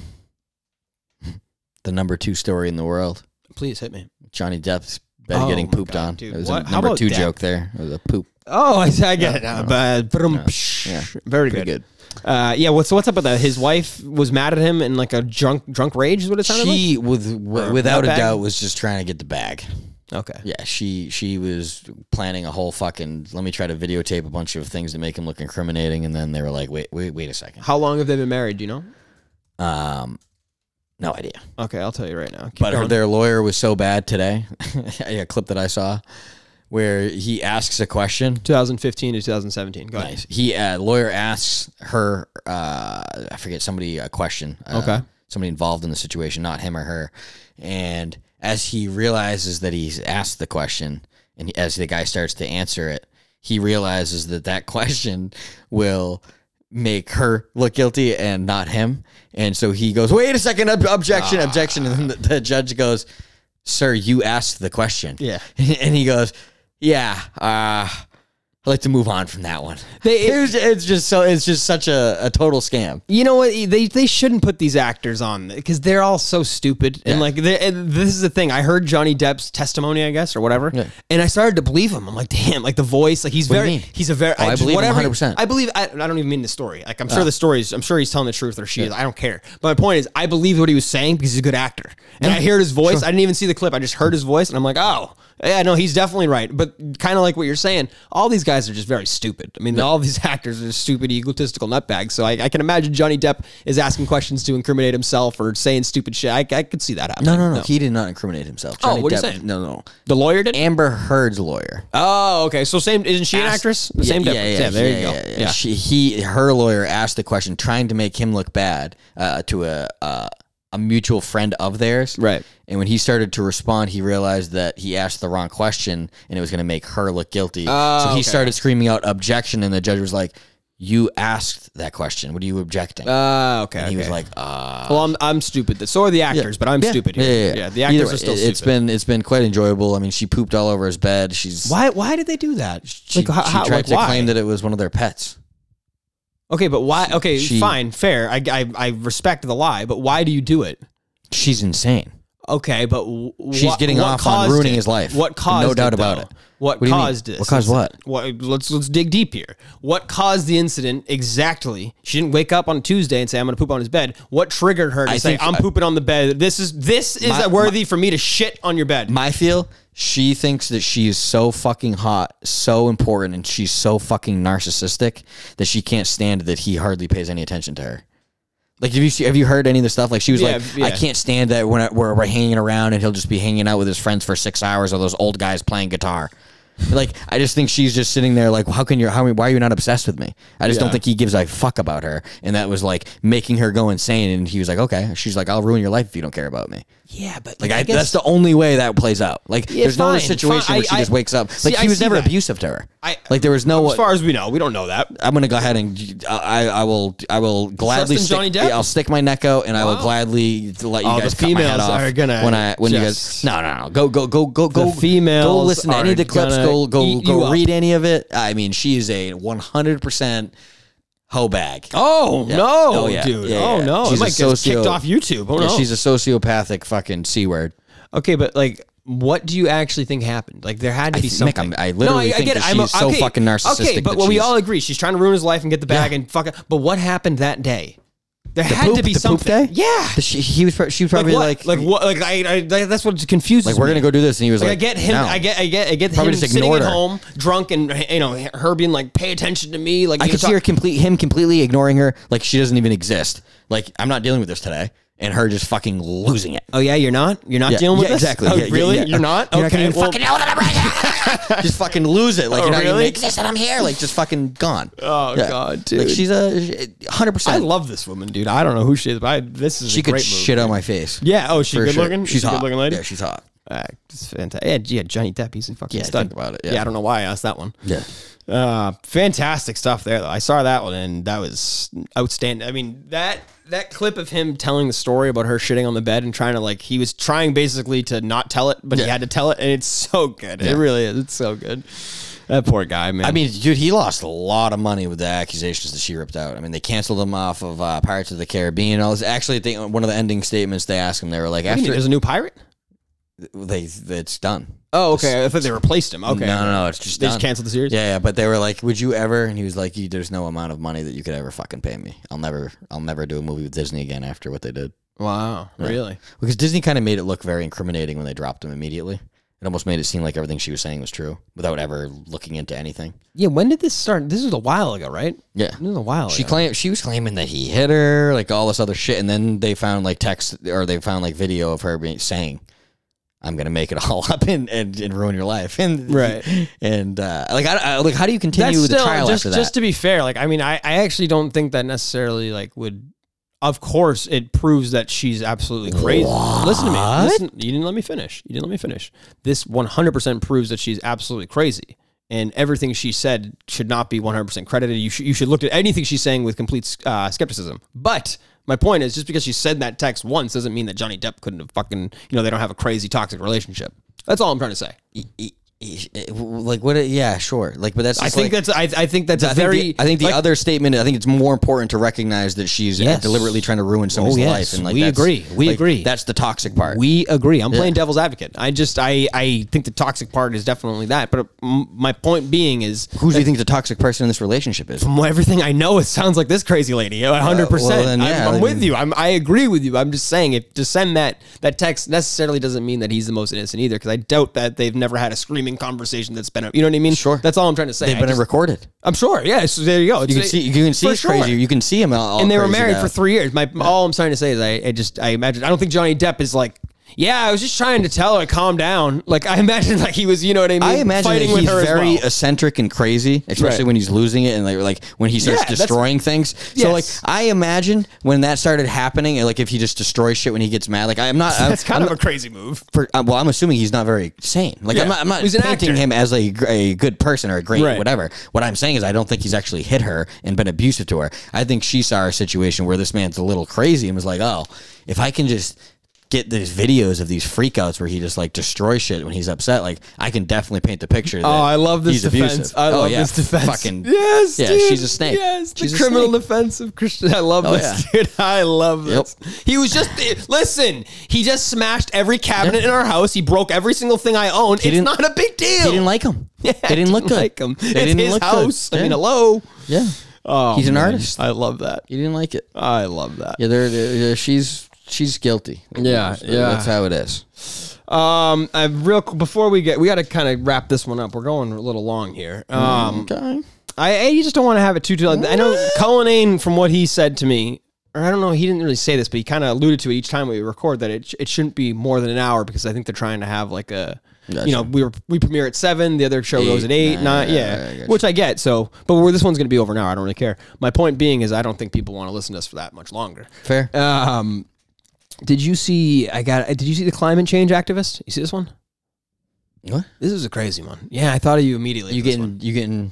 [SPEAKER 2] the number two story in the world,
[SPEAKER 1] Please hit me.
[SPEAKER 2] Johnny Depp's bed
[SPEAKER 1] Oh
[SPEAKER 2] getting
[SPEAKER 1] my
[SPEAKER 2] pooped
[SPEAKER 1] God,
[SPEAKER 2] on.
[SPEAKER 1] dude,
[SPEAKER 2] it was
[SPEAKER 1] what?
[SPEAKER 2] a
[SPEAKER 1] How
[SPEAKER 2] number
[SPEAKER 1] about
[SPEAKER 2] two
[SPEAKER 1] Depp?
[SPEAKER 2] joke there. It was a poop.
[SPEAKER 1] Oh, I, I get it. now, but brum, psh.
[SPEAKER 2] yeah.
[SPEAKER 1] very
[SPEAKER 2] Pretty
[SPEAKER 1] good.
[SPEAKER 2] good.
[SPEAKER 1] Uh, yeah. What's what's up with that? His wife was mad at him and like a drunk drunk rage is what it sounded
[SPEAKER 2] She, with w- without a
[SPEAKER 1] nutbag?
[SPEAKER 2] doubt, was just trying to get the bag.
[SPEAKER 1] like. Okay.
[SPEAKER 2] Yeah, she she was planning a whole fucking. Let me try to videotape a bunch of things to make him look incriminating, and then they were like, "Wait, wait, wait a second.
[SPEAKER 1] How long have they been married? Do you know?
[SPEAKER 2] Um, no idea."
[SPEAKER 1] Okay, I'll tell you right now. Keep
[SPEAKER 2] but her,
[SPEAKER 1] going.
[SPEAKER 2] their lawyer was so bad today. a clip that I saw where he asks a question.
[SPEAKER 1] 2015 to 2017. Go ahead.
[SPEAKER 2] Nice. He uh, lawyer asks her, uh, I forget somebody a question. Uh,
[SPEAKER 1] Okay.
[SPEAKER 2] somebody involved in the situation, not him or her. And as he realizes that he's asked the question, and he- as the guy starts to answer it, he realizes that that question will make her look guilty and not him. And so he goes, "Wait a second, ob- objection, objection!" And then the, the judge goes, "Sir, you asked the question."
[SPEAKER 1] Yeah.
[SPEAKER 2] and he goes, "Yeah." Uh, I'd like to move on from that one.
[SPEAKER 1] They-
[SPEAKER 2] it was, it's just so it's just such a, a total scam.
[SPEAKER 1] You know what? E, They they shouldn't put these actors on because they're all so stupid. And
[SPEAKER 2] Yeah.
[SPEAKER 1] like, they- and this is the thing. I heard Johnny Depp's testimony, I guess, or whatever,
[SPEAKER 2] Yeah.
[SPEAKER 1] and I started to believe him. I'm like, damn, like the voice, like he's
[SPEAKER 2] do you
[SPEAKER 1] very,
[SPEAKER 2] mean? Oh,
[SPEAKER 1] he's a very.
[SPEAKER 2] I
[SPEAKER 1] just-
[SPEAKER 2] believe him
[SPEAKER 1] whatever-
[SPEAKER 2] 100%.
[SPEAKER 1] I believe. I, I don't even mean the story. Like,
[SPEAKER 2] Uh.
[SPEAKER 1] I'm sure the story's. I'm sure he's telling the truth, or she is. I don't care. But my point is, I believe what he was saying because he's a good actor, and I heard his voice. I didn't even see the clip. I just heard his voice, and I'm like, oh, Yeah, no, he's definitely right. But kind of like what you're saying, all these guys are just very stupid. I mean, all these actors are stupid, egotistical nutbags. So I, I can imagine Johnny Depp is asking questions to incriminate himself or saying stupid shit. I, I could see that happening.
[SPEAKER 2] No, no, no, He did not incriminate himself.
[SPEAKER 1] Oh, what are you
[SPEAKER 2] Depp-
[SPEAKER 1] saying?
[SPEAKER 2] No, no.
[SPEAKER 1] The lawyer did.
[SPEAKER 2] Amber Heard's lawyer.
[SPEAKER 1] oh, okay. So same. Isn't she an actress? The same difference. Yeah, there you
[SPEAKER 2] yeah,
[SPEAKER 1] go.
[SPEAKER 2] yeah, yeah.
[SPEAKER 1] yeah.
[SPEAKER 2] She, he, her lawyer asked the question, trying to make him look bad uh, to a uh, a mutual friend of theirs.
[SPEAKER 1] Right.
[SPEAKER 2] And when he started to respond, he realized that he asked the wrong question, and it was going to make her look guilty.
[SPEAKER 1] Oh,
[SPEAKER 2] so he started screaming out objection, and the judge was like, "You asked that question. What are you objecting?"
[SPEAKER 1] Ah, okay.
[SPEAKER 2] and he was
[SPEAKER 1] okay.
[SPEAKER 2] like, "Uh."
[SPEAKER 1] well, I'm, I'm stupid. So are the actors, but I'm stupid. Here.
[SPEAKER 2] Yeah, yeah,
[SPEAKER 1] The
[SPEAKER 2] Either
[SPEAKER 1] actors
[SPEAKER 2] way,
[SPEAKER 1] are still
[SPEAKER 2] it-
[SPEAKER 1] stupid.
[SPEAKER 2] It's been it's been quite enjoyable. I mean, she pooped all over his bed. She's
[SPEAKER 1] why? Why did they do that?
[SPEAKER 2] she,
[SPEAKER 1] like, how,
[SPEAKER 2] she
[SPEAKER 1] how-
[SPEAKER 2] tried
[SPEAKER 1] like,
[SPEAKER 2] to
[SPEAKER 1] why?
[SPEAKER 2] claim that it was one of their pets.
[SPEAKER 1] Okay, but why? Okay,
[SPEAKER 2] she-
[SPEAKER 1] fine, fair. I, I I respect the lie, but why do you do it?
[SPEAKER 2] She's insane.
[SPEAKER 1] Okay, but w-
[SPEAKER 2] She's
[SPEAKER 1] wh-
[SPEAKER 2] getting
[SPEAKER 1] what
[SPEAKER 2] off on
[SPEAKER 1] caused
[SPEAKER 2] ruining
[SPEAKER 1] it?
[SPEAKER 2] his life.
[SPEAKER 1] What caused?
[SPEAKER 2] No doubt about
[SPEAKER 1] though?
[SPEAKER 2] it.
[SPEAKER 1] What,
[SPEAKER 2] What do you mean?
[SPEAKER 1] caused this?
[SPEAKER 2] What caused what?
[SPEAKER 1] What? Let's let's dig deep here. What caused the incident exactly? She didn't wake up on Tuesday and say, "I'm going to poop on his bed." What triggered her to
[SPEAKER 2] I
[SPEAKER 1] say,
[SPEAKER 2] think-
[SPEAKER 1] "I'm
[SPEAKER 2] I-
[SPEAKER 1] pooping on the bed"? This is this is
[SPEAKER 2] My-
[SPEAKER 1] worthy for me to shit on your bed.
[SPEAKER 2] My feel, she thinks that she is so fucking hot, so important, and she's so fucking narcissistic that she can't stand that he hardly pays any attention to her. Like, have you see, have you heard any of the stuff? Like, she was
[SPEAKER 1] Yeah,
[SPEAKER 2] like,
[SPEAKER 1] yeah.
[SPEAKER 2] "I can't stand that when I, we're, we're hanging around and he'll just be hanging out with his friends for six hours or those old guys playing guitar." like, I just think she's just sitting there like, "How can you? How why are you not obsessed with me?" I just
[SPEAKER 1] Yeah.
[SPEAKER 2] don't think he gives a fuck about her, and that was like making her go insane. And he was like, "Okay," she's like, "I'll ruin your life if you don't care about me."
[SPEAKER 1] yeah, but
[SPEAKER 2] Like I, that's the only way that plays out. Like
[SPEAKER 1] Yeah,
[SPEAKER 2] there's no other
[SPEAKER 1] fine,
[SPEAKER 2] situation
[SPEAKER 1] fine.
[SPEAKER 2] where
[SPEAKER 1] I-
[SPEAKER 2] she just
[SPEAKER 1] I-
[SPEAKER 2] wakes up.
[SPEAKER 1] See,
[SPEAKER 2] like
[SPEAKER 1] I
[SPEAKER 2] he was
[SPEAKER 1] see
[SPEAKER 2] never
[SPEAKER 1] that.
[SPEAKER 2] abusive to her.
[SPEAKER 1] I-
[SPEAKER 2] like there was no.
[SPEAKER 1] as far as we know, we don't know that.
[SPEAKER 2] I'm gonna go ahead and I I will I will gladly
[SPEAKER 1] than
[SPEAKER 2] stick,
[SPEAKER 1] Johnny Depp?
[SPEAKER 2] I'll stick my neck out and I will
[SPEAKER 1] Wow.
[SPEAKER 2] gladly let you
[SPEAKER 1] Oh, the
[SPEAKER 2] guys cut my head
[SPEAKER 1] females
[SPEAKER 2] off
[SPEAKER 1] are gonna
[SPEAKER 2] when I when
[SPEAKER 1] just-
[SPEAKER 2] you guys no no no go go go go go go
[SPEAKER 1] females
[SPEAKER 2] listen to any
[SPEAKER 1] are
[SPEAKER 2] of the clips
[SPEAKER 1] gonna
[SPEAKER 2] go go
[SPEAKER 1] eat you
[SPEAKER 2] go
[SPEAKER 1] up.
[SPEAKER 2] read any of it I mean she is a 100 percent hoe bag
[SPEAKER 1] Oh
[SPEAKER 2] Yeah.
[SPEAKER 1] no,
[SPEAKER 2] Oh, yeah.
[SPEAKER 1] dude!
[SPEAKER 2] Yeah,
[SPEAKER 1] oh
[SPEAKER 2] yeah.
[SPEAKER 1] no,
[SPEAKER 2] She's
[SPEAKER 1] it might
[SPEAKER 2] a
[SPEAKER 1] get
[SPEAKER 2] socio-
[SPEAKER 1] kicked off YouTube. Oh
[SPEAKER 2] Yeah,
[SPEAKER 1] no,
[SPEAKER 2] she's a sociopathic fucking c word
[SPEAKER 1] Okay, but like, what do you actually think happened? Like, there had to be
[SPEAKER 2] think
[SPEAKER 1] something.
[SPEAKER 2] I'm- I literally think that she's so fucking narcissistic
[SPEAKER 1] Okay, but
[SPEAKER 2] that
[SPEAKER 1] well, we
[SPEAKER 2] she's-
[SPEAKER 1] all agree she's trying to ruin his life and get the bag and fuck. it. But what happened that day? There had to
[SPEAKER 2] poop-
[SPEAKER 1] be
[SPEAKER 2] the poop
[SPEAKER 1] something.
[SPEAKER 2] day?
[SPEAKER 1] Yeah.
[SPEAKER 2] she, he was pro- she was
[SPEAKER 1] Like
[SPEAKER 2] probably
[SPEAKER 1] what? Like, what? Like I, I, that's what confuses.
[SPEAKER 2] like we're
[SPEAKER 1] me.
[SPEAKER 2] gonna go do this and he was
[SPEAKER 1] Like,
[SPEAKER 2] like,
[SPEAKER 1] I get him.
[SPEAKER 2] no.
[SPEAKER 1] I get. I get. I get
[SPEAKER 2] Probably
[SPEAKER 1] him
[SPEAKER 2] just
[SPEAKER 1] sitting
[SPEAKER 2] ignored
[SPEAKER 1] at
[SPEAKER 2] her.
[SPEAKER 1] home drunk and you know her being like, "Pay attention to me." Like
[SPEAKER 2] I
[SPEAKER 1] you
[SPEAKER 2] could
[SPEAKER 1] talk-
[SPEAKER 2] see her complete him completely ignoring her, like she doesn't even exist. Like I'm not dealing with this today, and her just fucking losing it.
[SPEAKER 1] Oh yeah, you're not. You're not dealing with
[SPEAKER 2] yeah,
[SPEAKER 1] this?
[SPEAKER 2] exactly.
[SPEAKER 1] Oh,
[SPEAKER 2] Yeah, yeah,
[SPEAKER 1] really?
[SPEAKER 2] yeah.
[SPEAKER 1] You're not.
[SPEAKER 2] You're
[SPEAKER 1] okay.
[SPEAKER 2] gonna even
[SPEAKER 1] well,
[SPEAKER 2] fucking know that I'm right. just fucking lose it. Like
[SPEAKER 1] Oh,
[SPEAKER 2] you're not
[SPEAKER 1] really?
[SPEAKER 2] even exist, and I'm here. Like just fucking gone.
[SPEAKER 1] Oh, God, dude.
[SPEAKER 2] Like she's a hundred
[SPEAKER 1] I
[SPEAKER 2] percent.
[SPEAKER 1] love this woman, dude. I don't know who she is, but I, this is
[SPEAKER 2] she
[SPEAKER 1] a great
[SPEAKER 2] could
[SPEAKER 1] movie.
[SPEAKER 2] shit on my face.
[SPEAKER 1] Yeah. Oh, she's
[SPEAKER 2] for
[SPEAKER 1] good
[SPEAKER 2] sure.
[SPEAKER 1] looking.
[SPEAKER 2] She's
[SPEAKER 1] a
[SPEAKER 2] hot.
[SPEAKER 1] Good looking lady.
[SPEAKER 2] Yeah, she's hot.
[SPEAKER 1] Uh, it's fantastic. Yeah, Johnny Depp. He's a fucking
[SPEAKER 2] Yeah,
[SPEAKER 1] stud.
[SPEAKER 2] think about it, yeah.
[SPEAKER 1] I don't know why I asked that one.
[SPEAKER 2] Yeah.
[SPEAKER 1] Uh, fantastic stuff there, though. I saw that one, and that was outstanding. I mean that that clip of him telling the story about her shitting on the bed and trying to like he was trying basically to not tell it, but he
[SPEAKER 2] Yeah.
[SPEAKER 1] had to tell it, and it's so good. It really is. It's so good. That poor guy, man.
[SPEAKER 2] I mean, dude, he lost a lot of money with the accusations that she ripped out. I mean, they canceled him off of uh, Pirates of the Caribbean. All this. Actually, they, one of the ending statements they asked him, they were like,
[SPEAKER 1] What do you mean,
[SPEAKER 2] after
[SPEAKER 1] there's a new pirate.
[SPEAKER 2] they, it's done.
[SPEAKER 1] Oh, okay. I thought they replaced him. Okay.
[SPEAKER 2] No, no, no. It's just
[SPEAKER 1] They just
[SPEAKER 2] done.
[SPEAKER 1] canceled the series?
[SPEAKER 2] Yeah, yeah. But they were like, "Would you ever?" And he was like, "You- "There's no amount of money that you could ever fucking pay me. I'll never, I'll never do a movie with Disney again after what they did."
[SPEAKER 1] Wow. Really?
[SPEAKER 2] Because Disney kind of made it look very incriminating when they dropped him immediately. It almost made it seem like everything she was saying was true without ever looking into anything.
[SPEAKER 1] Yeah. When did this start? This was a while ago, right?
[SPEAKER 2] Yeah.
[SPEAKER 1] This was a while
[SPEAKER 2] She
[SPEAKER 1] ago.
[SPEAKER 2] claimed she was claiming that he hit her, like all this other shit, and then they found like text or they found like video of her being saying, "I'm gonna make it all up and and, and ruin your life." And
[SPEAKER 1] Right.
[SPEAKER 2] and uh, like I, I like how do you continue the trial
[SPEAKER 1] just,
[SPEAKER 2] after that?
[SPEAKER 1] just to be fair like i mean I, I actually don't think that necessarily like would of course it proves that she's absolutely crazy listen to me listen, you didn't let me finish you didn't let me finish this 100% proves that she's absolutely crazy and everything she said should not be 100% credited you should, you should look at anything she's saying with complete uh, skepticism but my point is just because she said that text once doesn't mean that johnny depp couldn't have fucking you know they don't have a crazy toxic relationship that's all i'm trying to say
[SPEAKER 2] E- like what? Yeah, sure. Like, but that's.
[SPEAKER 1] I
[SPEAKER 2] just
[SPEAKER 1] think
[SPEAKER 2] like-
[SPEAKER 1] that's I, I think that's a
[SPEAKER 2] I think
[SPEAKER 1] very
[SPEAKER 2] the, I think the
[SPEAKER 1] like,
[SPEAKER 2] other statement. I think it's more important to recognize that she's
[SPEAKER 1] Yes.
[SPEAKER 2] deliberately trying to ruin somebody's
[SPEAKER 1] Oh, yes.
[SPEAKER 2] life. And like
[SPEAKER 1] We
[SPEAKER 2] that's-
[SPEAKER 1] agree. We
[SPEAKER 2] like,
[SPEAKER 1] agree.
[SPEAKER 2] That's the toxic part.
[SPEAKER 1] We agree. I'm playing devil's advocate. I just I I think the toxic part is definitely that. But uh, m- my point being is
[SPEAKER 2] Who do you think the toxic person in this relationship is?
[SPEAKER 1] from everything I know, it sounds like this crazy lady. A hundred percent.
[SPEAKER 2] Uh, then,
[SPEAKER 1] I'm,
[SPEAKER 2] yeah,
[SPEAKER 1] I'm
[SPEAKER 2] I
[SPEAKER 1] with
[SPEAKER 2] mean-
[SPEAKER 1] you. I'm, I agree with you. I'm just saying, if to send that that text necessarily doesn't mean that he's the most innocent either, because I doubt that they've never had a screaming conversation that's been. You know what I mean?
[SPEAKER 2] Sure.
[SPEAKER 1] That's all I'm trying to say.
[SPEAKER 2] They've
[SPEAKER 1] I
[SPEAKER 2] been
[SPEAKER 1] just-
[SPEAKER 2] recorded.
[SPEAKER 1] I'm sure. Yeah. So there you go.
[SPEAKER 2] You can see. You can see. It's crazy. You can see him. All, all
[SPEAKER 1] and they were
[SPEAKER 2] crazy
[SPEAKER 1] married
[SPEAKER 2] now.
[SPEAKER 1] for three years. My all I'm trying to say is I, I just I imagine I don't think Johnny Depp is like yeah I was just trying to tell her to calm down like I imagine like he was you know what I mean
[SPEAKER 2] I imagine that
[SPEAKER 1] fighting
[SPEAKER 2] he's
[SPEAKER 1] with her as
[SPEAKER 2] very
[SPEAKER 1] well.
[SPEAKER 2] eccentric and crazy, especially
[SPEAKER 1] Right.
[SPEAKER 2] when he's losing it and like, like when he starts
[SPEAKER 1] Yeah, that's-
[SPEAKER 2] destroying things. So like
[SPEAKER 1] Yes.
[SPEAKER 2] I imagine when that started happening, like if he just destroys shit when he gets mad, like I'm not. I'm,
[SPEAKER 1] that's kind
[SPEAKER 2] I'm
[SPEAKER 1] of a crazy move.
[SPEAKER 2] per- uh, well, I'm assuming he's not very sane. Like
[SPEAKER 1] Yeah.
[SPEAKER 2] I'm not, I'm not
[SPEAKER 1] He's an
[SPEAKER 2] painting
[SPEAKER 1] actor.
[SPEAKER 2] him as a, gr- a good person or a great
[SPEAKER 1] Right.
[SPEAKER 2] whatever. What I'm saying is I don't think he's actually hit her and been abusive to her. I think she saw a situation where this man's a little crazy and was like, oh, if I can just get these videos of these freakouts where he just like destroys shit when he's upset, like I can definitely paint the picture. That
[SPEAKER 1] Oh, I love this
[SPEAKER 2] he's
[SPEAKER 1] defense.
[SPEAKER 2] abusive.
[SPEAKER 1] I
[SPEAKER 2] Oh,
[SPEAKER 1] love
[SPEAKER 2] yeah.
[SPEAKER 1] this defense.
[SPEAKER 2] Fucking
[SPEAKER 1] yes,
[SPEAKER 2] yeah,
[SPEAKER 1] dude.
[SPEAKER 2] she's a snake.
[SPEAKER 1] Yes, the
[SPEAKER 2] She's a
[SPEAKER 1] criminal
[SPEAKER 2] snake. Oh,
[SPEAKER 1] defense of Christian. I love this,
[SPEAKER 2] yeah.
[SPEAKER 1] dude. I love
[SPEAKER 2] Yep.
[SPEAKER 1] this. He was just it- listen. He just smashed every cabinet in our house. He broke every single thing I own. It's
[SPEAKER 2] didn't-
[SPEAKER 1] not a big deal.
[SPEAKER 2] They didn't like him.
[SPEAKER 1] Yeah,
[SPEAKER 2] they didn't look good.
[SPEAKER 1] Like him.
[SPEAKER 2] They
[SPEAKER 1] it's
[SPEAKER 2] didn't
[SPEAKER 1] his
[SPEAKER 2] look
[SPEAKER 1] house.
[SPEAKER 2] good.
[SPEAKER 1] I mean,
[SPEAKER 2] Yeah.
[SPEAKER 1] hello.
[SPEAKER 2] yeah.
[SPEAKER 1] Oh,
[SPEAKER 2] He's an
[SPEAKER 1] man.
[SPEAKER 2] artist.
[SPEAKER 1] I love that.
[SPEAKER 2] He didn't like it.
[SPEAKER 1] I love that.
[SPEAKER 2] Yeah, they're, they're- she's she's guilty.
[SPEAKER 1] Yeah, yeah.
[SPEAKER 2] That's how it is.
[SPEAKER 1] Um, I real qu- before we get, we got to kind of wrap this one up. We're going a little long here. Um,
[SPEAKER 2] Okay.
[SPEAKER 1] I, I just don't want to have it too. too I know Cullinane, from what he said to me, or I don't know, he didn't really say this, but he kind of alluded to it each time we record that it sh- it shouldn't be more than an hour because I think they're trying to have like a. You know, we were, we premiere at seven. The other show goes at eight,
[SPEAKER 2] nine,
[SPEAKER 1] nine,
[SPEAKER 2] yeah,
[SPEAKER 1] yeah,
[SPEAKER 2] yeah, I gotcha.
[SPEAKER 1] which I get. So, but where this one's going to be over now, I don't really care. My point being is, I don't think people want to listen to us for that much longer.
[SPEAKER 2] Fair.
[SPEAKER 1] Um, did you see? I got. Did you see the climate change activist? You see this one?
[SPEAKER 2] What?
[SPEAKER 1] This is a crazy one. Yeah, I thought of you immediately.
[SPEAKER 2] You
[SPEAKER 1] for this
[SPEAKER 2] getting
[SPEAKER 1] one.
[SPEAKER 2] you getting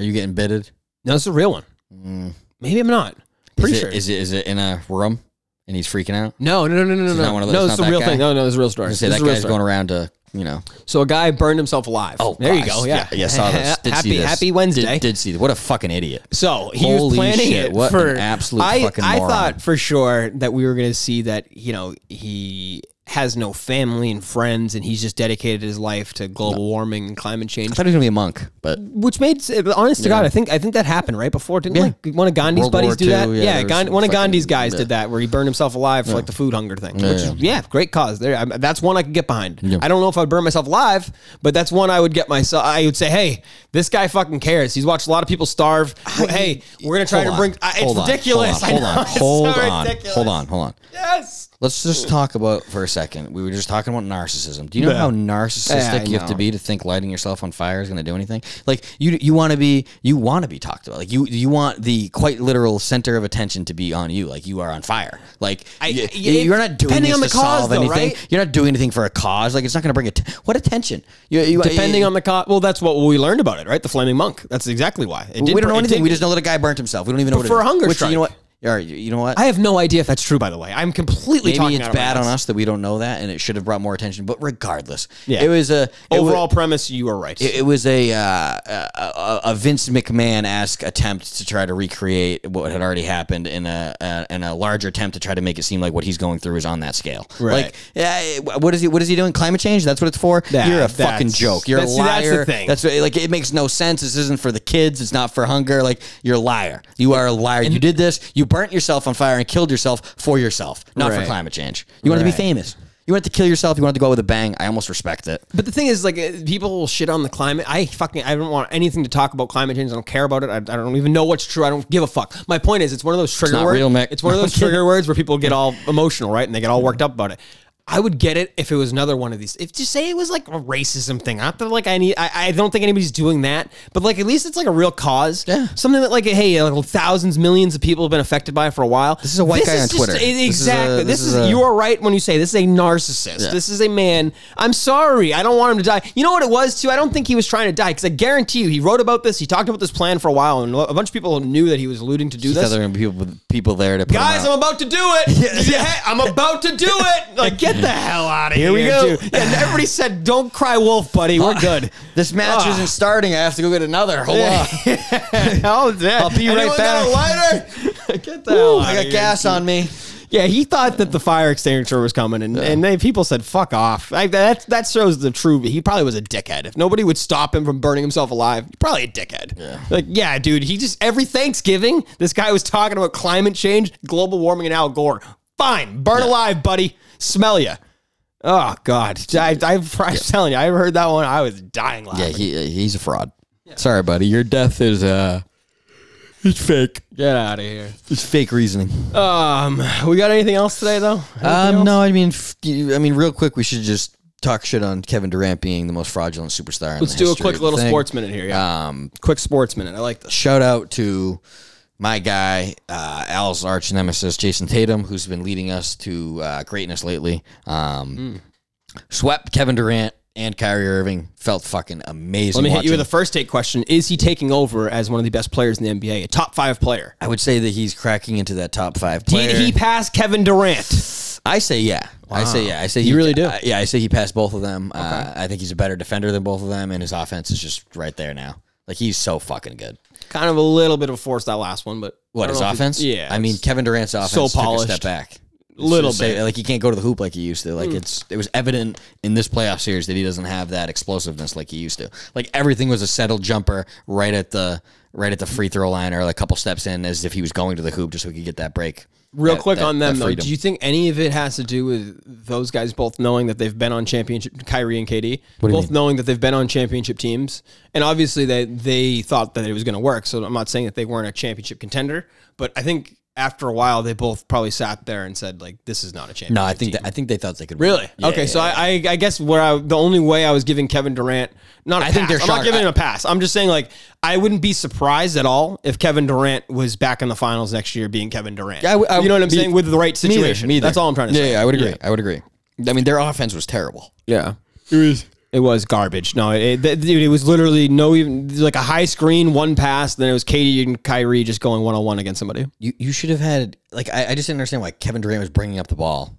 [SPEAKER 2] are you getting bitted?
[SPEAKER 1] no? This is a real one.
[SPEAKER 2] Mm.
[SPEAKER 1] Maybe I'm not. Pretty
[SPEAKER 2] Is
[SPEAKER 1] sure.
[SPEAKER 2] it, is it is it in a room and he's freaking out?
[SPEAKER 1] no, no, no, no, no,
[SPEAKER 2] It's
[SPEAKER 1] no.
[SPEAKER 2] not one of those-
[SPEAKER 1] no,
[SPEAKER 2] it's
[SPEAKER 1] it's
[SPEAKER 2] not
[SPEAKER 1] a
[SPEAKER 2] that
[SPEAKER 1] real
[SPEAKER 2] guy?
[SPEAKER 1] thing. No, no, it's a real
[SPEAKER 2] I
[SPEAKER 1] story.
[SPEAKER 2] was gonna say
[SPEAKER 1] This is
[SPEAKER 2] that
[SPEAKER 1] a real
[SPEAKER 2] guy's
[SPEAKER 1] story.
[SPEAKER 2] going around to you know.
[SPEAKER 1] so a guy burned himself alive.
[SPEAKER 2] Oh,
[SPEAKER 1] there you
[SPEAKER 2] gosh.
[SPEAKER 1] go. Yeah,
[SPEAKER 2] yeah, I saw this. Did
[SPEAKER 1] happy,
[SPEAKER 2] see this.
[SPEAKER 1] happy Wednesday.
[SPEAKER 2] Did, did see what a fucking idiot.
[SPEAKER 1] So he was
[SPEAKER 2] Holy
[SPEAKER 1] planning
[SPEAKER 2] shit,
[SPEAKER 1] it
[SPEAKER 2] what
[SPEAKER 1] for
[SPEAKER 2] an absolute
[SPEAKER 1] I,
[SPEAKER 2] fucking
[SPEAKER 1] I
[SPEAKER 2] moron.
[SPEAKER 1] thought for sure that we were going to see that you know he has no family and friends, and he's just dedicated his life to global warming and climate
[SPEAKER 2] I
[SPEAKER 1] change.
[SPEAKER 2] thought he was gonna be a monk, but
[SPEAKER 1] Which made, honest to God, I think I think that happened right before. Didn't
[SPEAKER 2] Yeah.
[SPEAKER 1] like one of Gandhi's
[SPEAKER 2] World
[SPEAKER 1] buddies
[SPEAKER 2] War
[SPEAKER 1] do
[SPEAKER 2] II,
[SPEAKER 1] that?
[SPEAKER 2] yeah,
[SPEAKER 1] Yeah,
[SPEAKER 2] there was
[SPEAKER 1] Gandhi,
[SPEAKER 2] some
[SPEAKER 1] one of
[SPEAKER 2] fucking-
[SPEAKER 1] Gandhi's guys
[SPEAKER 2] yeah.
[SPEAKER 1] did that, where he burned himself alive for like the food hunger thing. which is yeah, great cause. There, I, that's one I could get behind. I don't know if I'd burn myself alive, but that's one I would get myself. I would say, hey, this guy fucking cares. He's watched a lot of people starve. hey, we're gonna try
[SPEAKER 2] Hold
[SPEAKER 1] to
[SPEAKER 2] on.
[SPEAKER 1] bring. I,
[SPEAKER 2] Hold
[SPEAKER 1] it's
[SPEAKER 2] on,
[SPEAKER 1] ridiculous. I
[SPEAKER 2] Hold
[SPEAKER 1] know,
[SPEAKER 2] on,
[SPEAKER 1] it's so
[SPEAKER 2] hold on, hold on,
[SPEAKER 1] ridiculous.
[SPEAKER 2] hold on, hold on.
[SPEAKER 1] Yes.
[SPEAKER 2] Let's just talk about for a second. We were just talking about narcissism. Do you know
[SPEAKER 1] Yeah.
[SPEAKER 2] how
[SPEAKER 1] Yeah, I
[SPEAKER 2] narcissistic you have to
[SPEAKER 1] know.
[SPEAKER 2] be to think lighting yourself on fire is going to do anything? Like you, you want to be, you want to be talked about. Like you, you want the quite literal center of attention to be on you. Like you are on fire. Like
[SPEAKER 1] I-
[SPEAKER 2] you,
[SPEAKER 1] I-
[SPEAKER 2] you're not doing
[SPEAKER 1] depending
[SPEAKER 2] this
[SPEAKER 1] on the
[SPEAKER 2] to
[SPEAKER 1] cause,
[SPEAKER 2] solve
[SPEAKER 1] though,
[SPEAKER 2] anything.
[SPEAKER 1] right?
[SPEAKER 2] You're not doing anything for a cause. Like it's not going to bring it. What attention? You, you,
[SPEAKER 1] Depending on the cause, well, that's what we learned about it, right? The flaming monk. That's exactly why. It did
[SPEAKER 2] we don't know
[SPEAKER 1] bur- it
[SPEAKER 2] anything.
[SPEAKER 1] did-
[SPEAKER 2] We just know that a guy burnt himself. We don't even know what
[SPEAKER 1] for
[SPEAKER 2] it
[SPEAKER 1] a
[SPEAKER 2] is.
[SPEAKER 1] hunger
[SPEAKER 2] Which, You
[SPEAKER 1] strike.
[SPEAKER 2] know what? All right, you- you know what?
[SPEAKER 1] I have no idea if that's true. By the way, I'm completely
[SPEAKER 2] Maybe
[SPEAKER 1] talking
[SPEAKER 2] it's
[SPEAKER 1] out of my
[SPEAKER 2] bad on
[SPEAKER 1] ass.
[SPEAKER 2] us that we don't know that, and it should have brought more attention. But regardless,
[SPEAKER 1] Yeah.
[SPEAKER 2] it was a it wa-
[SPEAKER 1] overall premise, you are right.
[SPEAKER 2] it, it was a, uh, a a- a Vince McMahon esque attempt to try to recreate what had already happened in a, a in a larger attempt to try to make it seem like what he's going through is on that scale.
[SPEAKER 1] Right.
[SPEAKER 2] Like, yeah, what is he? What is he doing? Climate change? That's what it's for.
[SPEAKER 1] That-
[SPEAKER 2] You're a
[SPEAKER 1] that's-
[SPEAKER 2] fucking joke. You're a
[SPEAKER 1] that's- see, that's the
[SPEAKER 2] liar.
[SPEAKER 1] thing.
[SPEAKER 2] what- like it makes no sense. This isn't for the kids. It's not for hunger. Like you're a liar. You are a liar. you did this. You burnt yourself on fire and killed yourself for yourself, not
[SPEAKER 1] Right.
[SPEAKER 2] for climate change. You wanted to
[SPEAKER 1] Right.
[SPEAKER 2] be famous. You wanted to kill yourself. You wanted to go out with a bang. I almost respect it.
[SPEAKER 1] but the thing is, like, uh, people will shit on the climate. I fucking, I don't want anything to talk about climate change. I don't care about it. I, I don't even know what's true. I don't give a fuck. My point is, it's one of those trigger
[SPEAKER 2] not
[SPEAKER 1] words.
[SPEAKER 2] real, Mick.
[SPEAKER 1] It's one of those trigger words where people get all emotional, right? And they get all worked up about it. I would get it if it was another one of these. If you say it was like a racism thing, not that like I need, I, I don't think anybody's doing that. But like at least it's like a real cause,
[SPEAKER 2] Yeah.
[SPEAKER 1] Something that like hey, like, thousands, millions of people have been affected by it for a while. This
[SPEAKER 2] is a white guy on
[SPEAKER 1] just- e-
[SPEAKER 2] Twitter. This is a-
[SPEAKER 1] exactly. This,
[SPEAKER 2] this
[SPEAKER 1] is,
[SPEAKER 2] is a-
[SPEAKER 1] you are right when you say this is a narcissist. This is a man. I'm sorry. I don't want him to die. You know what it was too? I don't think he was trying to die because I guarantee you he wrote about this. He talked about this plan for a while, and a bunch of people knew that he was alluding to do
[SPEAKER 2] He thought
[SPEAKER 1] this.
[SPEAKER 2] there were gonna be people people there to put him
[SPEAKER 1] Guys,
[SPEAKER 2] out.
[SPEAKER 1] I'm about to do it. Yeah, I'm about to do it. Like, get Get the hell out of here.
[SPEAKER 2] we go.
[SPEAKER 1] dude. And everybody said, "Don't cry wolf, buddy. We're good."
[SPEAKER 2] This match
[SPEAKER 1] Ah.
[SPEAKER 2] isn't starting. I have to go get another. Hold on.
[SPEAKER 1] I'll, I'll be
[SPEAKER 2] Anyone
[SPEAKER 1] right
[SPEAKER 2] got a
[SPEAKER 1] back.
[SPEAKER 2] lighter?
[SPEAKER 1] Get the hell
[SPEAKER 2] I
[SPEAKER 1] outta
[SPEAKER 2] got
[SPEAKER 1] here.
[SPEAKER 2] gas on me.
[SPEAKER 1] Yeah, he thought that the fire extinguisher was coming, and, and they, people said, "Fuck off." I, that that shows the true. He probably was a dickhead. If nobody would stop him from burning himself alive, he's probably a dickhead. Yeah. Like, yeah, dude. He just every Thanksgiving, this guy was talking about climate change, global warming, and Al Gore. Fine, burn alive, buddy. Smell ya. Oh God, I, I, I'm telling you, I heard that one. I was dying laughing.
[SPEAKER 2] Yeah, he, uh, he's a fraud. Sorry, buddy. Your death is uh, it's fake.
[SPEAKER 1] Get out of here.
[SPEAKER 2] It's fake reasoning.
[SPEAKER 1] Um, we got anything else today though?
[SPEAKER 2] Um, no, I mean, f- you- I mean, real quick, we should just talk shit on Kevin Durant being the most fraudulent superstar. In
[SPEAKER 1] Let's
[SPEAKER 2] the
[SPEAKER 1] do a
[SPEAKER 2] history
[SPEAKER 1] quick
[SPEAKER 2] of the
[SPEAKER 1] little
[SPEAKER 2] thing.
[SPEAKER 1] sports minute here. Yeah,
[SPEAKER 2] Um,
[SPEAKER 1] quick sports minute. I like this.
[SPEAKER 2] shout out to my guy, uh, Al's arch nemesis, Jason Tatum, who's been leading us to uh, greatness lately.
[SPEAKER 1] Hmm.
[SPEAKER 2] Um, Swept Kevin Durant and Kyrie Irving. Felt fucking amazing.
[SPEAKER 1] Let me hit you
[SPEAKER 2] watching.
[SPEAKER 1] with the first take question. Is he taking over as one of the best players in the NBA, a top five player?
[SPEAKER 2] I would say that he's cracking into that top five. Player.
[SPEAKER 1] Did he pass Kevin Durant?
[SPEAKER 2] I say yeah. I say yeah. I say
[SPEAKER 1] You really do?
[SPEAKER 2] I- yeah, I say he passed both of them. Uh, I think he's a better defender than both of them, and his offense is just right there now. Like he's so fucking good.
[SPEAKER 1] Kind of a little bit of a force that last one, but I
[SPEAKER 2] What
[SPEAKER 1] don't
[SPEAKER 2] his
[SPEAKER 1] know if
[SPEAKER 2] offense?
[SPEAKER 1] it's- Yeah,
[SPEAKER 2] I mean Kevin Durant's offense
[SPEAKER 1] so
[SPEAKER 2] took a
[SPEAKER 1] polished.
[SPEAKER 2] step back. It's
[SPEAKER 1] Little
[SPEAKER 2] just say-
[SPEAKER 1] bit. Mm.
[SPEAKER 2] like he can't go to the hoop like he used to. Like it's it was evident in this playoff series that he doesn't have that explosiveness like he used to. Like everything was a settled jumper right at the right at the free throw line or like a couple steps in as if he was going to the hoop just so he could get that break.
[SPEAKER 1] real
[SPEAKER 2] That-
[SPEAKER 1] quick
[SPEAKER 2] that-
[SPEAKER 1] on them
[SPEAKER 2] that
[SPEAKER 1] though.
[SPEAKER 2] freedom.
[SPEAKER 1] Do you think any of it has to do with those guys both knowing that they've been on championship, Kyrie and KD, both knowing that they've been on championship teams, and obviously they they thought that it was going to work. So I'm not saying that they weren't a championship contender, but I think after a while they both probably sat there and said like, "This is not a championship."
[SPEAKER 2] No, I think that, I think they thought they could win.
[SPEAKER 1] Really?
[SPEAKER 2] Yeah,
[SPEAKER 1] okay,
[SPEAKER 2] yeah,
[SPEAKER 1] so I, I I guess where I the only way I was giving Kevin Durant not a
[SPEAKER 2] I
[SPEAKER 1] pass.
[SPEAKER 2] think they're
[SPEAKER 1] I'm
[SPEAKER 2] shocked.
[SPEAKER 1] not giving
[SPEAKER 2] I-
[SPEAKER 1] him a pass. I'm just saying like I wouldn't be surprised at all if Kevin Durant was back in the finals next year being Kevin Durant.
[SPEAKER 2] I w- I
[SPEAKER 1] you know what I'm
[SPEAKER 2] w-
[SPEAKER 1] saying
[SPEAKER 2] me-
[SPEAKER 1] with the right
[SPEAKER 2] Me either,
[SPEAKER 1] situation.
[SPEAKER 2] me either.
[SPEAKER 1] That's all I'm trying to
[SPEAKER 2] yeah,
[SPEAKER 1] say.
[SPEAKER 2] Yeah, I would agree. I would agree. I mean, their offense was terrible.
[SPEAKER 1] Yeah. It was it was garbage. No, it, it, dude, it was literally no even like a high screen, one pass, then it was Katie and Kyrie just going one on one against somebody.
[SPEAKER 2] You you should have had like I, I just didn't understand why Kevin Durant was bringing up the ball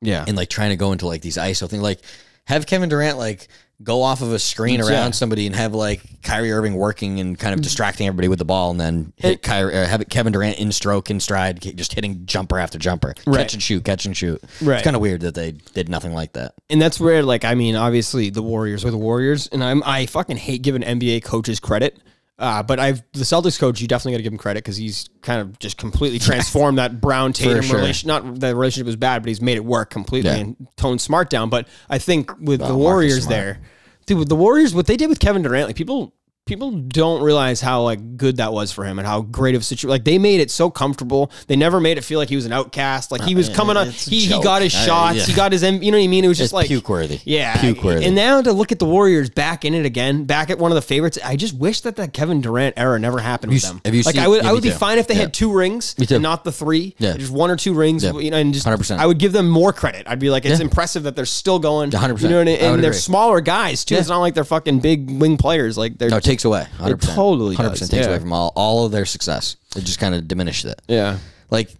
[SPEAKER 1] Yeah.
[SPEAKER 2] and like trying to go into like these ISO things. Like have Kevin Durant like go off of a screen around somebody and have like Kyrie Irving working and kind
[SPEAKER 1] Mm.
[SPEAKER 2] of distracting everybody with the ball and then hit Kyrie or have it Kevin Durant in stroke in stride ki- just hitting jumper after jumper
[SPEAKER 1] Right.
[SPEAKER 2] catch and shoot catch and shoot.
[SPEAKER 1] Right.
[SPEAKER 2] It's kind of weird that they did nothing like that.
[SPEAKER 1] and that's where like I mean, obviously the Warriors are the Warriors, and I'm I fucking hate giving NBA coaches credit. Uh, but I've the Celtics coach, you definitely got to give him credit because he's kind of just completely transformed that Brown Tatum
[SPEAKER 2] sure.
[SPEAKER 1] relationship. Not the relationship was bad, but he's made it work completely
[SPEAKER 2] Yeah.
[SPEAKER 1] and toned Smart down. But I think with the
[SPEAKER 2] Marcus
[SPEAKER 1] Warriors
[SPEAKER 2] Smart.
[SPEAKER 1] there, dude, with the Warriors, what they did with Kevin Durant, like people people don't realize how like good that was for him and how great of a situation. Like they made it so comfortable. They never made it feel like he was an outcast. Like he was coming on.
[SPEAKER 2] Uh, it's a
[SPEAKER 1] He, he
[SPEAKER 2] joke.
[SPEAKER 1] got his
[SPEAKER 2] I-
[SPEAKER 1] shots.
[SPEAKER 2] yeah.
[SPEAKER 1] He got his. M- You know what I mean? It was just
[SPEAKER 2] It's
[SPEAKER 1] like
[SPEAKER 2] puke worthy.
[SPEAKER 1] yeah,
[SPEAKER 2] puke worthy.
[SPEAKER 1] And now to look at the Warriors back in it again, back at one of the favorites. I just wish that that Kevin Durant era never happened with
[SPEAKER 2] s-
[SPEAKER 1] them.
[SPEAKER 2] have you
[SPEAKER 1] like
[SPEAKER 2] seen-
[SPEAKER 1] I would,
[SPEAKER 2] yeah,
[SPEAKER 1] I
[SPEAKER 2] me
[SPEAKER 1] would be
[SPEAKER 2] too.
[SPEAKER 1] fine if they had two rings,
[SPEAKER 2] too.
[SPEAKER 1] and not the three.
[SPEAKER 2] Yeah.
[SPEAKER 1] just one or two rings. You know, and just
[SPEAKER 2] 100%.
[SPEAKER 1] I would give them more credit. I'd be like, it's impressive that they're still going.
[SPEAKER 2] 100%.
[SPEAKER 1] You know, what I mean?
[SPEAKER 2] I would
[SPEAKER 1] and they're
[SPEAKER 2] agree.
[SPEAKER 1] smaller guys too. It's not like they're fucking big wing players. Like they're
[SPEAKER 2] No, it takes away. 100%,
[SPEAKER 1] totally does,
[SPEAKER 2] 100% takes
[SPEAKER 1] yeah.
[SPEAKER 2] away from all, all of their success. It just kind of diminished it.
[SPEAKER 1] yeah.
[SPEAKER 2] Like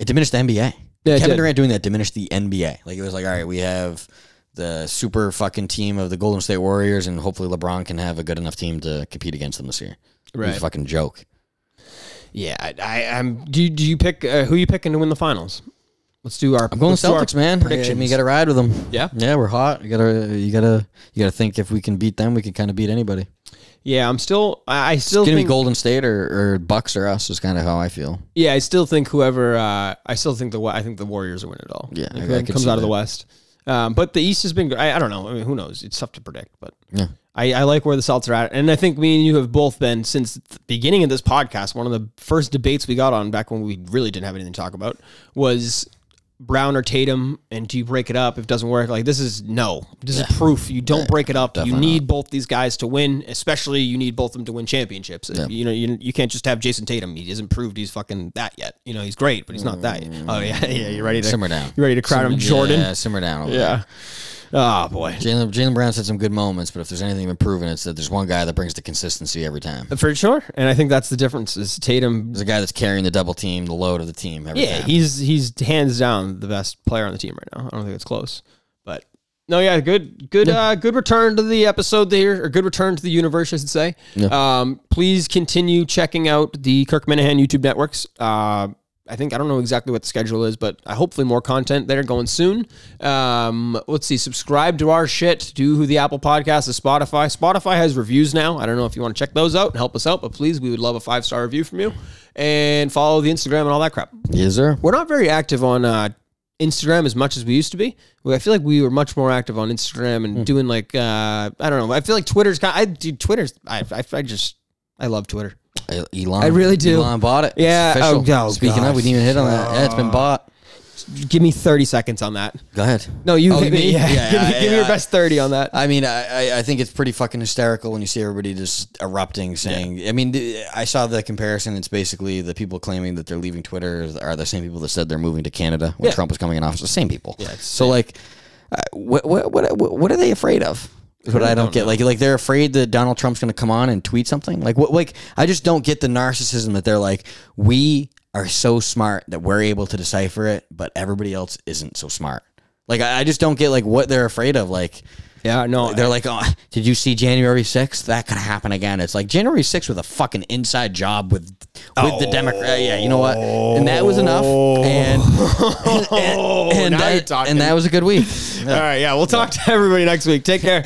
[SPEAKER 2] it diminished the NBA.
[SPEAKER 1] Yeah, it
[SPEAKER 2] Kevin
[SPEAKER 1] did.
[SPEAKER 2] Durant doing that diminished the NBA. Like it was like, all right, we have the super fucking team of the Golden State Warriors, and hopefully LeBron can have a good enough team to compete against them this year. It was
[SPEAKER 1] Right.
[SPEAKER 2] a fucking joke.
[SPEAKER 1] Yeah, I, I, I'm. Do you, do you pick uh, who you picking to win the finals? Let's do our.
[SPEAKER 2] I'm going
[SPEAKER 1] let's do our
[SPEAKER 2] Celtics, man. Prediction.
[SPEAKER 1] Predictions.
[SPEAKER 2] You got to ride with them.
[SPEAKER 1] Yeah?
[SPEAKER 2] yeah, we're hot. You gotta, you gotta, you gotta think if we can beat them, we can kind of beat anybody.
[SPEAKER 1] yeah, I'm still. I, I still
[SPEAKER 2] It's gonna be
[SPEAKER 1] think.
[SPEAKER 2] Golden State or, or Bucks or us is kind of how I feel.
[SPEAKER 1] Yeah, I still think whoever. Uh, I still think the. Wa- I think the Warriors will win it all.
[SPEAKER 2] Yeah,
[SPEAKER 1] Like,
[SPEAKER 2] I- I
[SPEAKER 1] whoever
[SPEAKER 2] could
[SPEAKER 1] comes
[SPEAKER 2] see
[SPEAKER 1] out of the
[SPEAKER 2] that.
[SPEAKER 1] West. Um, but the East has been. I, I don't know. I mean, who knows? It's tough to predict, but.
[SPEAKER 2] Yeah.
[SPEAKER 1] I, I like where the Celtics are at, and I think me and you have both been since the beginning of this podcast. One of the first debates we got on back when we really didn't have anything to talk about was Brown or Tatum, and do you break it up if it doesn't work? Like this is no, this is proof you don't break it up. you need both these guys to win, especially you need both of them to win championships. You know, you, you can't just have Jason Tatum. He hasn't proved he's fucking that yet. You know, he's great, but he's not that. Yet. Oh yeah, yeah. You ready to
[SPEAKER 2] Simmer down.
[SPEAKER 1] You ready to crown him Jordan?
[SPEAKER 2] Yeah, simmer down. over
[SPEAKER 1] Yeah. Oh boy.
[SPEAKER 2] Jalen Jalen Brown's had some good moments, but if there's anything improving, it's that there's one guy that brings the consistency every time.
[SPEAKER 1] For sure. And I think that's the difference is Tatum
[SPEAKER 2] There's a guy that's carrying the double team, the load of the team every
[SPEAKER 1] Yeah,
[SPEAKER 2] time.
[SPEAKER 1] he's he's hands down the best player on the team right now. I don't think it's close. But no, yeah, good good uh good return to the episode there, or good return to the universe, I should say. Um please continue checking out the Kirk Minahan YouTube networks. Uh I think I don't know exactly what the schedule is, but I hopefully more content there going soon. Um, let's see, subscribe to our shit. Do the Apple Podcast, the Spotify. Spotify has reviews now. I don't know if you want to check those out and help us out, but please, we would love a five star review from you. And follow the Instagram and all that crap
[SPEAKER 2] Yes, sir.
[SPEAKER 1] we're not very active on uh, Instagram as much as we used to be. Well, I feel like we were much more active on Instagram
[SPEAKER 2] Hmm.
[SPEAKER 1] and doing like uh, I don't know. I feel like Twitter's kind. I dude, Twitter's. I, I I just I love Twitter.
[SPEAKER 2] E-, Elon.
[SPEAKER 1] I really do.
[SPEAKER 2] Elon bought it. It's
[SPEAKER 1] Yeah,
[SPEAKER 2] official.
[SPEAKER 1] oh, oh,
[SPEAKER 2] Speaking
[SPEAKER 1] gosh.
[SPEAKER 2] of, we didn't even hit on that. Yeah, it's been bought.
[SPEAKER 1] Give me thirty seconds on that.
[SPEAKER 2] Go ahead.
[SPEAKER 1] No, you.
[SPEAKER 2] Oh,
[SPEAKER 1] hit me.
[SPEAKER 2] me?
[SPEAKER 1] Yeah,
[SPEAKER 2] Yeah,
[SPEAKER 1] give me,
[SPEAKER 2] yeah,
[SPEAKER 1] give me your
[SPEAKER 2] yeah.
[SPEAKER 1] best thirty on that.
[SPEAKER 2] I mean, I, I, I think it's pretty fucking hysterical when you see everybody just erupting, saying. I mean, th- I saw the comparison. It's basically the people claiming that they're leaving Twitter are the same people that said they're moving to Canada when
[SPEAKER 1] Yeah.
[SPEAKER 2] Trump was coming in office. The same people.
[SPEAKER 1] Yeah, it's the
[SPEAKER 2] so like, uh, what, what what what are they afraid of? Is what I don't get. Like like they're afraid that Donald Trump's going to come on and tweet something. Like what like I just don't get the narcissism that they're like we are so smart that we're able to decipher it, but everybody else isn't so smart. Like I I just don't get like what they're afraid of. Like
[SPEAKER 1] Yeah, no.
[SPEAKER 2] they're like, oh, did you see January 6th? That could happen again. It's like January 6th with a fucking inside job with with the
[SPEAKER 1] Oh.
[SPEAKER 2] Democrat. Yeah, you know what? And that was enough. And, and, and
[SPEAKER 1] now
[SPEAKER 2] that,
[SPEAKER 1] you're talking.
[SPEAKER 2] and that was a good week.
[SPEAKER 1] All right, yeah, we'll talk to everybody next week. Take care.